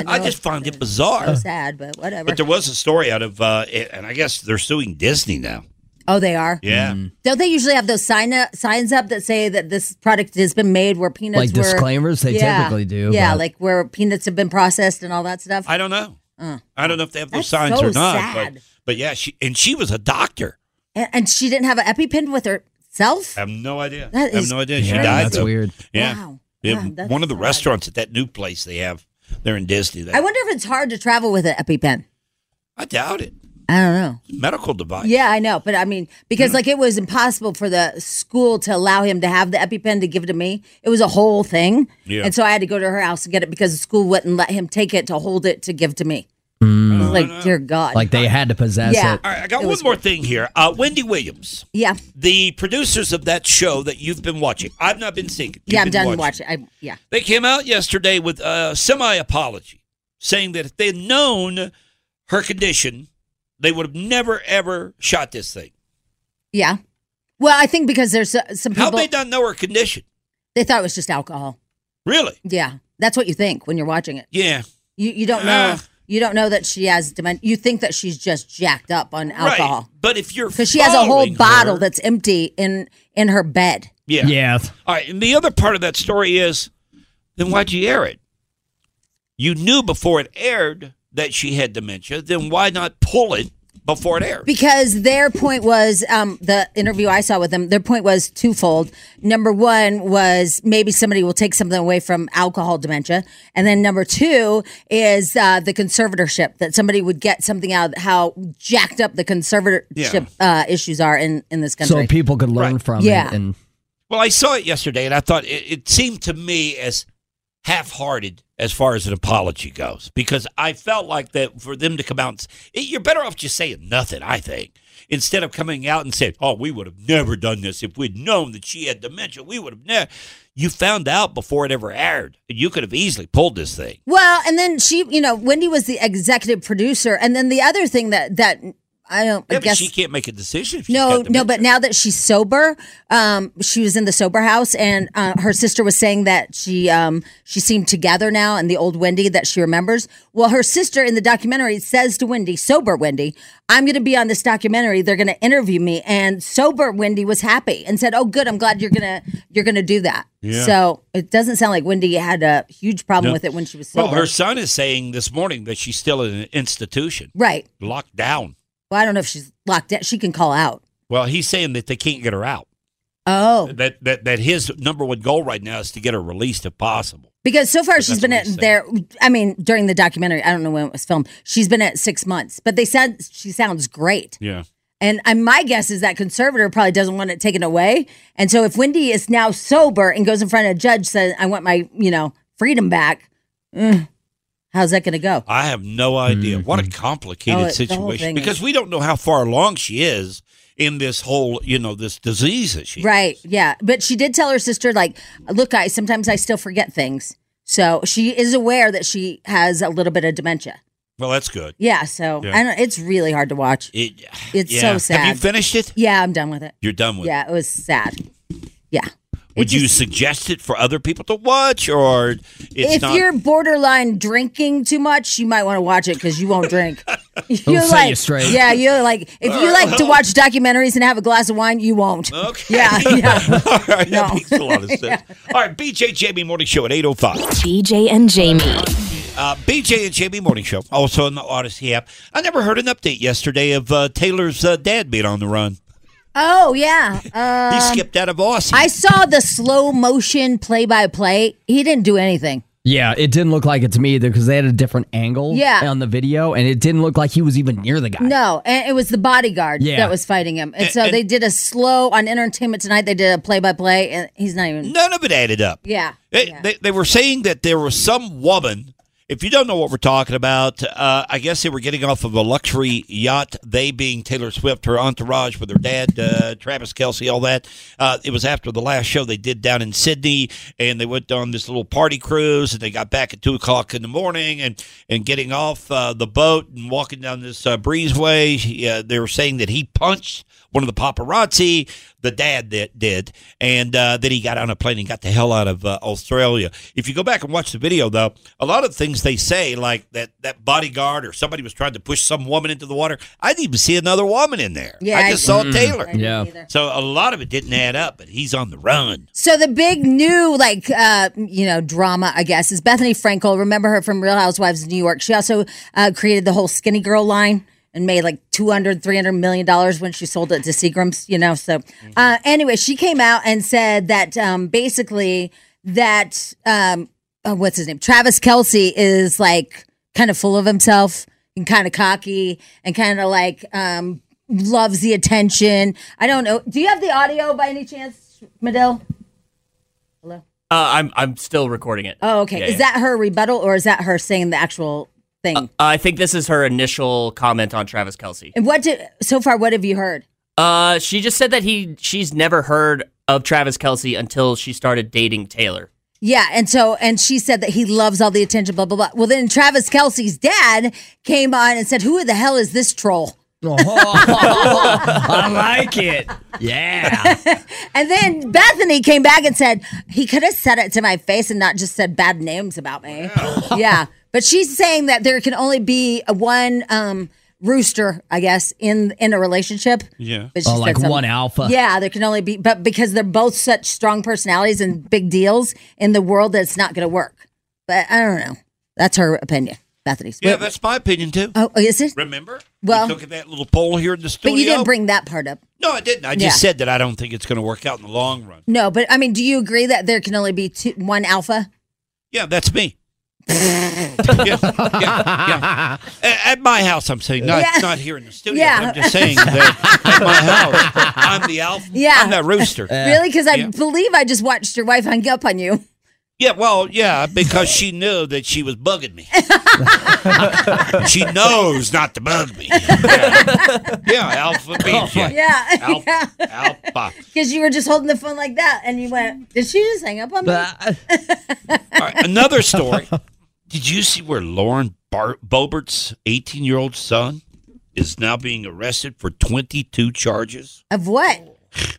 Speaker 2: I just find it bizarre. *laughs*
Speaker 3: So sad, but whatever.
Speaker 2: But there was a story out of, uh, and I guess they're suing Disney now.
Speaker 3: oh, they are.
Speaker 2: Yeah.
Speaker 5: Hmm.
Speaker 3: Don't they usually have those sign up, signs up that say that this product has been made where peanuts
Speaker 5: Like
Speaker 3: were,
Speaker 5: disclaimers? They typically do,
Speaker 3: Yeah,
Speaker 5: but-
Speaker 3: like where peanuts have been processed and all that stuff.
Speaker 2: I don't know.
Speaker 3: Uh.
Speaker 2: I don't know if they have those
Speaker 3: That's
Speaker 2: signs
Speaker 3: so
Speaker 2: or not.
Speaker 3: sad.
Speaker 2: But, but yeah, she and she was a doctor.
Speaker 3: And, and she didn't have an EpiPen with herself.
Speaker 2: I have no idea.
Speaker 3: Oh. That
Speaker 2: I have
Speaker 3: is
Speaker 2: no idea. She
Speaker 3: crazy.
Speaker 2: died.
Speaker 5: That's
Speaker 2: though.
Speaker 5: weird.
Speaker 2: Yeah.
Speaker 3: Wow.
Speaker 2: Yeah,
Speaker 3: Yeah, that's
Speaker 2: one of the restaurants at that new place they have there in Disney. That,
Speaker 3: I wonder if it's hard to travel with an EpiPen.
Speaker 2: I doubt it.
Speaker 3: I don't know.
Speaker 2: Medical device.
Speaker 3: Yeah, I know, but I mean,
Speaker 2: Mm.
Speaker 3: because like it was impossible for the school to allow him to have the EpiPen to give it to me. It was a whole thing,
Speaker 2: Yeah.
Speaker 3: and so I had to go to her house and get it because the school wouldn't let him take it to hold it to give to me.
Speaker 2: Mm.
Speaker 3: It was like, dear God,
Speaker 5: Mm. Like they had to possess
Speaker 3: Yeah.
Speaker 5: it.
Speaker 2: All right, I got one more thing here. Uh, Wendy Williams,
Speaker 3: yeah,
Speaker 2: the producers of that show that you've been watching. I've not been seeing it.
Speaker 3: yeah,
Speaker 2: You've
Speaker 3: I'm
Speaker 2: been
Speaker 3: done
Speaker 2: watching.
Speaker 3: watching. I yeah,
Speaker 2: They came out yesterday with a semi apology, saying that if they had known her condition, they would have never ever shot this thing.
Speaker 3: yeah. Well, I think because there's uh, some
Speaker 2: How
Speaker 3: people
Speaker 2: they not know her condition?
Speaker 3: they thought it was just alcohol.
Speaker 2: Really?
Speaker 3: Yeah, that's what you think when you're watching it.
Speaker 2: Yeah.
Speaker 3: You you don't know
Speaker 2: Ah.
Speaker 3: you don't know that she has dementia. You think that she's just jacked up on alcohol.
Speaker 2: Right. But if you're
Speaker 3: Because she has a whole
Speaker 2: following
Speaker 3: bottle
Speaker 2: her-
Speaker 3: that's empty in in her bed.
Speaker 2: Yeah. Yeah. All right. And the other part of that story is then why'd you air it? You knew before it aired that she had dementia. Then why not pull it before it aired?
Speaker 3: Because their point was um, the interview I saw with them. Their point was twofold. Number one was maybe somebody will take something away from alcohol dementia, and then number two is uh, the conservatorship that somebody would get something out of how jacked up the conservatorship uh, issues are in in this country.
Speaker 5: So people could learn from
Speaker 3: Yeah.
Speaker 5: it. And
Speaker 2: Well, I saw it yesterday and I thought it, it seemed to me as half hearted as far as an apology goes because I felt like that for them to come out and s- it, you're better off just saying nothing, I think. Instead of coming out and saying, "Oh, we would have never done this if we'd known that she had dementia. We would have never." You found out before it ever aired. You could have easily pulled this thing.
Speaker 3: Well, and then she, you know, Wendy was the executive producer, and then the other thing that that I don't
Speaker 2: Yeah,
Speaker 3: I guess
Speaker 2: but she can't make a decision. If she's
Speaker 3: No,
Speaker 2: got
Speaker 3: no, but now that she's sober, um, she was in the sober house, and uh, her sister was saying that she um, she seemed together now, and the old Wendy that she remembers. Well, her sister in the documentary says to Wendy, sober Wendy, I'm going to be on this documentary. They're going to interview me, and sober Wendy was happy and said, "Oh, good, I'm glad you're gonna you're gonna do that."
Speaker 2: Yeah.
Speaker 3: So it doesn't sound like Wendy had a huge problem
Speaker 2: No.
Speaker 3: with it when she was sober.
Speaker 2: Well, her son is saying this morning that she's still in an institution,
Speaker 3: right.
Speaker 2: locked down.
Speaker 3: Well, I don't know if she's locked in. She can call out.
Speaker 2: Well, he's saying that they can't get her out.
Speaker 3: Oh,
Speaker 2: That that that his number one goal right now is to get her released if possible.
Speaker 3: Because so far she's been at there. I mean, during the documentary, I don't know when it was filmed. She's been at six months, but they said she sounds great.
Speaker 2: Yeah.
Speaker 3: And and my guess is that conservator probably doesn't want it taken away. And so if Wendy is now sober and goes in front of a judge, says, "I want my you know freedom back," mm, how's that going to go?
Speaker 2: I have no idea. What a
Speaker 3: Oh,
Speaker 2: complicated
Speaker 3: it- the whole
Speaker 2: situation
Speaker 3: thing
Speaker 2: because we don't know how far along she is in this whole, you know, this disease that she.
Speaker 3: Right? Yeah. But she did tell her sister, like, "Look, I sometimes I still forget things." So she is aware that she has a little bit of dementia.
Speaker 2: Well, that's good.
Speaker 3: Yeah. So
Speaker 2: Yeah.
Speaker 3: I don't, it's really hard to watch.
Speaker 2: It,
Speaker 3: It's
Speaker 2: yeah.
Speaker 3: so sad.
Speaker 2: Have you finished it?
Speaker 3: Yeah, I'm done with it.
Speaker 2: You're done with. it.
Speaker 3: Yeah, it was sad. Yeah.
Speaker 2: Would you suggest it for other people to watch, or it's
Speaker 3: if
Speaker 2: not? *laughs*
Speaker 3: you're borderline drinking too much, you might want to watch it because you won't
Speaker 2: *laughs*
Speaker 3: drink. *laughs*
Speaker 2: set you straight.
Speaker 3: yeah, you're like, if
Speaker 2: All
Speaker 3: you
Speaker 2: right,
Speaker 3: like to
Speaker 2: well-
Speaker 3: watch documentaries and have a glass of wine, you won't.
Speaker 2: Okay.
Speaker 3: Yeah, *laughs* yeah.
Speaker 2: All right, that makes a lot of sense.
Speaker 3: *laughs*
Speaker 2: All right, BJ Jamie Morning Show at eight oh five.
Speaker 7: BJ and Jamie.
Speaker 2: Uh, BJ and JB Morning Show, also on the Odyssey app. I never heard an update yesterday of uh, Taylor's uh, dad being on the run.
Speaker 3: Oh yeah.
Speaker 2: He
Speaker 3: Um,
Speaker 2: skipped out of Austin.
Speaker 3: I saw the slow motion play by play. He didn't do anything.
Speaker 5: yeah, it didn't look like it to me either because they had a different angle
Speaker 3: Yeah.
Speaker 5: on the video and it didn't look like he was even near the guy.
Speaker 3: No, and it was the bodyguard
Speaker 5: Yeah.
Speaker 3: that was fighting him. And, so they did a slow on Entertainment Tonight. They did a play by play, and he's not even.
Speaker 2: None of it added up.
Speaker 3: Yeah.
Speaker 2: They, they, they were saying that there was some woman If you don't know what we're talking about, uh, I guess they were getting off of a luxury yacht, they being Taylor Swift, her entourage with her dad, uh, Travis Kelsey, all that. Uh, it was after the last show they did down in Sydney, and they went on this little party cruise, and they got back at 2 o'clock in the morning and, and getting off uh, the boat and walking down this uh, breezeway. he, Uh, they were saying that he punched one of the paparazzi, the dad that did, and uh, then he got on a plane and got the hell out of uh, Australia. If you go back and watch the video, though, a lot of things they say, like that that bodyguard or somebody was trying to push some woman into the water. I didn't even see another woman in there.
Speaker 3: Yeah,
Speaker 2: I
Speaker 3: I
Speaker 2: just saw
Speaker 3: didn't
Speaker 2: Taylor.
Speaker 3: either. I
Speaker 2: yeah, so a lot of it didn't add up, but he's on the run.
Speaker 3: So the big new, like, uh, you know, drama, I guess, is Bethany Frankel. Remember her from Real Housewives of New York. She also uh, created the whole skinny girl line and made like 200 300 million dollars when she sold it to Seagram's, you know. So uh, anyway, she came out and said that um, basically that um, uh, what's his name, Travis Kelsey is like kind of full of himself and kind of cocky and kind of like um, loves the attention. I don't know. Do you have the audio by any chance, Medill?
Speaker 4: Uh, I'm I'm still recording it.
Speaker 3: Oh, okay.
Speaker 4: Yeah,
Speaker 3: is
Speaker 4: yeah. Uh,
Speaker 3: that her rebuttal or is that her saying the actual thing?
Speaker 4: I think this is her initial comment on Travis Kelsey.
Speaker 3: and what did so far? What have you heard?
Speaker 4: Uh, she just said that he she's never heard of Travis Kelsey until she started dating Taylor.
Speaker 3: Yeah, and so and she said that he loves all the attention. Blah blah blah. Well, then Travis Kelsey's dad came on and said, "Who the hell is this troll?"
Speaker 5: Oh, *laughs* I like it. Yeah.
Speaker 3: *laughs* And then Bethany came back and said, "He could have said it to my face and not just said bad names about me." yeah, but she's saying that there can only be a one um, rooster, I guess, in in a relationship.
Speaker 5: Yeah.
Speaker 3: But she
Speaker 5: Oh,
Speaker 3: said
Speaker 5: like
Speaker 3: something-
Speaker 5: one alpha.
Speaker 3: Yeah, there can only be, but because they're both such strong personalities and big deals in the world, that it's not going to work. But I don't know. That's her opinion, Bethany's.
Speaker 2: Yeah, that's my opinion too.
Speaker 3: Oh, is it?
Speaker 2: Remember?
Speaker 3: Well-
Speaker 2: we took that little poll here in the
Speaker 3: But
Speaker 2: studio.
Speaker 3: you didn't bring that part up.
Speaker 2: No, I didn't. I just
Speaker 3: Yeah.
Speaker 2: said that I don't think it's going to work out in the long run.
Speaker 3: No, but I mean, do you agree that there can only be two, one alpha?
Speaker 2: Yeah, that's
Speaker 3: *laughs*
Speaker 2: me. yeah, yeah, yeah. A- At my house, I'm saying not
Speaker 3: Yeah.
Speaker 2: not here in the studio.
Speaker 3: Yeah.
Speaker 2: but I'm just saying that at my house, I'm the alpha.
Speaker 3: Yeah.
Speaker 2: I'm that rooster.
Speaker 3: *laughs* really? Because I
Speaker 2: yeah.
Speaker 3: believe I just watched your wife hang up on
Speaker 2: *laughs*
Speaker 3: you.
Speaker 2: yeah, well, yeah, because she knew that she was bugging
Speaker 3: *laughs*
Speaker 2: me. she knows not to bug
Speaker 3: *laughs*
Speaker 2: me. Yeah, yeah alpha beta. *laughs*
Speaker 3: Yeah, yeah.
Speaker 2: Alpha.
Speaker 3: Because you were just holding the phone like that, and you went, "Did she just hang up on me?"
Speaker 2: Another story. Did you see where Lauren Bar- Bobert's 18 year old son is now being arrested for 22 charges?
Speaker 3: of what?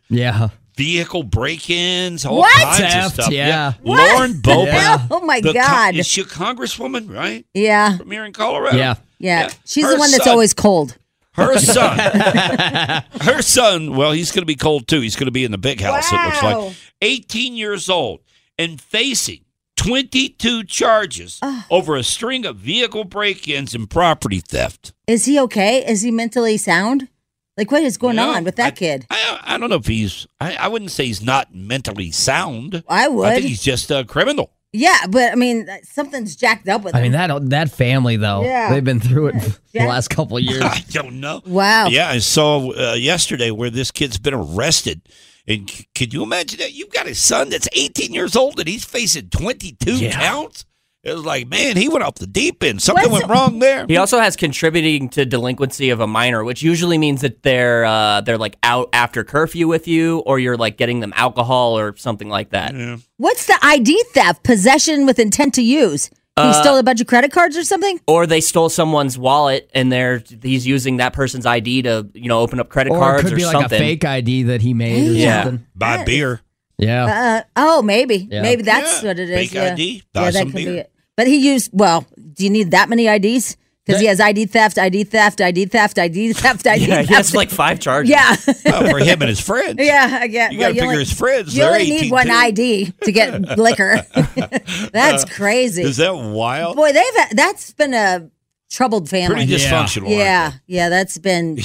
Speaker 5: Yeah.
Speaker 2: Vehicle break ins, all
Speaker 3: What?
Speaker 2: kinds of
Speaker 5: Theft,
Speaker 2: stuff.
Speaker 5: yeah.
Speaker 3: What?
Speaker 2: Lauren Boebert.
Speaker 3: Yeah. Oh, my
Speaker 2: the co-
Speaker 3: God.
Speaker 2: is she a congresswoman, right?
Speaker 3: Yeah,
Speaker 2: From here in Colorado.
Speaker 5: Yeah.
Speaker 3: yeah. She's
Speaker 2: Her
Speaker 3: the one that's
Speaker 2: son-
Speaker 3: always cold.
Speaker 2: Her
Speaker 5: *laughs*
Speaker 2: son. her son, well, he's going to be cold too. He's going to be in the big house, it looks
Speaker 3: Wow.
Speaker 2: like. 18 years old and facing 22 charges over a string of vehicle break ins and property theft.
Speaker 3: Is he okay? Is he mentally sound? Like, what is going
Speaker 2: Yeah,
Speaker 3: on with that kid?
Speaker 2: I, I don't know if he's, I, I wouldn't say he's not mentally sound.
Speaker 3: I would.
Speaker 2: I think he's just a criminal. *laughs*
Speaker 3: Yeah, but I mean, that- something's jacked up with
Speaker 5: I
Speaker 3: him.
Speaker 5: mean that that family though.
Speaker 3: Yeah.
Speaker 5: They've been through it *laughs* the
Speaker 3: Yeah.
Speaker 5: last couple of years.
Speaker 2: I don't know.
Speaker 3: wow.
Speaker 2: Yeah, I saw uh, yesterday where this kid's been arrested. And c- could you imagine that? You've got a son that's 18 years old and he's facing 22 counts. It was like, man, he went off the deep end. Something went wrong there.
Speaker 4: He also has contributing to delinquency of a minor, which usually means that they're uh, they're like out after curfew with you, or you're like getting them alcohol or something like that.
Speaker 3: What's the ID theft? Possession with intent to use. he
Speaker 4: Uh,
Speaker 3: stole a bunch of credit cards or something.
Speaker 4: Or they stole someone's wallet and they're he's using that person's ID to you know open up credit
Speaker 5: or it
Speaker 4: cards
Speaker 5: could be
Speaker 4: or
Speaker 5: like
Speaker 4: something.
Speaker 5: a fake ID that he made or
Speaker 4: Yeah.
Speaker 5: something.
Speaker 2: Buy beer.
Speaker 5: Yeah.
Speaker 3: Uh, oh, maybe,
Speaker 5: Yeah.
Speaker 3: maybe that's what it is.
Speaker 2: Fake
Speaker 3: yeah.
Speaker 2: ID, buy
Speaker 3: Yeah, that
Speaker 2: some
Speaker 3: could be
Speaker 2: beer.
Speaker 3: it. But he used. Well, do you need that many IDs? Because he has ID theft, ID theft, ID theft, ID theft,
Speaker 2: *laughs*
Speaker 3: ID
Speaker 4: *laughs* yeah,
Speaker 3: theft.
Speaker 4: he has like five charges.
Speaker 3: yeah,
Speaker 2: Well, Oh, for him and
Speaker 5: *laughs*
Speaker 2: his friends.
Speaker 3: *laughs* yeah. I get.
Speaker 2: You
Speaker 3: well,
Speaker 2: got to figure
Speaker 3: only-
Speaker 2: his friends.
Speaker 3: You
Speaker 2: they're
Speaker 3: only
Speaker 2: 18
Speaker 3: need one
Speaker 2: too.
Speaker 3: ID to
Speaker 2: *laughs*
Speaker 3: get *laughs* liquor. *laughs* that's crazy.
Speaker 2: Uh, Is that wild?
Speaker 3: Boy, they've had, that's been a troubled family.
Speaker 2: Pretty dysfunctional, aren't *laughs*
Speaker 3: Yeah, yeah, that's been.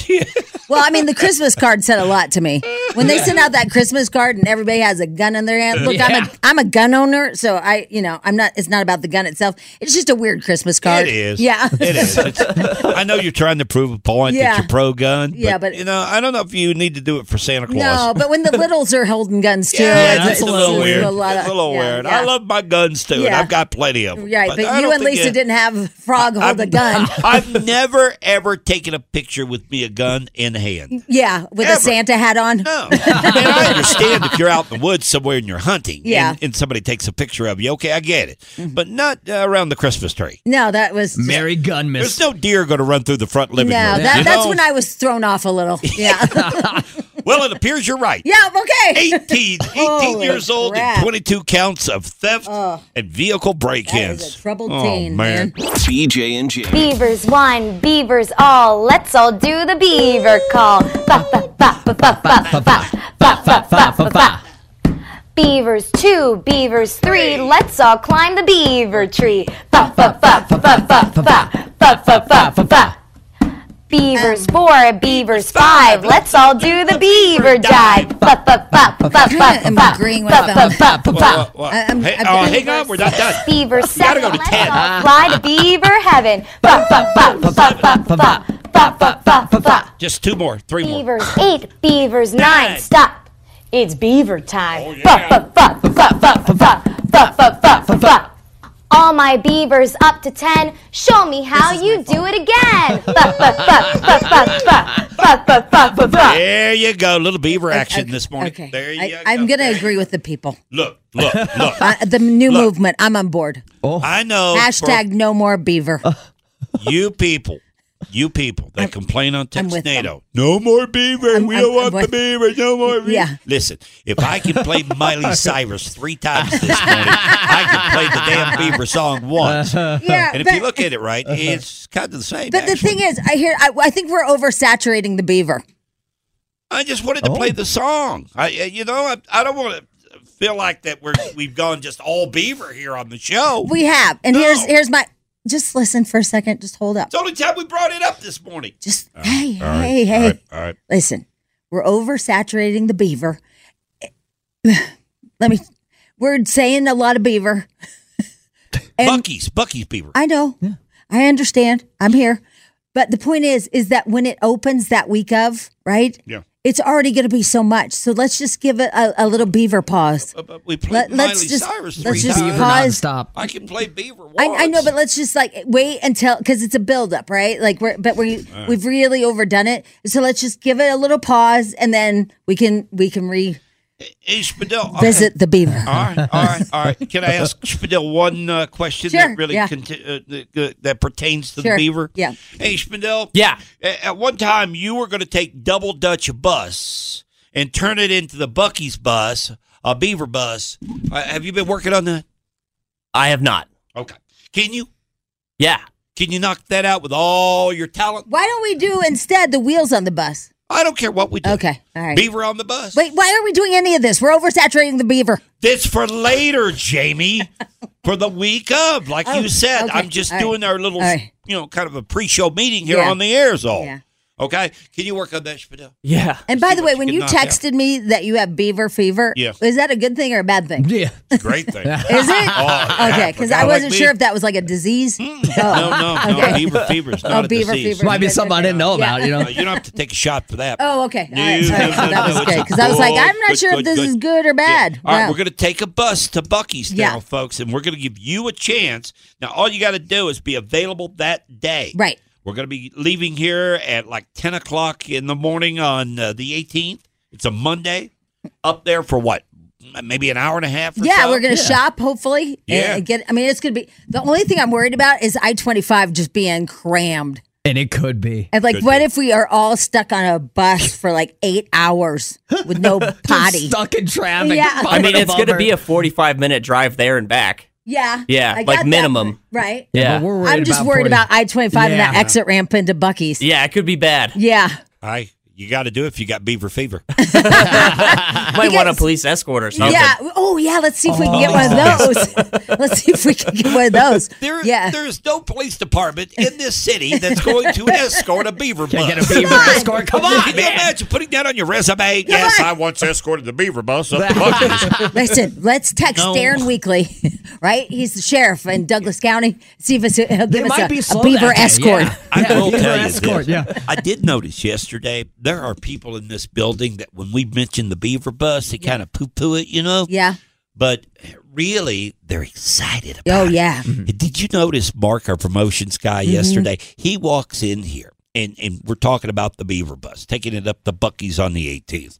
Speaker 3: well, I mean, the Christmas card said a lot to me. When they send out that Christmas card and everybody has a gun in their hand, look, I'm
Speaker 2: Yeah.
Speaker 3: a I'm a gun owner, so I you know I'm not. It's not about the gun itself. It's just a weird Christmas card.
Speaker 2: It is.
Speaker 3: Yeah.
Speaker 2: It is. It's- I know you're trying to prove a point
Speaker 3: Yeah.
Speaker 2: that you're pro gun.
Speaker 3: Yeah, but-
Speaker 2: you know, I don't know if you need to do it for
Speaker 3: *laughs*
Speaker 2: Santa Claus.
Speaker 3: No, but when the littles are holding guns too,
Speaker 2: yeah,
Speaker 3: it's-
Speaker 2: that's a
Speaker 3: it's-
Speaker 2: little
Speaker 3: it's
Speaker 2: weird.
Speaker 3: A lot
Speaker 2: That's
Speaker 3: of,
Speaker 2: a little
Speaker 3: yeah,
Speaker 2: weird.
Speaker 3: yeah.
Speaker 2: I love my guns too, and
Speaker 3: Yeah.
Speaker 2: I've got plenty of them.
Speaker 3: Right, but,
Speaker 2: I
Speaker 3: you
Speaker 2: don't
Speaker 3: and
Speaker 2: think
Speaker 3: Lisa
Speaker 2: it-
Speaker 3: didn't have Frog hold a gun.
Speaker 2: *laughs* I've never ever taken a picture with me a gun in hand.
Speaker 3: yeah, with a Santa hat on. No.
Speaker 2: And I understand if you're out in the woods somewhere and you're hunting,
Speaker 3: Yeah. Mm-hmm.
Speaker 2: and, and somebody takes a picture of you. Okay, I get it, but not uh, around the Christmas tree.
Speaker 3: that was
Speaker 2: Merry gun miss. There's no deer going to run through the front living
Speaker 3: no,
Speaker 2: room.
Speaker 3: that,
Speaker 2: you
Speaker 3: that's
Speaker 2: know?
Speaker 3: when I was thrown off a
Speaker 2: *laughs*
Speaker 3: little. Yeah.
Speaker 2: Well, it appears you're
Speaker 3: *laughs*
Speaker 2: right.
Speaker 3: yeah, okay.
Speaker 2: 18,
Speaker 3: *laughs*
Speaker 2: 18 years old and 22 counts of theft and vehicle break-ins.
Speaker 3: troubled
Speaker 2: oh, man.
Speaker 1: BJ and Jamie.
Speaker 17: Beavers one, beavers all. Let's all do the beaver call. Fa fa fa fa fa fa fa fa fa fa fa fa. Beavers two, beavers three. Let's all climb the beaver tree. Fa fa fa fa fa fa fa fa fa fa fa fa. Beavers four, Um, beavers five. Let's all do the beaver dive. Fa fa fa fa fa fa fa. Fa fa fa fa fa.
Speaker 2: Hey, oh, hang on, we're not done.
Speaker 17: Beaver
Speaker 2: gotta
Speaker 17: seven.
Speaker 2: go to
Speaker 17: Let's
Speaker 2: 10.
Speaker 17: all fly to beaver heaven. Fa fa fa fa fa fa fa.
Speaker 2: Just two more, three more.
Speaker 17: Beavers eight, beavers nine.
Speaker 2: Nine.
Speaker 17: Stop. It's beaver time. Fa fa fa fa fa fa fa fa fa fa fa fa. All my beavers up to ten. Show me how you do it again. Fa fa fa fa fa fa fa fa fa fa fa.
Speaker 2: There you go, little beaver action this morning.
Speaker 3: Okay.
Speaker 2: There you
Speaker 3: I, I'm going to agree with the people.
Speaker 2: Look, look,
Speaker 3: *laughs*
Speaker 2: look.
Speaker 3: Uh, the new movement. I'm on board.
Speaker 2: I know.
Speaker 3: Hashtag no more
Speaker 2: *laughs*
Speaker 3: beaver.
Speaker 2: for you people, you people that complain on Texnado. No more beaver. we don't want the beaver. No more beaver.
Speaker 3: Yeah.
Speaker 2: Listen, if I can play Miley Cyrus three times this morning, I can play the damn beaver song once.
Speaker 3: Yeah,
Speaker 2: and if you
Speaker 3: but-
Speaker 2: look at it right, it's kind of the same.
Speaker 3: But the thing is, I hear. I, I think we're oversaturating the beaver.
Speaker 2: I just wanted to play the song. I, uh, you know, I, I don't want to feel like that we're we've gone just all beaver here on the show.
Speaker 3: We have, and here's here's my. Just listen for a second. Just hold up.
Speaker 2: It's the only time we brought it up this morning.
Speaker 3: Just hey, hey, hey.
Speaker 2: Uh, All right.
Speaker 3: Listen, we're oversaturating the beaver. Let me. We're saying a lot of beaver.
Speaker 2: Bucky's, Bucky's beaver.
Speaker 3: I know. I understand. I'm here. But the point is, is that when it opens that week of, right?
Speaker 2: Yeah.
Speaker 3: It's already going to be so much. So let's just give it a, a little beaver pause.
Speaker 2: Uh, We played
Speaker 3: Let-
Speaker 2: Miley
Speaker 3: let's just-
Speaker 2: Cyrus three
Speaker 3: let's just
Speaker 2: times.
Speaker 3: pause. Nonstop.
Speaker 2: I can play beaver.
Speaker 3: I, I know, but let's just like wait until because it's a buildup, right? Like we're but we
Speaker 2: All right.
Speaker 3: we've really overdone it, so let's just give it a little pause and then we can we can revisit
Speaker 2: Hey, Spadil. okay.
Speaker 3: the beaver.
Speaker 2: *laughs* All right, all right, all right. Can I *laughs* ask Spadil one uh, question
Speaker 3: Sure,
Speaker 2: that really
Speaker 3: yeah.
Speaker 2: conti- uh, that- that- that pertains to
Speaker 3: Sure,
Speaker 2: the beaver?
Speaker 3: yeah.
Speaker 2: Hey, Spadil. Yeah. At one time, you were going to take double Dutch bus and turn it into the Bucky's bus, a beaver bus. Uh, have you been working on that?
Speaker 4: I have not.
Speaker 2: Okay. Can you?
Speaker 4: Yeah.
Speaker 2: Can you knock that out with all your talent?
Speaker 3: Why don't we do instead the wheels on the bus?
Speaker 2: I don't care what we do.
Speaker 3: Okay, all right.
Speaker 2: Beaver on the bus.
Speaker 3: Wait, why are we doing any of this? We're oversaturating the beaver.
Speaker 2: That's for later,
Speaker 3: *laughs*
Speaker 2: Jamie. for the week of, like
Speaker 3: Oh,
Speaker 2: you said,
Speaker 3: okay.
Speaker 2: I'm just
Speaker 3: All right.
Speaker 2: doing our little,
Speaker 3: All right.
Speaker 2: you know, kind of a pre-show meeting here
Speaker 3: Yeah.
Speaker 2: on the air. Is all.
Speaker 3: Yeah.
Speaker 2: Okay. Can you work on that, Spadil?
Speaker 4: Yeah.
Speaker 3: And by the way,
Speaker 2: you
Speaker 3: when
Speaker 2: can
Speaker 3: you
Speaker 2: knock out.
Speaker 3: texted me that you have beaver fever,
Speaker 2: Yeah. Oh,
Speaker 3: is that a good thing or a bad thing?
Speaker 5: Yeah.
Speaker 2: Great
Speaker 5: *laughs*
Speaker 2: thing. Is *laughs*
Speaker 3: it? Okay, because I wasn't sure if
Speaker 2: that.
Speaker 3: that was like a disease.
Speaker 2: Mm.
Speaker 3: Oh.
Speaker 2: No, no, no.
Speaker 3: *laughs* okay.
Speaker 2: Beaver fever is
Speaker 3: Oh,
Speaker 2: not a
Speaker 3: beaver
Speaker 2: disease.
Speaker 3: fever. Might be something I didn't know
Speaker 5: about, you know?
Speaker 2: No, you don't have to take a shot for that.
Speaker 3: Oh, okay. All
Speaker 2: No,
Speaker 3: right. Sorry.
Speaker 2: no, no,
Speaker 3: that was
Speaker 2: no,
Speaker 3: good
Speaker 2: it's
Speaker 3: because I was like,
Speaker 2: good,
Speaker 3: I'm not
Speaker 2: good,
Speaker 3: sure if
Speaker 2: good,
Speaker 3: this
Speaker 2: good.
Speaker 3: is good or bad.
Speaker 2: All right,
Speaker 3: No.
Speaker 2: we're going to take a bus to Bucky's now,
Speaker 3: Yeah.
Speaker 2: folks, and we're going to give you a chance. Now, all you got to do is be available that day.
Speaker 3: Right.
Speaker 2: We're going to be leaving here at like 10 o'clock in the morning on uh, the 18th. It's a Monday. Up there for what? Maybe an hour and a half or
Speaker 3: yeah,
Speaker 2: so?
Speaker 3: we're gonna shop hopefully.
Speaker 2: Yeah.
Speaker 3: And get. I mean, it's gonna be the only thing I'm worried about is I 25 just being crammed.
Speaker 5: And it could be.
Speaker 3: And like,
Speaker 5: Could
Speaker 3: what if we are all stuck on a bus for like eight hours with
Speaker 5: *laughs*
Speaker 3: no potty?
Speaker 5: stuck in traffic.
Speaker 3: Yeah.
Speaker 4: I mean, it's going to be a 45 minute drive there and back.
Speaker 3: Yeah.
Speaker 4: Yeah,
Speaker 3: I
Speaker 4: like
Speaker 3: got that.
Speaker 4: minimum.
Speaker 3: Right.
Speaker 4: Yeah. Yeah, but we're worried
Speaker 3: I'm just
Speaker 4: about
Speaker 3: worried
Speaker 4: 40.
Speaker 3: about I 25 and that
Speaker 4: Yeah.
Speaker 3: exit ramp into Bucky's.
Speaker 4: Yeah, it could be bad.
Speaker 3: Yeah.
Speaker 2: I You got to do it if you got
Speaker 3: *laughs*
Speaker 2: beaver
Speaker 4: *laughs*
Speaker 2: fever.
Speaker 4: Might want a police escort or something. Oh.
Speaker 3: Yeah. Oh, yeah. Let's see if we can get one of those. let's see if we can get one of those.
Speaker 2: *laughs*
Speaker 3: *laughs*
Speaker 2: There,
Speaker 3: yeah.
Speaker 2: there is no police department in this city that's
Speaker 3: *laughs*
Speaker 2: going to escort a beaver bus.
Speaker 5: get a beaver Come on. escort? Come on,
Speaker 2: Can you imagine putting that on your resume? yes, I once escorted the beaver bus up
Speaker 5: *laughs*
Speaker 2: the Buckies.
Speaker 3: Listen, let's text
Speaker 2: No.
Speaker 3: Darren Weekly, *laughs* right? He's the sheriff in Douglas County. See if it's, he'll give
Speaker 5: They
Speaker 3: us
Speaker 5: might
Speaker 3: a,
Speaker 5: be
Speaker 3: a
Speaker 5: slow
Speaker 3: beaver
Speaker 5: that day,
Speaker 3: escort.
Speaker 5: yeah.
Speaker 2: I will
Speaker 5: beaver
Speaker 2: tell you
Speaker 5: escort,
Speaker 2: this.
Speaker 5: yeah.
Speaker 2: I did notice yesterday there are people in this building that when we mention the beaver bus, they kind of poo poo it, you know?
Speaker 3: Yeah.
Speaker 2: But really, they're excited about
Speaker 3: Oh, yeah.
Speaker 5: Mm-hmm.
Speaker 2: Did you notice Mark, our promotions guy,
Speaker 3: Mhm.
Speaker 2: yesterday? He walks in here, and and we're talking about the Beaver Bus taking it up the Buckies on the 18th,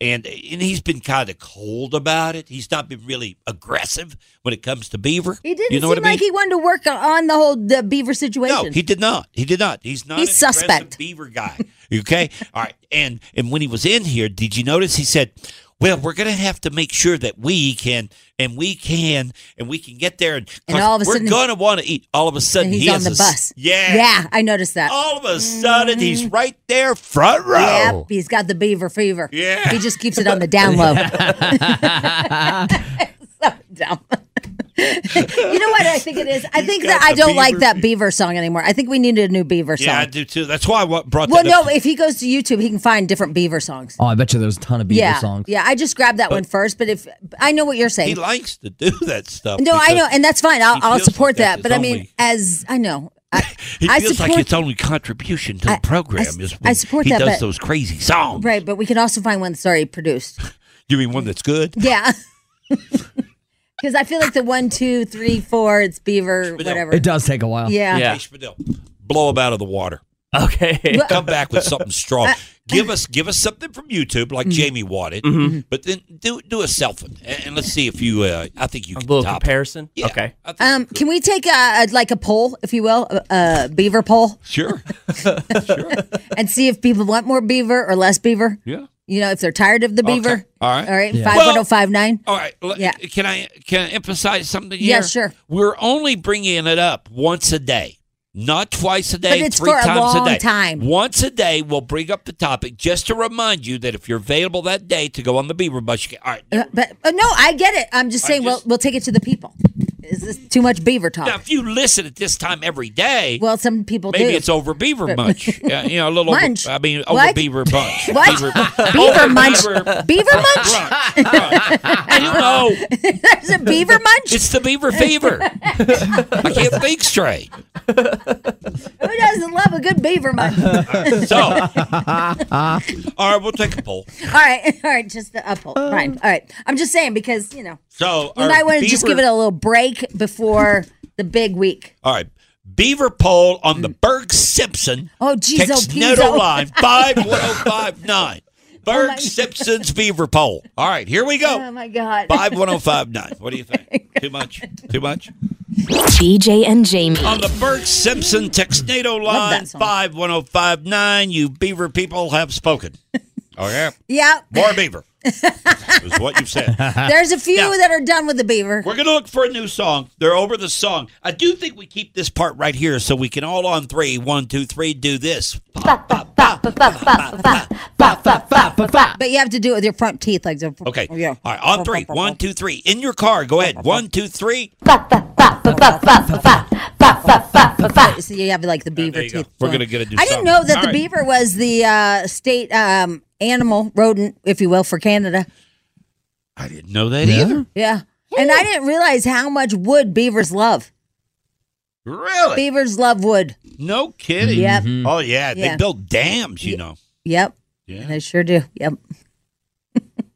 Speaker 2: and and he's been kind of cold about it. He's not been really aggressive when it comes to Beaver.
Speaker 3: He didn't
Speaker 2: you know
Speaker 3: seem
Speaker 2: what I mean?
Speaker 3: like he wanted to work on the whole the beaver situation.
Speaker 2: No, he did not. He did not. He's not
Speaker 3: He's
Speaker 2: an aggressive
Speaker 3: suspect.
Speaker 2: Beaver guy.
Speaker 3: *laughs*
Speaker 2: Okay. All right. And and when he was in here, did you notice he said, "Well, we're going to have to make sure that we can and we can and we can get there and,
Speaker 3: And all of a
Speaker 2: we're
Speaker 3: sudden-
Speaker 2: going to want to eat." All of a sudden,
Speaker 3: And he's
Speaker 2: he
Speaker 3: on
Speaker 2: is
Speaker 3: the
Speaker 2: a s-
Speaker 3: bus.
Speaker 2: Yeah.
Speaker 3: Yeah, I noticed that.
Speaker 2: All of a sudden, he's right there, front
Speaker 3: Yep,
Speaker 2: row.
Speaker 3: he's got the beaver fever.
Speaker 2: Yeah.
Speaker 3: He just keeps it on the
Speaker 2: *laughs*
Speaker 3: down low.
Speaker 5: *laughs*
Speaker 4: *laughs*
Speaker 3: so dumb. you know what I think it is? I think
Speaker 2: got
Speaker 3: that I
Speaker 2: the
Speaker 3: don't like
Speaker 2: beaver
Speaker 3: that beaver song anymore. I think we need a new beaver song.
Speaker 2: Yeah, I do too. That's why I wa- brought
Speaker 3: well,
Speaker 2: that up.
Speaker 3: no, if he goes to YouTube, he can find different beaver songs.
Speaker 5: Oh, I bet you there's a ton of Beaver
Speaker 3: yeah,
Speaker 5: songs.
Speaker 3: yeah. I just grabbed that
Speaker 2: But-
Speaker 3: one first, but if I know what you're saying,
Speaker 2: He likes to do that stuff.
Speaker 3: no, I
Speaker 2: because
Speaker 3: know, and that's fine. I'll,
Speaker 2: he
Speaker 3: I'll
Speaker 2: feels like
Speaker 3: support
Speaker 2: that's
Speaker 3: that.
Speaker 2: his
Speaker 3: But I mean,
Speaker 2: only-
Speaker 3: as I know, I,
Speaker 2: He
Speaker 3: I
Speaker 2: feels like
Speaker 3: support-
Speaker 2: its only contribution to the program is when
Speaker 3: I support
Speaker 2: he
Speaker 3: that,
Speaker 2: does
Speaker 3: but-
Speaker 2: those crazy songs.
Speaker 3: right? But we can also find one that's already produced.
Speaker 2: You mean one that's good?
Speaker 3: Yeah. *laughs* Because I feel like the one, two, three, four, it's Beaver, whatever.
Speaker 5: It does take a while.
Speaker 3: Yeah.
Speaker 2: Hey, Spadil, blow them out of the water. Okay. Come back with something strong. give us give us something from YouTube
Speaker 3: Mm-hmm.
Speaker 2: like Jamie wanted,
Speaker 5: Mm-hmm.
Speaker 4: Mhm.
Speaker 2: but then do do a selfie and, and let's see if you. Uh, I think you can
Speaker 4: little
Speaker 2: top
Speaker 4: comparison.
Speaker 2: It. Yeah. Okay.
Speaker 3: Um, can we take a, a- like a poll, if you will, a, a Beaver
Speaker 2: *laughs*
Speaker 3: poll,
Speaker 2: Sure.
Speaker 3: and see if people want more Beaver or less Beaver?
Speaker 2: Yeah.
Speaker 3: You know, if they're tired of the
Speaker 2: Okay.
Speaker 3: Beaver.
Speaker 2: All right.
Speaker 3: All right.
Speaker 2: Yeah.
Speaker 3: Five one zero five nine.
Speaker 2: All right. l-
Speaker 3: Yeah.
Speaker 2: Can I can I emphasize something here?
Speaker 3: Yeah, sure.
Speaker 2: We're only bringing it up once a day. Not twice a day,
Speaker 3: it's
Speaker 2: three
Speaker 3: for a
Speaker 2: times
Speaker 3: long
Speaker 2: day.
Speaker 3: time.
Speaker 2: Once a day, we'll bring up the topic just to remind you that if you're available that day to go on the Beaver bus, you can. All right,
Speaker 3: Uh, but uh, no, I get it. I'm just saying. we'll we'll take it to the people. Is this too much Beaver talk?
Speaker 2: Now, if you listen at this time every day,
Speaker 3: Well, some people
Speaker 2: maybe
Speaker 3: do. *laughs*
Speaker 2: it's over beaver
Speaker 3: But- *laughs*
Speaker 2: munch. Yeah, you know, a little. Over,
Speaker 3: Munch?
Speaker 2: I mean, over
Speaker 3: What?
Speaker 2: beaver bunch.
Speaker 3: *laughs* What?
Speaker 2: Beaver,
Speaker 3: Beaver
Speaker 2: over
Speaker 3: munch.
Speaker 2: Beaver,
Speaker 3: Beaver munch.
Speaker 2: I don't know.
Speaker 3: There's a
Speaker 2: *laughs*
Speaker 3: Beaver munch.
Speaker 2: It's the beaver fever. I can't think straight.
Speaker 3: *laughs* Who doesn't love a good Beaver munch? all
Speaker 2: So, all right, we'll take a poll.
Speaker 3: right, *laughs* all right. Just the up. Fine. All right. I'm just saying because you know.
Speaker 2: So,
Speaker 3: You
Speaker 2: Um, our
Speaker 3: might want to just
Speaker 2: beaver-
Speaker 3: give it a little break
Speaker 2: *laughs*
Speaker 3: before the big week.
Speaker 2: All right. Beaver poll on the Berg Simpson.
Speaker 3: Oh, geez, oh,
Speaker 2: Text
Speaker 3: geez,
Speaker 2: Neto
Speaker 3: oh. *laughs*
Speaker 2: line 51059. Berg Simpson's Beaver poll. All right, here we go.
Speaker 3: Oh my God. *laughs*
Speaker 2: 51059. What do you think? Too much? Too much?
Speaker 7: BJ and Jamie.
Speaker 2: On the Burke Simpson Texnado line 51059, you beaver people have
Speaker 3: *laughs*
Speaker 2: spoken. Oh, yeah.
Speaker 3: Yeah.
Speaker 2: More beaver is what you've said.
Speaker 3: *laughs* There's a few
Speaker 2: Now,
Speaker 3: that are done with the beaver.
Speaker 2: We're going to look for a
Speaker 3: *laughs*
Speaker 2: new song. They're over the song. I do think we keep this part right here so we can all on three, one, two, three, do this.
Speaker 3: But you have to do it with your front teeth, like the
Speaker 2: Okay. All right. On three. One, two, three. In your car. Go ahead. One, two, three. *laughs*
Speaker 3: So you have like the beaver
Speaker 2: there you go.
Speaker 3: teeth.
Speaker 2: We're
Speaker 3: going.
Speaker 2: gonna get a new
Speaker 3: I didn't
Speaker 2: song.
Speaker 3: know that
Speaker 2: All
Speaker 3: the
Speaker 2: right.
Speaker 3: beaver was the uh, state um, animal rodent, if you will, for Canada.
Speaker 2: I didn't know that either.
Speaker 3: Yeah. And I didn't realize how much wood beavers love.
Speaker 2: Really?
Speaker 3: Beavers love wood.
Speaker 2: No kidding.
Speaker 3: Yep. Mhm.
Speaker 2: Oh, yeah. They
Speaker 3: Yeah.
Speaker 2: built dams, you know.
Speaker 3: Yep.
Speaker 2: Yeah.
Speaker 3: They sure do. Yep.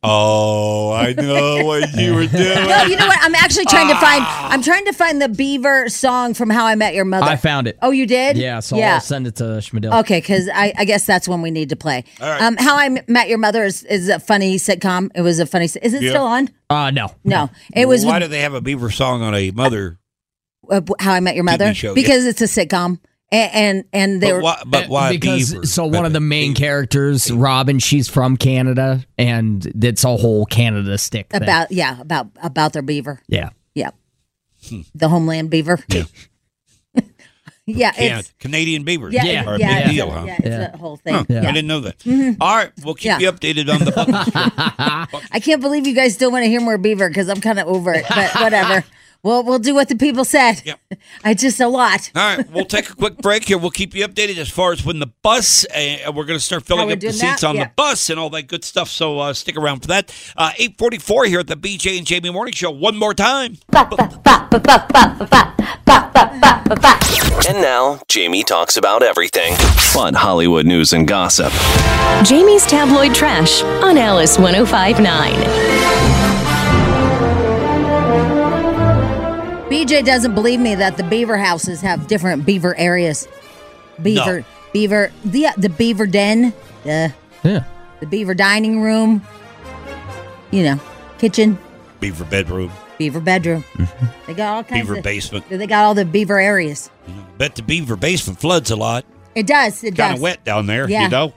Speaker 2: Oh, I know what you were doing.
Speaker 3: No, you know what? I'm actually trying to find.
Speaker 2: Ah.
Speaker 3: I'm trying to find the Beaver song from How I Met Your Mother.
Speaker 5: I found it.
Speaker 3: Oh, you did?
Speaker 5: Yeah, so
Speaker 3: yeah.
Speaker 5: I'll send it to Schmidl.
Speaker 3: Okay, because I, I guess that's when we need to play.
Speaker 5: All right.
Speaker 3: Um, How I Met Your Mother is, is a funny sitcom. It was a funny. si- Is it
Speaker 2: Yeah.
Speaker 3: still on?
Speaker 5: Uh, no.
Speaker 3: No, it was
Speaker 2: Why
Speaker 3: with,
Speaker 2: do they have a beaver song on a mother?
Speaker 3: uh, How I Met Your Mother
Speaker 2: show, yeah.
Speaker 3: because it's a sitcom, and and, and they
Speaker 2: But
Speaker 3: were
Speaker 2: why, but why
Speaker 5: Uh, because
Speaker 2: beaver?
Speaker 5: so one of the main characters, Robin, she's from Canada, and it's a whole Canada stick thing.
Speaker 3: about yeah about about their beaver.
Speaker 5: yeah.
Speaker 3: Yeah, the Homeland Beaver. *laughs* Yeah,
Speaker 2: Yeah,
Speaker 3: it's
Speaker 2: Canadian beavers
Speaker 3: Yeah, Yeah.
Speaker 2: are a
Speaker 3: yeah,
Speaker 2: big
Speaker 3: it's
Speaker 2: deal,
Speaker 3: a-
Speaker 2: huh?
Speaker 3: yeah, it's a Yeah. whole thing.
Speaker 2: Huh,
Speaker 3: Yeah. Mm-hmm.
Speaker 2: I didn't know that. All right, we'll keep
Speaker 3: Yeah.
Speaker 2: you updated on the Buckeye.
Speaker 3: I can't believe you guys still want to hear more Beaver because I'm kind of over it,
Speaker 2: *laughs*
Speaker 3: but whatever. well, we'll do what the people said. *laughs* I just a lot.
Speaker 2: All right, we'll take a quick break here. We'll keep you updated as far as when the bus, uh, we're going to start
Speaker 3: How
Speaker 2: filling
Speaker 3: we're
Speaker 2: up the
Speaker 3: doing that?
Speaker 2: seats on
Speaker 3: Yeah.
Speaker 2: the bus and all that good stuff. So uh, stick around for that. Uh, 844 here at the BJ and Jamie Morning Show. One more time.
Speaker 1: And now, Jamie talks about everything fun Hollywood news and
Speaker 3: *laughs*
Speaker 1: gossip.
Speaker 7: Jamie's Tabloid Trash on Alice 1059.
Speaker 3: BJ doesn't believe me that the beaver houses have different beaver areas. Beaver, beaver, the the beaver den, the
Speaker 5: yeah,
Speaker 3: the beaver dining room, you know, kitchen,
Speaker 2: Beaver bedroom,
Speaker 3: beaver bedroom. They got all kinds
Speaker 2: beaver
Speaker 3: of
Speaker 2: basement.
Speaker 3: They got all the beaver areas.
Speaker 2: Bet the beaver basement floods a lot.
Speaker 3: It does. It
Speaker 2: Kind
Speaker 3: does.
Speaker 2: of wet down there,
Speaker 3: Yeah.
Speaker 2: you know?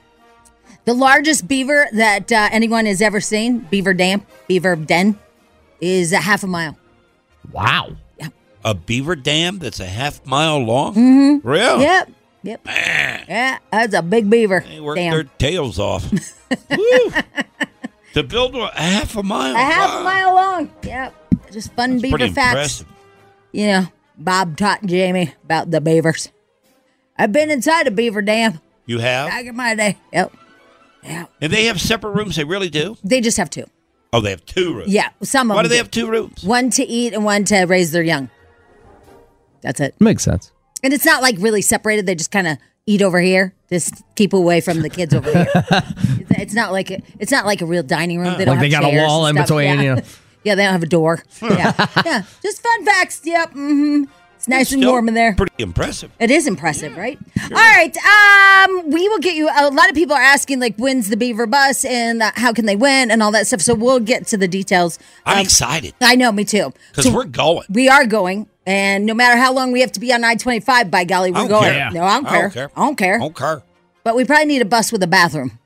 Speaker 3: The largest beaver that uh, anyone has ever seen, beaver dam, beaver den, is a half a mile.
Speaker 5: Wow.
Speaker 2: A beaver dam that's a half mile long?
Speaker 3: Mhm.
Speaker 2: Oh, Really?
Speaker 3: Yep. Yep. Yeah, that's a big beaver.
Speaker 2: They work
Speaker 3: dam. *laughs*
Speaker 2: their tails off. Woo. To build one, a half a mile.
Speaker 3: a half
Speaker 2: Wow.
Speaker 3: a mile long. Yep. Just fun beaver
Speaker 2: Pretty
Speaker 3: facts.
Speaker 2: impressive.
Speaker 3: You know, Bob taught Jamie about the beavers. I've been inside a beaver dam
Speaker 2: You have?
Speaker 3: back in my day. Yep.
Speaker 2: And they have separate rooms. They really do.
Speaker 3: They just have two.
Speaker 2: Oh, they have two rooms.
Speaker 3: Yeah, some of
Speaker 2: Why
Speaker 3: them
Speaker 2: do they have two rooms?
Speaker 3: One to eat and one to raise their young. That's it.
Speaker 5: Makes sense.
Speaker 3: And it's not like really separated. They just kind of eat over here, just keep away from the kids
Speaker 5: *laughs*
Speaker 3: over here. It's- it's not like a, it's not like a real dining room. They don't
Speaker 5: Like they
Speaker 3: have
Speaker 5: got a
Speaker 3: chairs
Speaker 5: wall
Speaker 3: and
Speaker 5: in
Speaker 3: stuff.
Speaker 5: between,
Speaker 3: Yeah. *laughs*
Speaker 5: you know.
Speaker 3: yeah, they don't have a
Speaker 5: *laughs*
Speaker 3: door. Yeah, yeah. Just fun facts. Yep. hmm It's nice and
Speaker 2: Still
Speaker 3: warm in there.
Speaker 2: Pretty impressive.
Speaker 3: It is impressive, right? All right. Um, we will get you. A lot of people are asking, like, when's the Beaver bus and uh, how can they win and all that stuff. So we'll get to the details.
Speaker 2: I'm
Speaker 3: Um,
Speaker 2: excited
Speaker 3: I know, me too.
Speaker 2: because we're going.
Speaker 3: We are going, and no matter how long we have to be on I twenty five, by golly, we're
Speaker 2: I don't
Speaker 3: going.
Speaker 2: care.
Speaker 3: No, I don't care. I don't care.
Speaker 2: don't care.
Speaker 3: But we probably need a bus with a bathroom.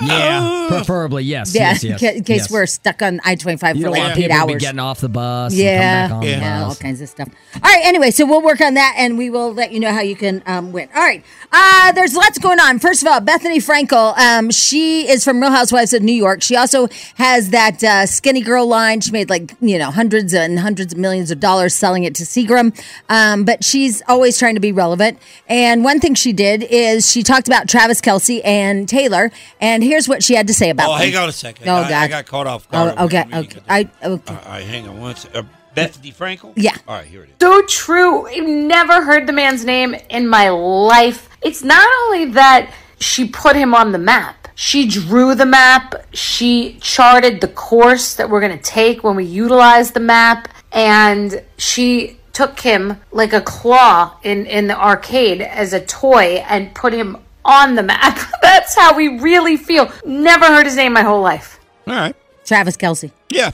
Speaker 5: Yeah, preferably yes.
Speaker 3: yeah,
Speaker 5: yes, yes,
Speaker 3: in ca- in case
Speaker 5: yes.
Speaker 3: we're stuck on I twenty five
Speaker 5: You
Speaker 3: for
Speaker 5: don't want
Speaker 3: like eight
Speaker 5: people to be
Speaker 3: hours.
Speaker 5: getting off the bus.
Speaker 3: Yeah,
Speaker 5: and come back on the
Speaker 3: yeah, all
Speaker 5: bus.
Speaker 3: kinds of stuff. All right. Anyway, so we'll work on that, and we will let you know how you can um, win. All right. Uh, there's lots going on. First of all, Bethany Frankel. Um, she is from Real Housewives of New York. She also has that uh, skinny girl line. She made like you know hundreds and hundreds of millions of dollars selling it to Seagram. Um, but she's always trying to be relevant. And one thing she did is she talked about Travis Kelsey and Taylor. And here's what she had to say about.
Speaker 2: Oh,
Speaker 3: them.
Speaker 2: hang on a second.
Speaker 3: Oh
Speaker 2: I,
Speaker 3: God.
Speaker 2: I got caught off guard.
Speaker 3: Oh, okay. Okay. I okay.
Speaker 2: All right, hang on one second. Uh, Bethany Frankel?
Speaker 3: Yeah.
Speaker 2: All right, here it is.
Speaker 18: So true. I've never heard the man's name in my life. It's not only that she put him on the map, she drew the map, she charted the course that we're going to take when we utilize the map, and she took him like a claw in, in the arcade as a toy and put him on the map. *laughs* That's how we really feel. Never heard his name my whole life.
Speaker 2: All right.
Speaker 3: Travis Kelsey.
Speaker 2: Yeah.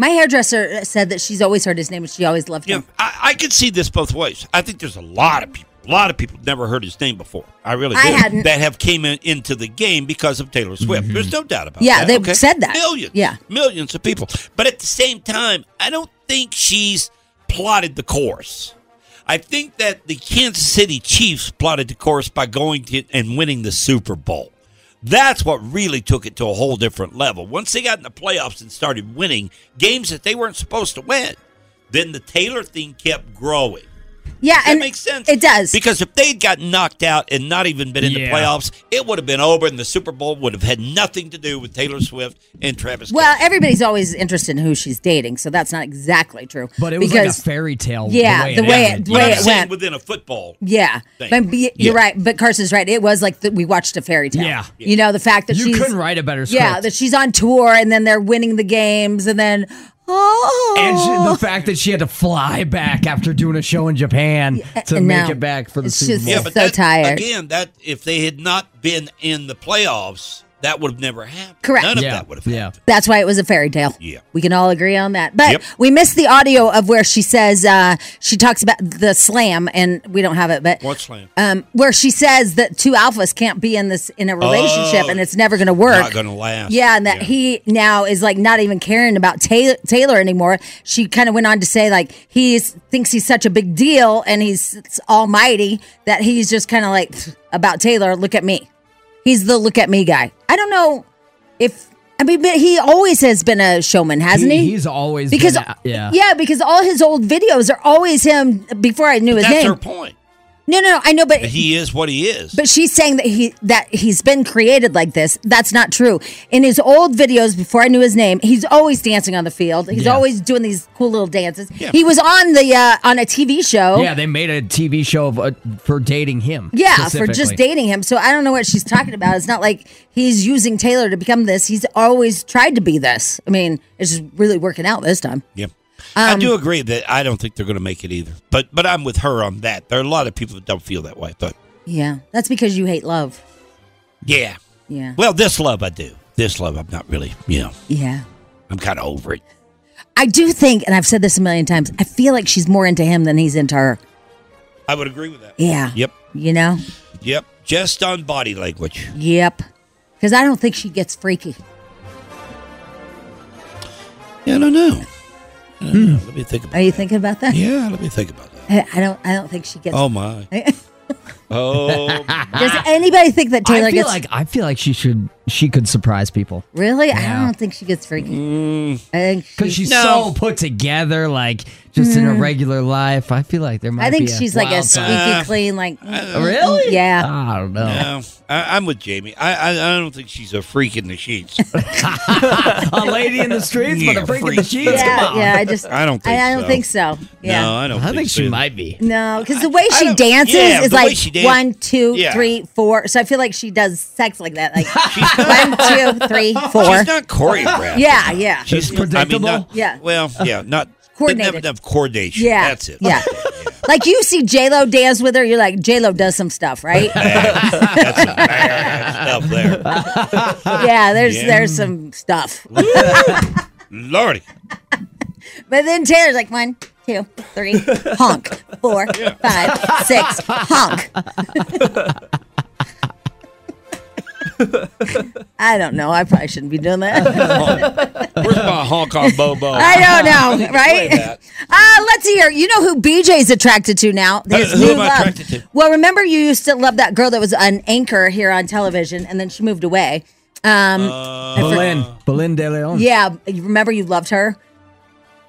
Speaker 3: My hairdresser said that she's always heard his name and she always loved him.
Speaker 2: I, I could see this both ways. I think there's a lot of people, a lot of people never heard his name before. I really
Speaker 3: I
Speaker 2: did.
Speaker 3: hadn't. Mm-hmm.
Speaker 2: That have came in, into the game because of Taylor Swift. There's no doubt about
Speaker 3: Yeah,
Speaker 2: that.
Speaker 3: they said that.
Speaker 2: Millions.
Speaker 3: Yeah.
Speaker 2: Millions of people. But at the same time, I don't think she's plotted the course. I think that the Kansas City Chiefs plotted the course by going to and winning the Super Bowl. That's what really took it to a whole different level. Once they got in the playoffs and started winning games that they weren't supposed to win, then the Taylor thing kept growing.
Speaker 3: Yeah, and
Speaker 2: makes sense.
Speaker 3: It does.
Speaker 2: Because if they'd gotten knocked out and not even been in
Speaker 5: Yeah.
Speaker 2: the playoffs, it would have been over, and the Super Bowl would have had nothing to do with Taylor Swift and Travis.
Speaker 3: Well, everybody's always interested in who she's dating, so that's not exactly true.
Speaker 5: But it was
Speaker 3: because
Speaker 5: like a fairy tale.
Speaker 3: Yeah, the way it-
Speaker 5: ended.
Speaker 3: the way
Speaker 2: But I'm
Speaker 3: it
Speaker 2: saying
Speaker 3: went.
Speaker 2: within a football.
Speaker 3: *laughs* yeah,
Speaker 2: thing.
Speaker 3: but be- you're
Speaker 2: Yeah.
Speaker 3: right. But Carson's right. It was like the, we watched a fairy tale.
Speaker 5: Yeah.
Speaker 3: you know the fact that
Speaker 5: You
Speaker 3: she's
Speaker 5: couldn't write a better script.
Speaker 3: yeah that she's on tour and then they're winning the games and then oh
Speaker 5: And she, the fact that she had to fly back after doing a show in Japan to
Speaker 3: and
Speaker 5: make
Speaker 3: now
Speaker 5: it back for the
Speaker 3: it's
Speaker 5: Super
Speaker 3: just
Speaker 5: Bowl.
Speaker 3: so tired.
Speaker 2: Again, that if they had not been in the playoffs, that would have never happened.
Speaker 3: Correct.
Speaker 2: None
Speaker 3: Yeah.
Speaker 2: of that would have happened.
Speaker 3: That's why it was a fairy tale.
Speaker 2: Yeah.
Speaker 3: We can all agree on that. But
Speaker 2: Yep.
Speaker 3: we missed the audio of where she says uh, she talks about the slam, and we don't have it. But
Speaker 2: What slam?
Speaker 3: Um, where she says that two alphas can't be in this in a relationship,
Speaker 2: Oh.
Speaker 3: and it's never going to work.
Speaker 2: Not gonna last.
Speaker 3: Yeah, and that he now is like not even caring about Taylor, Taylor anymore. She kind of went on to say like he thinks he's such a big deal and he's almighty that he's just kind of like "Pfft, about Taylor. Look at me. He's the look at me guy. I don't know if I mean, but he always has been a showman, hasn't he?
Speaker 5: He's always
Speaker 3: because
Speaker 5: been a- yeah.
Speaker 3: because all his old videos are always him. Before I knew his
Speaker 2: That's
Speaker 3: name,
Speaker 2: her point.
Speaker 3: no, no, no, I know, but
Speaker 2: He is what he is.
Speaker 3: but she's saying that he that he's been created like this. That's not true. In his old videos, before I knew his name, he's always dancing on the field. He's
Speaker 5: Yeah.
Speaker 3: always doing these cool little dances.
Speaker 5: Yeah.
Speaker 3: He was on the uh, on a TV show.
Speaker 5: Yeah, they made a TV show of, uh, for dating him.
Speaker 3: Yeah, for just
Speaker 5: specifically.
Speaker 3: dating him. So I don't know what she's talking about. It's not like he's using Taylor to become this. He's always tried to be this. I mean, it's just really working out this time.
Speaker 2: Yeah. I
Speaker 3: Um,
Speaker 2: do agree that I don't think they're going to make it either. But but I'm with her on that. There are a lot of people that don't feel that way. But
Speaker 3: Yeah, that's because you hate love.
Speaker 2: yeah.
Speaker 3: Yeah.
Speaker 2: Well, this love I do. This love I'm not really, you know,
Speaker 3: Yeah.
Speaker 2: I'm kind of over it.
Speaker 3: I do think, and I've said this a million times, I feel like she's more into him than he's into her.
Speaker 2: I would agree with that.
Speaker 3: Yeah.
Speaker 2: Yep.
Speaker 3: You know?
Speaker 2: Yep. Just on body language.
Speaker 3: Yep. Because I don't think she gets freaky.
Speaker 2: Yeah, I don't know. I don't know. Hmm. Let me think about
Speaker 3: Are you thinking about that?
Speaker 2: Yeah, let me think about that.
Speaker 3: I, I don't. I don't think she gets.
Speaker 2: Oh, my.
Speaker 3: *laughs*
Speaker 2: Oh,
Speaker 3: Does anybody think that Taylor
Speaker 5: Ah. I feel
Speaker 3: gets?
Speaker 5: like I feel like she should she could surprise people
Speaker 3: really? I
Speaker 5: Yeah.
Speaker 3: don't think she gets freaky.
Speaker 2: Mm.
Speaker 3: I think
Speaker 5: because she's so put together, like just in her
Speaker 3: Mm.
Speaker 5: regular life. I feel like there might.
Speaker 3: I think
Speaker 5: be a
Speaker 3: she's like a
Speaker 5: wild
Speaker 3: squeaky
Speaker 5: side.
Speaker 3: clean, like
Speaker 5: Really? Oh, Ah,
Speaker 3: Yeah.
Speaker 5: I don't know.
Speaker 2: *laughs* No, I, I'm with Jamie. I, I I don't think she's a freak in
Speaker 3: *laughs*
Speaker 2: the sheets.
Speaker 5: a lady in the streets, but
Speaker 2: Yeah,
Speaker 5: a freak in the
Speaker 2: freak.
Speaker 5: sheets.
Speaker 3: Yeah,
Speaker 5: Come on.
Speaker 3: yeah, I just-
Speaker 2: I don't think
Speaker 3: I, I don't
Speaker 2: so.
Speaker 3: think so. *laughs* Yeah.
Speaker 2: No, I don't.
Speaker 5: I
Speaker 2: think,
Speaker 5: think she
Speaker 2: so.
Speaker 5: might be.
Speaker 3: No, because the way
Speaker 2: I
Speaker 3: she
Speaker 2: don't-
Speaker 3: dances
Speaker 2: yeah,
Speaker 3: is
Speaker 2: the way
Speaker 3: like
Speaker 2: she dan-
Speaker 3: one, two,
Speaker 2: Yeah.
Speaker 3: three, four. So I feel like she does sex like
Speaker 2: *laughs*
Speaker 3: that, like one, two, three, four.
Speaker 2: She's not choreographed.
Speaker 3: Yeah, yeah.
Speaker 2: She's predictable.
Speaker 3: Yeah.
Speaker 2: Well, yeah, not
Speaker 3: Coordinated.
Speaker 2: Didn't have enough coordination.
Speaker 3: Yeah,
Speaker 2: that's it.
Speaker 3: yeah. like you see J Lo dance with her, you're like J Lo does some stuff, right?
Speaker 2: *laughs* uh, that's some bad stuff there.
Speaker 3: *laughs* yeah, there's
Speaker 2: Yeah.
Speaker 3: there's some stuff.
Speaker 2: Lordy,
Speaker 3: But then Taylor's like one, two, three, honk, *laughs* four, five, six, honk. I don't know. I probably shouldn't be doing
Speaker 2: *laughs*
Speaker 3: that.
Speaker 2: where's my honk on Bobo?
Speaker 3: *laughs* I
Speaker 2: *laughs*
Speaker 3: don't know,
Speaker 2: Play
Speaker 3: right?
Speaker 2: Oh. that.
Speaker 3: *laughs* Uh, let's hear. You know who BJ's attracted to now? His
Speaker 2: Uh, who
Speaker 3: new
Speaker 2: am I
Speaker 3: love.
Speaker 2: attracted to?
Speaker 3: Well, remember you used to love that girl that was an anchor here on television, and then she moved away. Um,
Speaker 2: Uh,
Speaker 3: I for-
Speaker 5: Belen, Belen de
Speaker 2: oh.
Speaker 5: Leon.
Speaker 3: yeah, you remember you loved her.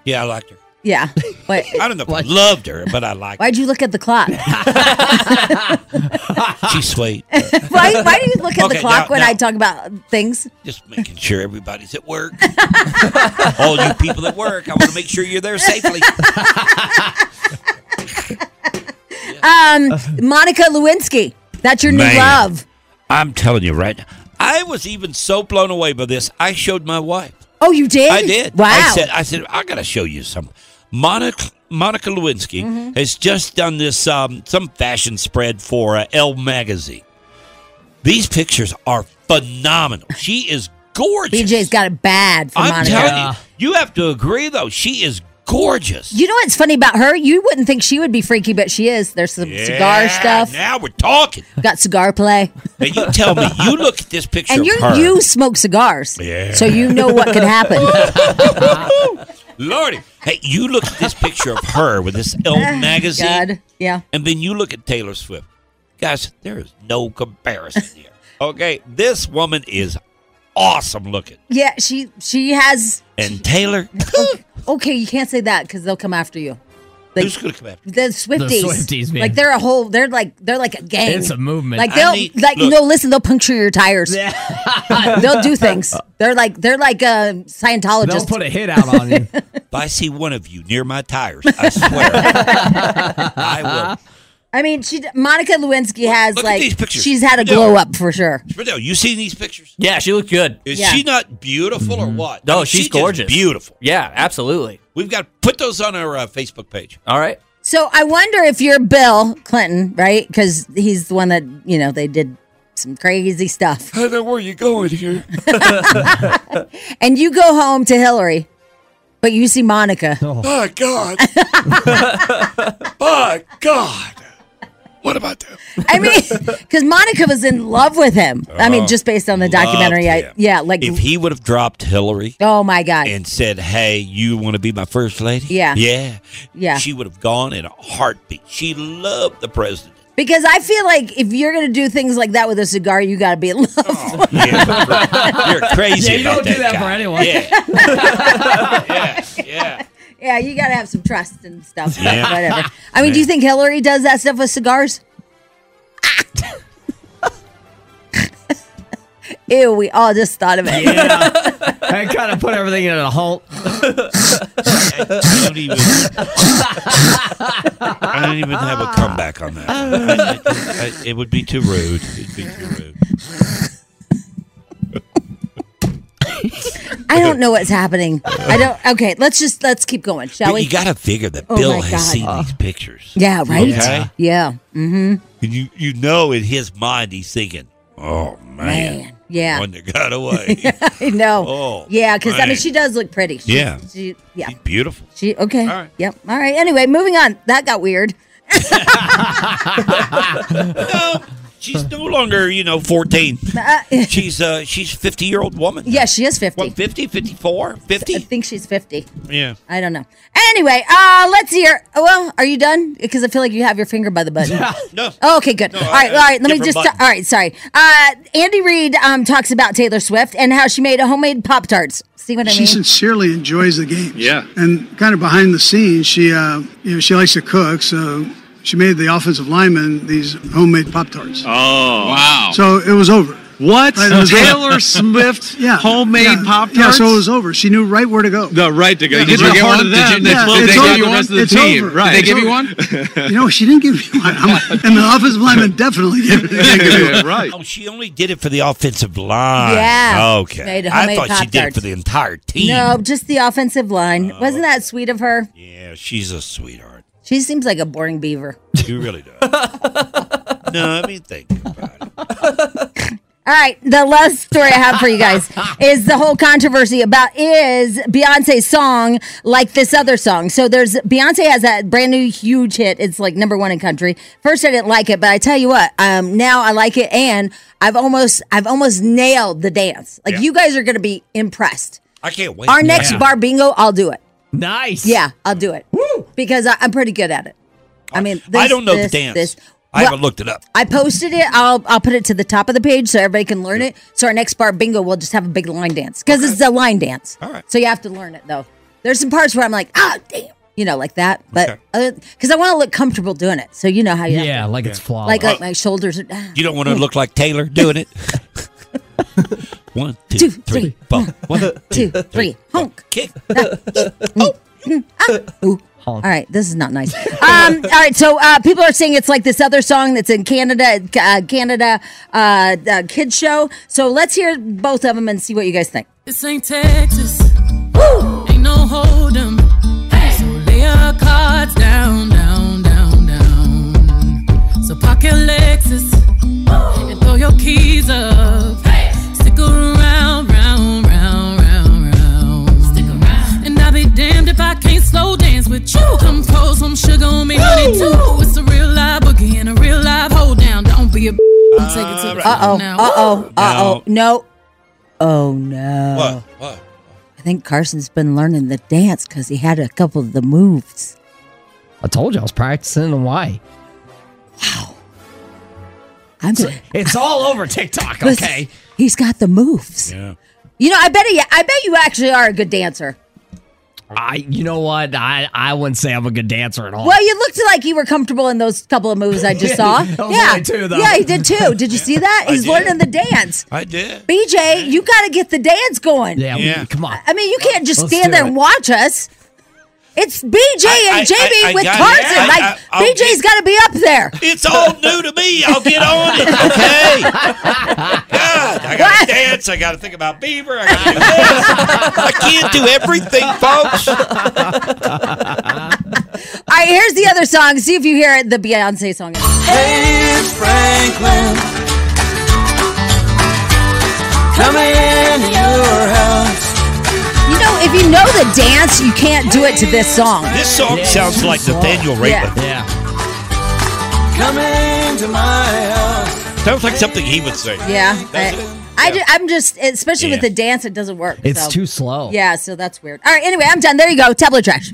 Speaker 2: Yeah, I liked her.
Speaker 3: Yeah. What?
Speaker 2: I don't know if I loved her, but I liked
Speaker 3: Why'd you look at the
Speaker 2: *laughs*
Speaker 3: clock?
Speaker 2: her. She's sweet.
Speaker 3: why, why do you look at the
Speaker 2: Okay,
Speaker 3: clock
Speaker 2: now-
Speaker 3: when
Speaker 2: now-
Speaker 3: I talk about things?
Speaker 2: Just making sure everybody's at work. All you people at work, I want to make sure you're there safely.
Speaker 3: Um, Monica Lewinsky, that's your new
Speaker 2: Man.
Speaker 3: love.
Speaker 2: I'm telling you right now. I was even so blown away by this. I showed my wife.
Speaker 3: Oh, you did?
Speaker 2: I did.
Speaker 3: Wow.
Speaker 2: I said, I said, I gotta show you something. Monica Monica Lewinsky
Speaker 3: Mm-hmm.
Speaker 2: has just done this um, some fashion spread for uh, Elle magazine. These pictures are phenomenal. She is gorgeous.
Speaker 3: BJ's got it bad for
Speaker 2: I'm
Speaker 3: Monica.
Speaker 2: telling you, you have to agree though. She is gorgeous.
Speaker 3: You know what's funny about her? You wouldn't think she would be freaky, but she is. There's some cigar
Speaker 2: Yeah,
Speaker 3: stuff.
Speaker 2: Now we're talking.
Speaker 3: Got cigar play.
Speaker 2: Now you tell me. You look at this picture
Speaker 3: and
Speaker 2: of
Speaker 3: you
Speaker 2: her.
Speaker 3: you smoke cigars.
Speaker 2: Yeah.
Speaker 3: So you know what could
Speaker 2: *laughs*
Speaker 3: happen. *laughs*
Speaker 2: Lordy. Hey, you look at this picture of her with this
Speaker 3: *sighs*
Speaker 2: Elle magazine.
Speaker 3: Oh, God. Yeah.
Speaker 2: And then you look at Taylor Swift. Guys, there is no comparison here. Okay, this woman is awesome looking.
Speaker 3: Yeah, she she has oh,
Speaker 2: And Taylor,
Speaker 3: Okay, you can't say that cuz they'll come after you.
Speaker 2: who's going to come after?
Speaker 3: The Swifties.
Speaker 5: Swifties, man.
Speaker 3: Like they're a whole they're like they're like a gang.
Speaker 5: It's a movement.
Speaker 3: Like
Speaker 5: I
Speaker 3: they'll
Speaker 5: need-
Speaker 3: like
Speaker 5: look.
Speaker 3: no listen, they'll puncture your
Speaker 5: *laughs*
Speaker 3: tires. they'll do things. They're like they're like uh Scientologists.
Speaker 5: They'll put a hit out on you.
Speaker 2: If I see one of you near my tires, I
Speaker 3: *laughs*
Speaker 2: swear, I will
Speaker 3: I mean, she Monica Lewinsky has
Speaker 2: Look at
Speaker 3: like
Speaker 2: these pictures.
Speaker 3: she's had a
Speaker 2: Yeah.
Speaker 3: glow up for sure.
Speaker 2: Spadell, you seen these pictures?
Speaker 4: Yeah, she looked good. Mm-hmm.
Speaker 2: Is
Speaker 3: Yeah.
Speaker 2: she not beautiful or what?
Speaker 4: No,
Speaker 2: I mean,
Speaker 4: she's
Speaker 2: just
Speaker 4: gorgeous.
Speaker 2: beautiful.
Speaker 4: Yeah, absolutely.
Speaker 2: We've got to put those on our uh, Facebook page.
Speaker 4: All right.
Speaker 3: So I wonder if you're Bill Clinton, right? Because he's the one that you know they did some crazy stuff.
Speaker 2: I know where you're going
Speaker 4: *laughs*
Speaker 2: here.
Speaker 3: and you go home to Hillary, but you see Monica. *laughs*
Speaker 2: My
Speaker 4: *laughs*
Speaker 2: God. My God. What about that?
Speaker 3: I
Speaker 2: *laughs*
Speaker 3: mean, because Monica was in love with him. I mean, just based on the documentary. I, yeah, like,
Speaker 2: If he would have dropped Hillary
Speaker 3: oh my God.
Speaker 2: and said, "Hey, you want to be my first lady?"
Speaker 3: Yeah.
Speaker 2: yeah,
Speaker 3: Yeah.
Speaker 2: She would have gone in a heartbeat. She loved
Speaker 3: *laughs*
Speaker 2: the president.
Speaker 3: because I feel like if you're going to do things like that with a cigar, you got to be in love.
Speaker 2: Oh. You're crazy.
Speaker 5: Yeah, you
Speaker 2: about
Speaker 5: don't do that
Speaker 2: guy.
Speaker 5: for anyone.
Speaker 3: *laughs*
Speaker 2: Yeah.
Speaker 3: Yeah, you got to have some trust and stuff. but
Speaker 2: Yeah.
Speaker 3: Whatever. I mean, do you think Hillary does that stuff with
Speaker 2: *laughs*
Speaker 3: cigars? Ew, we all just thought of it. *laughs*
Speaker 5: I kind of put everything in a
Speaker 2: *laughs*
Speaker 5: halt.
Speaker 2: I don't even. I don't even have a comeback on that.
Speaker 3: Ah.
Speaker 2: I- I- I- it would be too rude. It'd be too rude.
Speaker 3: I don't know what's happening. I don't. Okay, let's just let's keep going, shall
Speaker 2: But
Speaker 3: we?
Speaker 2: you got to figure that
Speaker 3: Oh
Speaker 2: Bill
Speaker 3: my
Speaker 2: has
Speaker 3: God.
Speaker 2: seen
Speaker 3: Uh.
Speaker 2: these pictures.
Speaker 3: yeah, right.
Speaker 2: Okay?
Speaker 3: Yeah. Mm-hmm.
Speaker 2: And you you know in his mind he's thinking, "Oh man,
Speaker 3: Yeah.
Speaker 2: one that
Speaker 3: *laughs*
Speaker 2: got away,
Speaker 3: I know.
Speaker 2: Oh,
Speaker 3: yeah, because I mean,
Speaker 2: man.
Speaker 3: she does look pretty. She-
Speaker 2: Yeah.
Speaker 3: She, yeah.
Speaker 2: beautiful." *laughs*
Speaker 3: She okay. Yep. All right. Anyway, moving on. That got weird.
Speaker 2: no, she's no longer you know fourteen.
Speaker 3: Uh,
Speaker 2: She's uh she's fifty year old woman.
Speaker 3: yeah, she is fifty.
Speaker 2: What 50, 54, 50?
Speaker 3: I think she's fifty.
Speaker 2: Yeah.
Speaker 3: I don't know. Anyway, uh, let's hear. oh, Well, are you done? Because I feel like you have your finger by the button.
Speaker 2: *laughs* no.
Speaker 3: Oh, okay, good. all right,
Speaker 2: I-
Speaker 3: all right. Let me
Speaker 2: different
Speaker 3: just.
Speaker 2: button.
Speaker 3: All right, sorry. Uh, Andy Reid um, talks about Taylor Swift and how she made a homemade Pop Tarts. See what I
Speaker 6: She
Speaker 3: mean?
Speaker 6: sincerely enjoys the games.
Speaker 8: Yeah.
Speaker 6: And kind of behind the scenes, she uh, you know she likes to cook, so she made the offensive lineman these homemade pop tarts.
Speaker 8: Oh. Wow.
Speaker 6: So it was over.
Speaker 8: What?
Speaker 6: Right, it was
Speaker 8: Taylor
Speaker 6: over. *laughs*
Speaker 8: Swift
Speaker 6: Yeah.
Speaker 8: homemade
Speaker 6: yeah,
Speaker 8: Pop-Tarts?
Speaker 6: Yeah, so it was over. She knew right where to go.
Speaker 8: No, right to go.
Speaker 6: Yeah,
Speaker 8: did
Speaker 6: right.
Speaker 8: you get
Speaker 6: Part
Speaker 8: one?
Speaker 6: of that.
Speaker 8: Did you,
Speaker 6: Yeah,
Speaker 8: did
Speaker 6: it's
Speaker 8: you
Speaker 6: over.
Speaker 8: get the rest of the
Speaker 6: It's
Speaker 8: team?
Speaker 6: over.
Speaker 8: Right.
Speaker 6: It's over. you know, she didn't give me one. I'm like, and the offensive lineman definitely gave it.
Speaker 2: right. Oh, she only did it for the offensive line.
Speaker 3: Yeah.
Speaker 2: Okay.
Speaker 3: Made
Speaker 2: I
Speaker 3: homemade
Speaker 2: thought she did it
Speaker 3: Pop-Tarts.
Speaker 2: for the entire team.
Speaker 3: No, just the offensive line.
Speaker 2: Oh.
Speaker 3: Wasn't that sweet of her?
Speaker 2: Yeah, she's a sweetheart.
Speaker 3: She seems like a boring beaver.
Speaker 2: She
Speaker 3: *laughs*
Speaker 2: really does. no, I mean, think.
Speaker 3: All right, the last story I have for you
Speaker 2: *laughs*
Speaker 3: guys is the whole controversy about is Beyonce's song like this other song. So there's Beyonce has that brand new huge hit. It's like number one in country. First, I didn't like it, but I tell you what, um, now I like it, and I've almost I've almost nailed the dance. Like
Speaker 2: Yeah.
Speaker 3: you guys are gonna be impressed.
Speaker 2: I can't wait.
Speaker 3: Our next
Speaker 2: Yeah.
Speaker 3: bar bingo, I'll do it.
Speaker 5: Nice.
Speaker 3: Yeah, I'll do it. Woo! Because I, I'm pretty good at it. I mean, this,
Speaker 2: I don't know
Speaker 3: this,
Speaker 2: the dance.
Speaker 3: This.
Speaker 2: I
Speaker 3: Well-
Speaker 2: haven't looked it up.
Speaker 3: I posted it. I'll I'll put it to the top of the page so everybody can learn it. So our next bar bingo, we'll just have a big line dance because it's a line dance. All right. So you have to learn it though. There's some parts where I'm like, ah, damn, you know, like that. But because I want to look comfortable doing it, so you know how you. have
Speaker 5: Yeah,
Speaker 3: to-
Speaker 5: like it's flawless.
Speaker 3: uh, Like, like my shoulders are
Speaker 2: Oh,
Speaker 3: ah,
Speaker 2: You don't want to look like Taylor
Speaker 3: *laughs*
Speaker 2: doing it. one, two, three, four. One,
Speaker 3: two, three, honk, Ah, Mm,
Speaker 2: kick. *laughs*
Speaker 3: All right, this is not nice. Um, all right, so uh, people are saying it's like this other song that's in Canada, uh, Canada uh, uh, kids show. So let's hear both of them and see what you guys think.
Speaker 14: This ain't Texas. Ain't no hold 'em. So lay your cards down, down, down, down. So park your Lexus and throw your keys up. Stick around, round, round, round, round. Stick around. And I'll be damned if I can't slow dance with you. Come pour some sugar on me, honey, too. It's a real live boogie and a real live hold down. Don't be a b- and take it to the
Speaker 3: Uh oh,
Speaker 14: floor now.
Speaker 3: uh oh, uh oh, no. Oh no.
Speaker 14: What? What?
Speaker 3: I think Carson's been learning the dance because he had a couple of the moves.
Speaker 5: I told you I was practicing in Hawaii.
Speaker 3: *laughs* I'm
Speaker 5: It's, it's all over TikTok,
Speaker 3: Listen,
Speaker 5: okay?
Speaker 3: He's got the moves.
Speaker 5: Yeah.
Speaker 3: You know, I bet he, I bet you actually are a good dancer.
Speaker 5: I you know what? I I wouldn't say I'm a good dancer at all.
Speaker 3: Well, you looked like you were comfortable in those couple of moves I
Speaker 5: *laughs*
Speaker 3: just saw.
Speaker 5: That was
Speaker 3: yeah,
Speaker 5: only two, though.
Speaker 3: yeah, he did too.
Speaker 5: *laughs*
Speaker 3: Did you see that? He's learning the dance.
Speaker 2: I did.
Speaker 3: BJ, you got to get the dance going.
Speaker 5: Yeah, we- Yeah. come on.
Speaker 3: I mean, you can't just
Speaker 5: Let's
Speaker 3: stand
Speaker 5: do
Speaker 3: there
Speaker 5: it.
Speaker 3: and watch us. It's BJ
Speaker 2: I-
Speaker 3: and JB
Speaker 2: I- I
Speaker 3: with
Speaker 2: got it.
Speaker 3: Carson.
Speaker 2: I-
Speaker 3: like
Speaker 2: I- I'll
Speaker 3: BJ's got to be up there.
Speaker 2: It's all new to me. I'll get on it. Okay. God, I gotta dance. I gotta think about Beaver. I gotta do this. I can't do everything, folks.
Speaker 3: All right, here's the other song. See if you hear it, the Beyonce song.
Speaker 15: Hey, it's Franklin. Come in your house.
Speaker 3: You know, if you know the dance, you can't do it to this song.
Speaker 2: This song sounds like Nathaniel Rateliff.
Speaker 5: Yeah.
Speaker 15: Come into my house.
Speaker 2: Sounds like something he would sing.
Speaker 3: Yeah. I, I ju- I'm just, especially with
Speaker 2: Yeah.
Speaker 3: the dance, it doesn't work.
Speaker 5: It's
Speaker 3: so.
Speaker 5: too slow.
Speaker 3: Yeah, so that's weird. All right, anyway, I'm done. There you go. Tablet trash.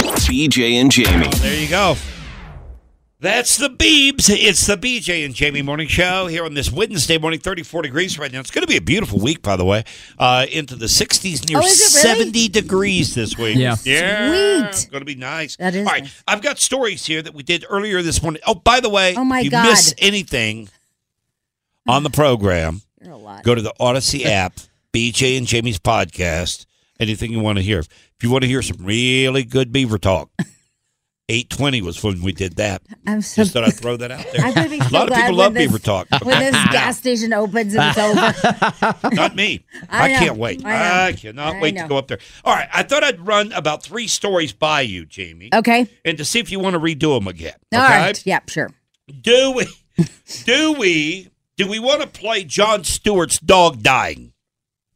Speaker 1: BJ and Jamie.
Speaker 2: There you go. That's the Beebs. It's the BJ and Jamie Morning Show here on this Wednesday morning, 34 degrees right now. It's going to be a beautiful week, by the way, uh, into the 60s, near
Speaker 3: Oh, is it really?
Speaker 2: 70 degrees this week.
Speaker 5: Yeah.
Speaker 2: Yeah.
Speaker 3: Sweet.
Speaker 2: Going to be nice.
Speaker 3: That is
Speaker 2: All right. I've got stories here that we did earlier this morning. Oh, by the way,
Speaker 3: Oh, my
Speaker 2: if you
Speaker 3: God.
Speaker 2: miss anything on the program,
Speaker 3: *laughs* You're a lot.
Speaker 2: go to the
Speaker 3: *laughs*
Speaker 2: Odyssey app, BJ and Jamie's podcast. Anything you want to hear. If you want to hear some really good
Speaker 3: *laughs*
Speaker 2: beaver talk, 820 was when we did that.
Speaker 3: I'm so.
Speaker 2: Just thought I'd throw that out
Speaker 3: *laughs*
Speaker 2: there.
Speaker 3: I'm gonna be
Speaker 2: a
Speaker 3: so
Speaker 2: lot of
Speaker 3: glad when
Speaker 2: people love
Speaker 3: this-
Speaker 2: Beaver Talk.
Speaker 3: *laughs* When
Speaker 2: *laughs*
Speaker 3: this gas station opens and it's over.
Speaker 2: Not me.
Speaker 3: I
Speaker 2: I,
Speaker 3: know.
Speaker 2: can't wait.
Speaker 3: I know.
Speaker 2: I, cannot
Speaker 3: I
Speaker 2: wait
Speaker 3: know.
Speaker 2: to go up there. All right. I thought I'd run about three stories by you, Jamie,
Speaker 3: Okay.
Speaker 2: and to see if you want to redo them again.
Speaker 3: All
Speaker 2: *laughs* okay?
Speaker 3: right. Yep, sure.
Speaker 2: Do we? Do we? Do we want to play John Stewart's dog dying?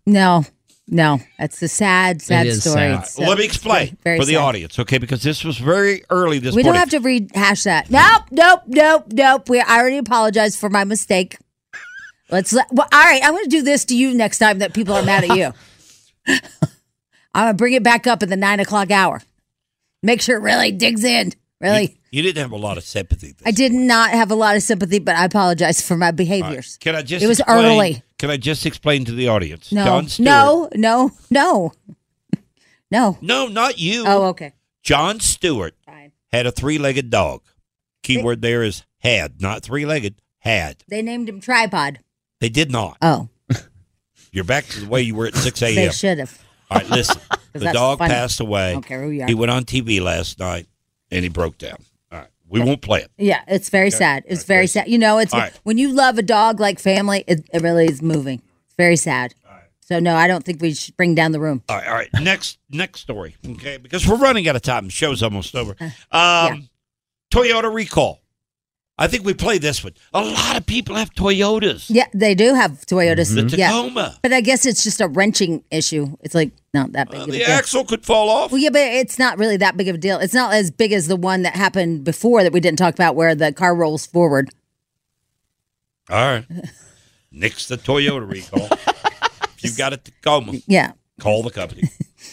Speaker 3: No, no. That's a sad, sad
Speaker 2: is
Speaker 3: story.
Speaker 2: sad.
Speaker 3: It's,
Speaker 2: Well,
Speaker 3: uh,
Speaker 2: let me explain
Speaker 3: very
Speaker 2: for the
Speaker 3: sad.
Speaker 2: audience, okay? Because this was very early this
Speaker 3: we
Speaker 2: morning.
Speaker 3: don't have to rehash that. Nope, nope, nope, nope. We I already apologized for my mistake. Let's let, well, all right. I'm going to do this to you next time that people are mad at
Speaker 2: *laughs*
Speaker 3: you. I'm going to bring it back up at the nine o'clock hour. Make sure it really digs in. Really,
Speaker 2: you didn't have a lot of sympathy.
Speaker 3: I did not have a lot of sympathy, but I apologize for my
Speaker 2: All right.
Speaker 3: behaviors.
Speaker 2: Can I just?
Speaker 3: It was
Speaker 2: explain-
Speaker 3: early.
Speaker 2: Can I just explain to the audience?
Speaker 3: No,
Speaker 2: John Stewart.
Speaker 3: no, no, no, no.
Speaker 2: No, not you.
Speaker 3: Oh, okay.
Speaker 2: John Stewart had a three-legged dog. Keyword there is had, not three-legged. Had.
Speaker 3: They named him Tripod.
Speaker 2: They did not.
Speaker 3: Oh.
Speaker 2: *laughs* You're back to the way you were at six
Speaker 3: They
Speaker 2: a.m.
Speaker 3: should have.
Speaker 2: All right,
Speaker 3: *laughs*
Speaker 2: listen.
Speaker 3: 'Cause
Speaker 2: the
Speaker 3: that's
Speaker 2: dog
Speaker 3: funny.
Speaker 2: passed away.
Speaker 3: Okay, who you are.
Speaker 2: He went on TV last night and he broke down. All right, we won't play it.
Speaker 3: Yeah, it's very sad. It's very sad. You know, it's
Speaker 2: All right.
Speaker 3: when you love a dog like family, it, it really is moving. It's very sad. So no, I don't think we should bring down the room.
Speaker 2: All right, all right. Next, next story. Okay, because we're running out of time. The show's almost over.
Speaker 3: Uh,
Speaker 2: Um, Toyota recall. I think we played this one. A lot of people have Toyotas.
Speaker 3: Yeah, they do have Toyotas.
Speaker 2: The
Speaker 3: Yeah.
Speaker 2: Tacoma.
Speaker 3: But I guess it's just a wrenching issue. It's like not that big of a
Speaker 2: The
Speaker 3: deal.
Speaker 2: axle could fall off.
Speaker 3: well, yeah, but it's not really that big of a deal. It's not as big as the one that happened before that we didn't talk about, where the car rolls forward. *laughs*
Speaker 2: All right. Next, the Toyota recall. if you've got a Tacoma,
Speaker 3: Yeah,
Speaker 2: call
Speaker 3: *laughs*
Speaker 2: the company.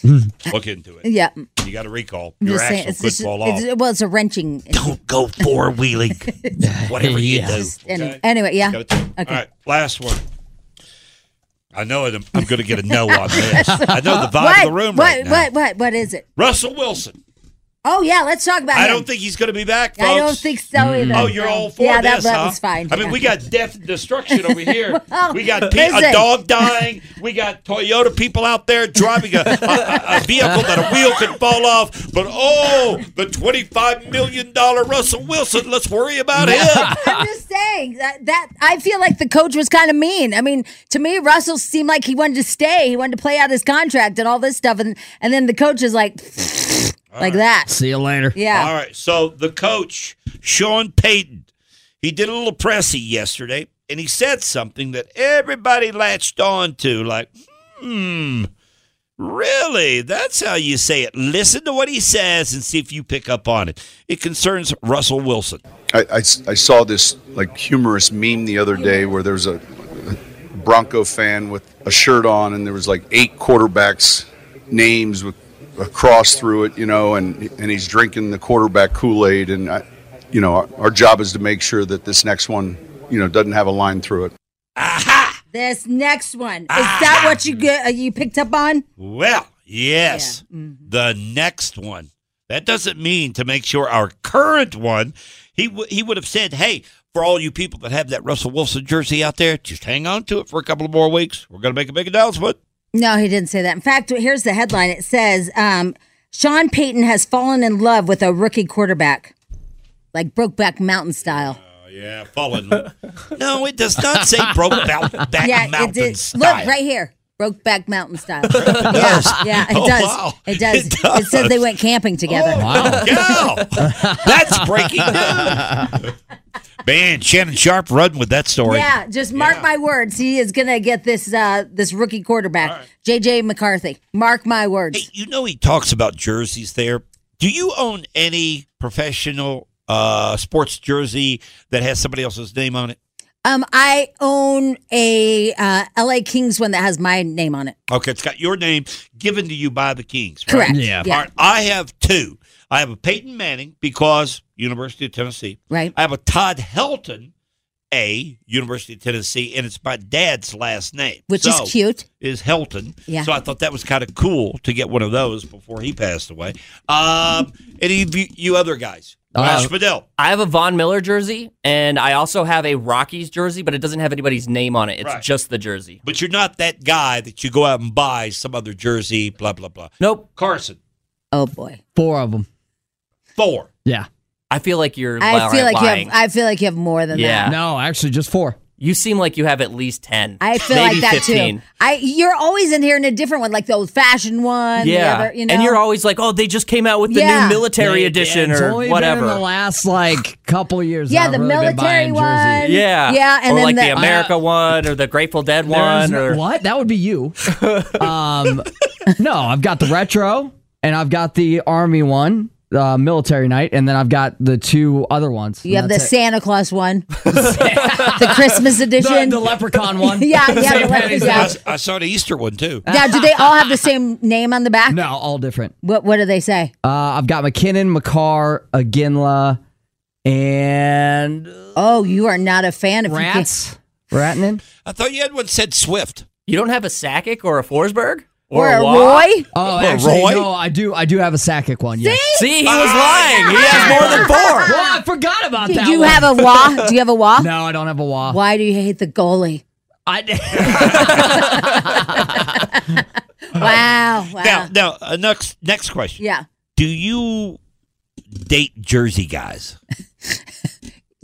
Speaker 2: Look into it.
Speaker 3: yeah. I'm
Speaker 2: You got a recall. Your
Speaker 3: just saying,
Speaker 2: axle
Speaker 3: it's
Speaker 2: could
Speaker 3: just-
Speaker 2: fall off.
Speaker 3: it's- well, it's a
Speaker 2: *laughs*
Speaker 3: wrenching. issue.
Speaker 2: Don't go
Speaker 3: *laughs*
Speaker 2: four wheeling. *laughs* Whatever you do.
Speaker 3: Any- anyway, yeah.
Speaker 2: Go to- All right, last one. I know it, I'm, I'm going to get a no
Speaker 3: *laughs*
Speaker 2: on this. I know the vibe
Speaker 3: what,
Speaker 2: of the room
Speaker 3: What?
Speaker 2: right now.
Speaker 3: what? What? What is it?
Speaker 2: Russell Wilson.
Speaker 3: Oh yeah, let's talk about
Speaker 2: I
Speaker 3: him.
Speaker 2: don't think he's going to be back, folks.
Speaker 3: I don't think so either.
Speaker 2: Oh, you're all for
Speaker 3: yeah,
Speaker 2: this,
Speaker 3: that, that
Speaker 2: huh?
Speaker 3: was fine.
Speaker 2: I mean,
Speaker 3: yeah.
Speaker 2: we got death and destruction over here.
Speaker 3: *laughs* Well,
Speaker 2: we got pe- a
Speaker 3: listen.
Speaker 2: dog dying. We got Toyota people out there driving a, a, a- a vehicle that a wheel could fall off. But oh, the $25 million Russell Wilson. Let's worry about him.
Speaker 3: *laughs* I'm just saying that, that I feel like the coach was kind of mean. I mean, to me, Russell seemed like he wanted to stay. He wanted to play out his contract and all this stuff, and and then the coach is like, like that.
Speaker 5: See you later.
Speaker 3: Yeah.
Speaker 2: All right. So the coach, Sean Payton, he did a little pressy yesterday, and he said something that everybody latched on to, like, hmm, really? That's how you say it. Listen to what he says and see if you pick up on it. It concerns Russell Wilson.
Speaker 10: I, I s- I saw this like humorous meme the other day where there was a Bronco fan with a shirt on and there was like eight quarterbacks names with a cross through it, you know, and and he's drinking the quarterback Kool-Aid and I, you know, our, our job is to make sure that this next one, you know, doesn't have a line through it.
Speaker 3: This next one is
Speaker 2: Ah.
Speaker 3: that what you get? Uh, you picked up on?
Speaker 2: Well, yes, the next one. That doesn't mean to make sure our current one. He w- he would have said, "Hey, for all you people that have that Russell Wilson jersey out there, just hang on to it for a couple of more weeks. We're going to make a big announcement.
Speaker 3: No, he didn't say that. In fact, here's the headline. It says um, Sean Payton has fallen in love with a rookie quarterback, like Brokeback Mountain style.
Speaker 2: Yeah, fallen. *laughs* no, it does not say broke back, back mountain style.
Speaker 3: Look right here, Brokeback Mountain
Speaker 2: *laughs*
Speaker 3: style. yeah, yeah, it
Speaker 2: Oh,
Speaker 3: does.
Speaker 2: wow.
Speaker 3: it does.
Speaker 2: It
Speaker 3: It
Speaker 2: does. Oh,
Speaker 3: says they went camping together.
Speaker 2: That's breaking news. Man, Shannon Sharp running with that story.
Speaker 3: Yeah, just mark my words. He is gonna get this uh, this rookie quarterback, JJ McCarthy. Mark my words.
Speaker 2: You know he talks about jerseys there. Do you own any professional uh, sports jersey that has somebody else's name on it?
Speaker 3: Um, I own a uh, LA Kings one that has my name on it.
Speaker 2: Okay, it's got your name given to you by the Kings. right?
Speaker 3: Correct. Yeah. Yeah.
Speaker 2: All right, I have two. I have a Peyton Manning because University of Tennessee.
Speaker 3: Right.
Speaker 2: I have a Todd Helton, a University of Tennessee, and it's my dad's last name,
Speaker 3: Which is cute.
Speaker 2: Is Helton.
Speaker 3: Yeah.
Speaker 2: So I thought that was kind of cool to get one of those before he passed away. Um, any of you, you other guys? Josh Fidel.
Speaker 4: Uh, I have a Von Miller jersey, and I also have a Rockies jersey, but it doesn't have anybody's name on it. It's
Speaker 2: Right.
Speaker 4: just the jersey.
Speaker 2: But you're not that guy that you go out and buy some other jersey, blah blah blah.
Speaker 4: Nope.
Speaker 2: Carson,
Speaker 3: Oh boy.
Speaker 5: Four of them.
Speaker 2: four.
Speaker 5: Yeah.
Speaker 4: I feel like you're.
Speaker 3: I feel like
Speaker 4: lying.
Speaker 3: you have. I feel like you have more than
Speaker 4: yeah.
Speaker 3: that.
Speaker 5: No, actually, just four.
Speaker 4: You seem like you have at least ten.
Speaker 3: I feel
Speaker 4: Maybe
Speaker 3: like that
Speaker 4: 15.
Speaker 3: too. I you're always in here in a different one, like the old fashioned one.
Speaker 4: yeah,
Speaker 3: The other, you know.
Speaker 4: and you're always like, "Oh, they just came out with the
Speaker 3: Yeah.
Speaker 4: new military edition
Speaker 5: it's
Speaker 4: or
Speaker 5: only
Speaker 4: whatever."
Speaker 5: Been in the last like couple of years.
Speaker 3: Yeah,
Speaker 5: that I've
Speaker 3: the
Speaker 5: really been
Speaker 3: military
Speaker 5: buying
Speaker 3: one.
Speaker 5: jerseys.
Speaker 4: yeah,
Speaker 3: Yeah, and
Speaker 4: or
Speaker 3: then
Speaker 4: like the,
Speaker 3: the-
Speaker 4: America one or the Grateful Dead
Speaker 5: There's
Speaker 4: one
Speaker 5: no-
Speaker 4: or
Speaker 5: what? That would be
Speaker 4: *laughs*
Speaker 5: you. um, no, I've got the retro, and I've got the army one, uh, military night, and then I've got the two other ones.
Speaker 3: you have
Speaker 5: And
Speaker 3: the
Speaker 5: that's it.
Speaker 3: Santa Claus
Speaker 5: *laughs*
Speaker 3: one, the Christmas edition,
Speaker 5: The- the leprechaun one.
Speaker 3: *laughs* yeah, yeah, the leprechaun.
Speaker 2: I, *laughs*
Speaker 3: Yeah.
Speaker 2: s- I saw the Easter one too.
Speaker 3: Now, do they all have the same name on the back?
Speaker 5: No, all different.
Speaker 3: What What do they say?
Speaker 5: Uh, I've got McKinnon, McCarr, Aginla, and
Speaker 3: Oh, you are not a fan of
Speaker 5: Rats? Ratnan.
Speaker 2: I thought you had one said Swift.
Speaker 4: You don't have a Sakic or a Forsberg
Speaker 5: Or
Speaker 4: a,
Speaker 5: a
Speaker 4: Waugh?
Speaker 5: Roy? Oh, actually, no, I do. I do have a Sakic one. Yes.
Speaker 4: See, he
Speaker 3: Oh,
Speaker 4: was lying. He has more
Speaker 3: *laughs*
Speaker 4: than four.
Speaker 5: Well, I forgot about
Speaker 3: Do
Speaker 5: that.
Speaker 3: you
Speaker 5: one.
Speaker 3: have a wah? Do you have a
Speaker 4: *laughs*
Speaker 3: wah?
Speaker 5: *laughs* No, I don't have a wah.
Speaker 3: Why do you hate the goalie?
Speaker 2: *laughs*
Speaker 3: *laughs* Wow. wow.
Speaker 2: Now, now uh, next next question.
Speaker 3: Yeah.
Speaker 2: Do you date Jersey guys?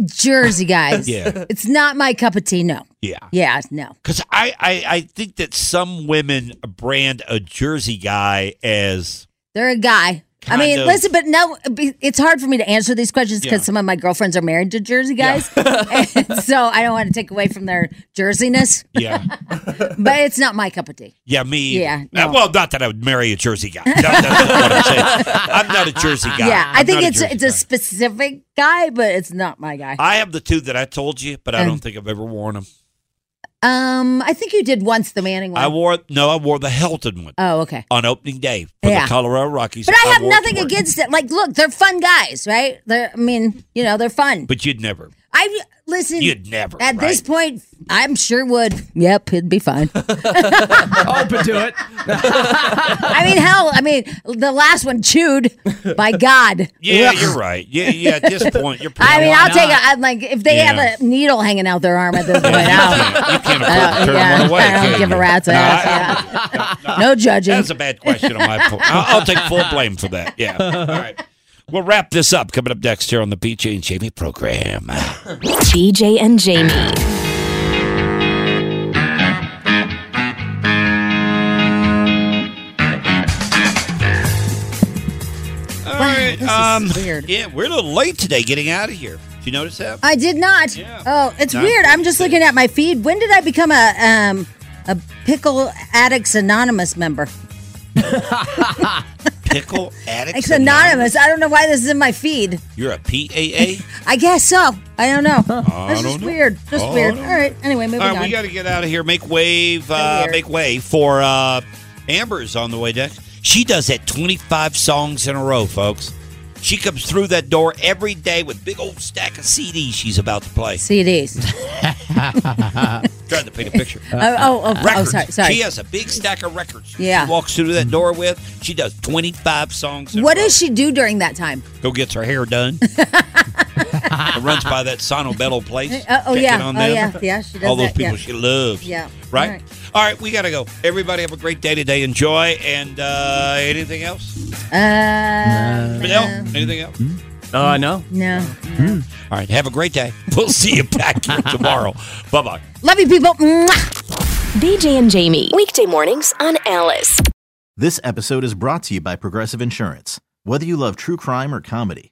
Speaker 3: Jersey
Speaker 5: *laughs*
Speaker 3: guys.
Speaker 2: Yeah.
Speaker 3: It's not my cup of tea. No.
Speaker 2: Yeah.
Speaker 3: Yeah. No.
Speaker 2: Because I, I I think that some women brand a Jersey guy as
Speaker 3: They're a guy.
Speaker 2: Kind
Speaker 3: I mean,
Speaker 2: of.
Speaker 3: listen, but no, it's hard for me to answer these questions because
Speaker 2: Yeah.
Speaker 3: some of my girlfriends are married to Jersey guys. and *laughs* so I don't want to take away from their Jerseyness,
Speaker 2: yeah
Speaker 3: *laughs* but it's not my cup of tea.
Speaker 2: yeah me
Speaker 3: Yeah,
Speaker 2: Uh,
Speaker 3: no.
Speaker 2: well not that I would marry a Jersey guy. No, that's not what I'm, saying. I'm not a
Speaker 3: *laughs*
Speaker 2: Jersey guy.
Speaker 3: yeah. I
Speaker 2: I'm
Speaker 3: think
Speaker 2: not a
Speaker 3: it's
Speaker 2: Jersey
Speaker 3: it's a specific guy, but it's not my guy.
Speaker 2: I have the two that I told you, but I
Speaker 3: Um,
Speaker 2: don't think I've ever worn them.
Speaker 3: um, I think you did once the Manning one.
Speaker 2: I wore no, I wore the Helton one
Speaker 3: oh, okay.
Speaker 2: on opening day for
Speaker 3: Yeah.
Speaker 2: the Colorado Rockies.
Speaker 3: But I have
Speaker 2: wore it to
Speaker 3: nothing
Speaker 2: work.
Speaker 3: against it. Like, look, they're fun guys, right? They're, I mean, you know, they're fun.
Speaker 2: But you'd never,
Speaker 3: I listen.
Speaker 2: you'd never.
Speaker 3: At this
Speaker 2: right?
Speaker 3: point, I'm sure would. Yep, it'd be fine. *laughs*
Speaker 5: Open to it.
Speaker 3: I mean, hell, I mean, the last one chewed. By God.
Speaker 2: yeah,
Speaker 3: Ugh.
Speaker 2: you're right. Yeah, yeah. At this point, you're.
Speaker 3: *laughs* I mean, I'll take
Speaker 2: it.
Speaker 3: it. I'm like, if they
Speaker 2: Yeah.
Speaker 3: have a needle hanging out their arm at this point, I'll,
Speaker 2: You
Speaker 3: *laughs*
Speaker 2: can't
Speaker 3: I
Speaker 2: afford
Speaker 3: don't-
Speaker 2: to turn
Speaker 3: yeah,
Speaker 2: one away.
Speaker 3: I
Speaker 2: can
Speaker 3: don't give
Speaker 2: you?
Speaker 3: a rat's
Speaker 2: No, I-
Speaker 3: ass.
Speaker 2: *laughs*
Speaker 3: no judging.
Speaker 2: That's a bad question on my part. I'll, I'll take full blame for that. Yeah. All right. We'll wrap this up coming up next here on the BJ and Jamie program.
Speaker 19: BJ and Jamie.
Speaker 2: All right.
Speaker 3: this is
Speaker 2: um,
Speaker 3: weird.
Speaker 2: Yeah, we're a little late today getting out of here. Did you notice that?
Speaker 3: I did not. Oh, it's
Speaker 2: No.
Speaker 3: weird. I'm just looking at my feed. When did I become a um a pickle addicts anonymous
Speaker 2: *laughs*
Speaker 3: member?
Speaker 2: Pickle addict.
Speaker 3: It's anonymous. I don't know why this is in my feed.
Speaker 2: You're a PAA.
Speaker 3: *laughs* I guess so. I don't know.
Speaker 2: I
Speaker 3: this
Speaker 2: don't
Speaker 3: is
Speaker 2: know.
Speaker 3: weird. Just
Speaker 2: I
Speaker 3: weird. All
Speaker 2: don't
Speaker 3: right. Anyway, moving
Speaker 2: All right,
Speaker 3: on.
Speaker 2: we got to get out of here. Make wave. Uh, make way for uh, Amber's on the way next. She does that 25 songs in a row, folks. She comes through that door every day with big old stack of CDs she's about
Speaker 3: *laughs*
Speaker 2: to play.
Speaker 3: CDs.
Speaker 2: Trying to paint a picture.
Speaker 3: *laughs* Oh, oh, oh, oh,
Speaker 2: records.
Speaker 3: sorry, sorry.
Speaker 2: She has a big stack of records.
Speaker 3: Yeah.
Speaker 2: She walks through that door with. She does 25 songs. In
Speaker 3: What
Speaker 2: a row.
Speaker 3: does she do during that time? *laughs*
Speaker 2: Go gets her hair done. that runs by that Sonobello place.
Speaker 3: Uh, oh
Speaker 2: Check in
Speaker 3: yeah, oh
Speaker 2: on them.
Speaker 3: yeah, yeah. She does
Speaker 2: All those
Speaker 3: that,
Speaker 2: people
Speaker 3: yeah.
Speaker 2: she loves.
Speaker 3: Yeah.
Speaker 2: Right? All right. we got to go. Everybody have a great day today. Enjoy. And uh, anything else?
Speaker 3: Uh,
Speaker 2: Fidel, anything else?
Speaker 4: Uh, no.
Speaker 3: no.
Speaker 2: All right. Have a great day. We'll see you back
Speaker 4: *laughs*
Speaker 2: here tomorrow. Bye bye.
Speaker 3: Love you, people.
Speaker 19: BJ and Jamie, weekday mornings on Alice.
Speaker 20: This episode is brought to you by Progressive Insurance. Whether you love true crime or comedy,